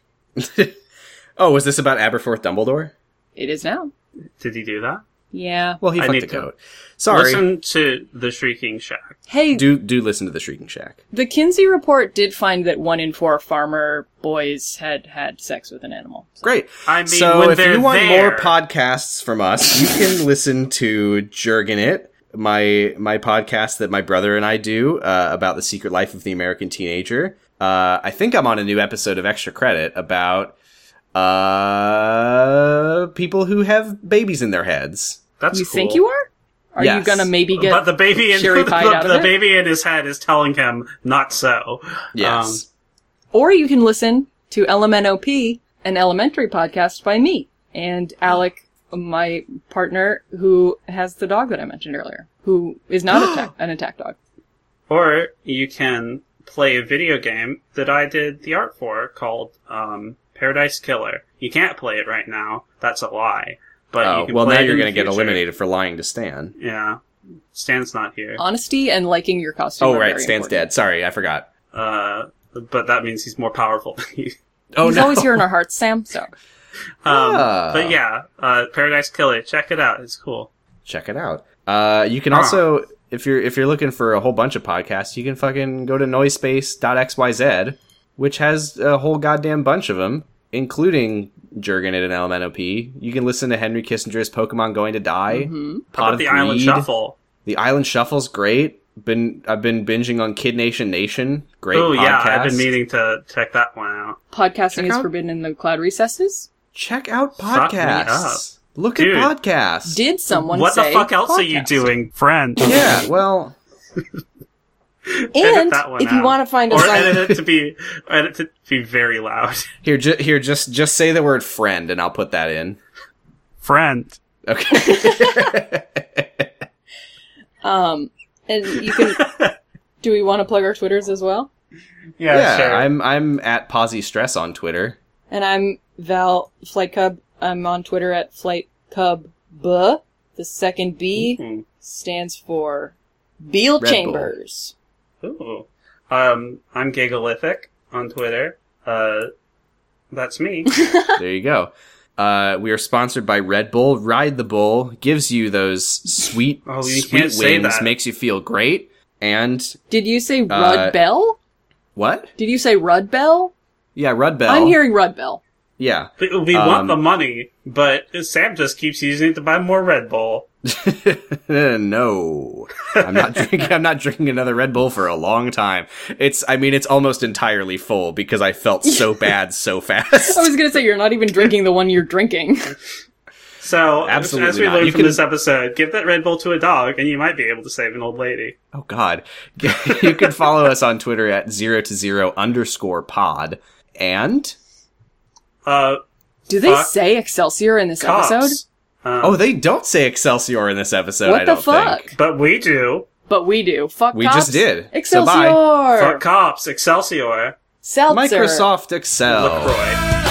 [SPEAKER 1] Oh, was this about Aberforth Dumbledore?
[SPEAKER 3] It is now.
[SPEAKER 2] Did he do that?
[SPEAKER 3] Yeah.
[SPEAKER 1] Well, he
[SPEAKER 2] I
[SPEAKER 1] fucked
[SPEAKER 2] need
[SPEAKER 1] a
[SPEAKER 2] to-
[SPEAKER 1] goat. Sorry.
[SPEAKER 2] Listen to the Shrieking Shack.
[SPEAKER 3] Hey,
[SPEAKER 1] Do do listen to the Shrieking Shack.
[SPEAKER 3] the Kinsey report did find that one in four farmer boys had had sex with an animal. So-
[SPEAKER 1] Great.
[SPEAKER 2] I mean,
[SPEAKER 1] so
[SPEAKER 2] when
[SPEAKER 1] if
[SPEAKER 2] they're
[SPEAKER 1] you want
[SPEAKER 2] there-
[SPEAKER 1] more podcasts from us, you can listen to Jergin It, my my podcast that my brother and I do uh, about the secret life of the American teenager. Uh, I think I'm on a new episode of Extra Credit about uh, people who have babies in their heads.
[SPEAKER 2] That's
[SPEAKER 3] you
[SPEAKER 2] cool.
[SPEAKER 3] think you are? Are you
[SPEAKER 1] Yes.
[SPEAKER 3] gonna maybe get?
[SPEAKER 2] But the baby in
[SPEAKER 3] Sherry
[SPEAKER 2] the,
[SPEAKER 3] Pie out of
[SPEAKER 2] the
[SPEAKER 3] it?
[SPEAKER 2] baby in his head is telling him not so.
[SPEAKER 1] Yes.
[SPEAKER 2] Um,
[SPEAKER 3] Or you can listen to LMNOP, an elementary podcast by me and Alec, my partner, who has the dog that I mentioned earlier, who is not attack- an attack dog.
[SPEAKER 2] Um, Or you can play a video game that I did the art for called um, Paradise Killer. You can't play it right now. That's a lie. But you
[SPEAKER 1] Oh,
[SPEAKER 2] can
[SPEAKER 1] well,
[SPEAKER 2] play
[SPEAKER 1] now
[SPEAKER 2] it
[SPEAKER 1] you're
[SPEAKER 2] in
[SPEAKER 1] going
[SPEAKER 2] the
[SPEAKER 1] to get
[SPEAKER 2] future.
[SPEAKER 1] eliminated for lying to Stan.
[SPEAKER 2] Yeah. Stan's not here.
[SPEAKER 3] Honesty and liking your costume.
[SPEAKER 1] Oh,
[SPEAKER 3] are
[SPEAKER 1] right.
[SPEAKER 3] very
[SPEAKER 1] Stan's
[SPEAKER 3] important.
[SPEAKER 1] dead. Sorry, I forgot.
[SPEAKER 2] Uh, but that means he's more powerful than you.
[SPEAKER 1] Oh,
[SPEAKER 3] He's
[SPEAKER 1] no.
[SPEAKER 3] always here in our hearts, Sam. So
[SPEAKER 2] Um,
[SPEAKER 1] Ah.
[SPEAKER 2] But yeah, uh, Paradise Killer, check it out. It's cool.
[SPEAKER 1] check it out. Uh, you
[SPEAKER 2] Ah.
[SPEAKER 1] can also if you're if you're looking for a whole bunch of podcasts, you can fucking go to noisepace.xyz, which has a whole goddamn bunch of them, including Jurgen at an LMNOP. You can listen to Henry Kissinger's Pokemon Going to Die,
[SPEAKER 2] Mm-hmm. How
[SPEAKER 1] Pot
[SPEAKER 2] about
[SPEAKER 1] of
[SPEAKER 2] the Island
[SPEAKER 1] Greed.
[SPEAKER 2] Shuffle?
[SPEAKER 1] The Island Shuffle's great. Been I've been binging on Kid Nation Nation. Great
[SPEAKER 2] Oh
[SPEAKER 1] podcast.
[SPEAKER 2] yeah, I've been meaning to check that one out.
[SPEAKER 3] podcasting
[SPEAKER 1] Check
[SPEAKER 3] is
[SPEAKER 1] out-
[SPEAKER 3] forbidden in the cloud recesses.
[SPEAKER 1] Check out
[SPEAKER 2] Fuck me up.
[SPEAKER 1] podcasts. Look
[SPEAKER 2] Dude.
[SPEAKER 1] at podcasts.
[SPEAKER 3] Did someone
[SPEAKER 2] what the
[SPEAKER 3] say
[SPEAKER 2] fuck else are you
[SPEAKER 3] podcast?
[SPEAKER 2] doing, friend?
[SPEAKER 1] yeah, well,
[SPEAKER 3] And
[SPEAKER 2] that one
[SPEAKER 3] if you
[SPEAKER 2] out.
[SPEAKER 3] want to find us
[SPEAKER 2] or
[SPEAKER 3] on
[SPEAKER 2] edit it to be edit it to be very loud.
[SPEAKER 1] here, ju- here, just just say the word friend, and I'll put that in.
[SPEAKER 2] Friend.
[SPEAKER 1] Okay.
[SPEAKER 3] Um, and you can. do we want to plug our Twitters as well?
[SPEAKER 2] Yeah,
[SPEAKER 1] yeah,
[SPEAKER 2] sure.
[SPEAKER 1] I'm I'm at Posy Stress on Twitter.
[SPEAKER 3] And I'm Val Flight Cub. I'm on Twitter at Flight Cub B. The second B stands for Beal
[SPEAKER 1] Red
[SPEAKER 3] Chambers.
[SPEAKER 2] Ooh. Um, I'm Gigalithic on Twitter. Uh, that's me.
[SPEAKER 1] There you go. Uh, we are sponsored by Red Bull. Ride the Bull gives you those sweet,
[SPEAKER 2] Oh, you
[SPEAKER 1] sweet
[SPEAKER 2] can't
[SPEAKER 1] wings.
[SPEAKER 2] say that.
[SPEAKER 1] Makes you feel great. And
[SPEAKER 3] Did you say Rud
[SPEAKER 1] Uh,
[SPEAKER 3] Bell?
[SPEAKER 1] what?
[SPEAKER 3] Did you say Rud Bell?
[SPEAKER 1] Yeah, Rud Bell.
[SPEAKER 3] I'm hearing Rud Bell.
[SPEAKER 1] Yeah.
[SPEAKER 2] We, we
[SPEAKER 1] Um,
[SPEAKER 2] want the money, but Sam just keeps using it to buy more Red Bull.
[SPEAKER 1] Uh, no, I'm not drinking. I'm not drinking another Red Bull for a long time. It's. I mean, it's almost entirely full because I felt so bad so
[SPEAKER 3] I
[SPEAKER 1] fast.
[SPEAKER 3] was gonna say you're not even drinking the one you're drinking.
[SPEAKER 2] So,
[SPEAKER 1] Absolutely
[SPEAKER 2] as we
[SPEAKER 1] not.
[SPEAKER 2] learned
[SPEAKER 1] You
[SPEAKER 2] from
[SPEAKER 1] can-
[SPEAKER 2] this episode, give that Red Bull to a dog, and you might be able to save an old lady.
[SPEAKER 1] oh God. you can follow us on Twitter at zero to zero underscore pod and.
[SPEAKER 2] Uh,
[SPEAKER 3] Do they
[SPEAKER 2] Fuck.
[SPEAKER 3] say Excelsior in this
[SPEAKER 2] cops.
[SPEAKER 3] episode?
[SPEAKER 2] Um,
[SPEAKER 1] Oh, they don't say Excelsior in this episode.
[SPEAKER 3] Uh, What
[SPEAKER 1] I
[SPEAKER 3] the
[SPEAKER 1] don't
[SPEAKER 3] fuck?
[SPEAKER 1] think.
[SPEAKER 2] but we do.
[SPEAKER 3] But we do. Fuck
[SPEAKER 1] We
[SPEAKER 3] cops.
[SPEAKER 1] just did. So
[SPEAKER 3] Excelsior.
[SPEAKER 1] bye.
[SPEAKER 2] Fuck cops, Excelsior,
[SPEAKER 3] Seltzer.
[SPEAKER 1] Microsoft Excel.
[SPEAKER 2] LaCroix.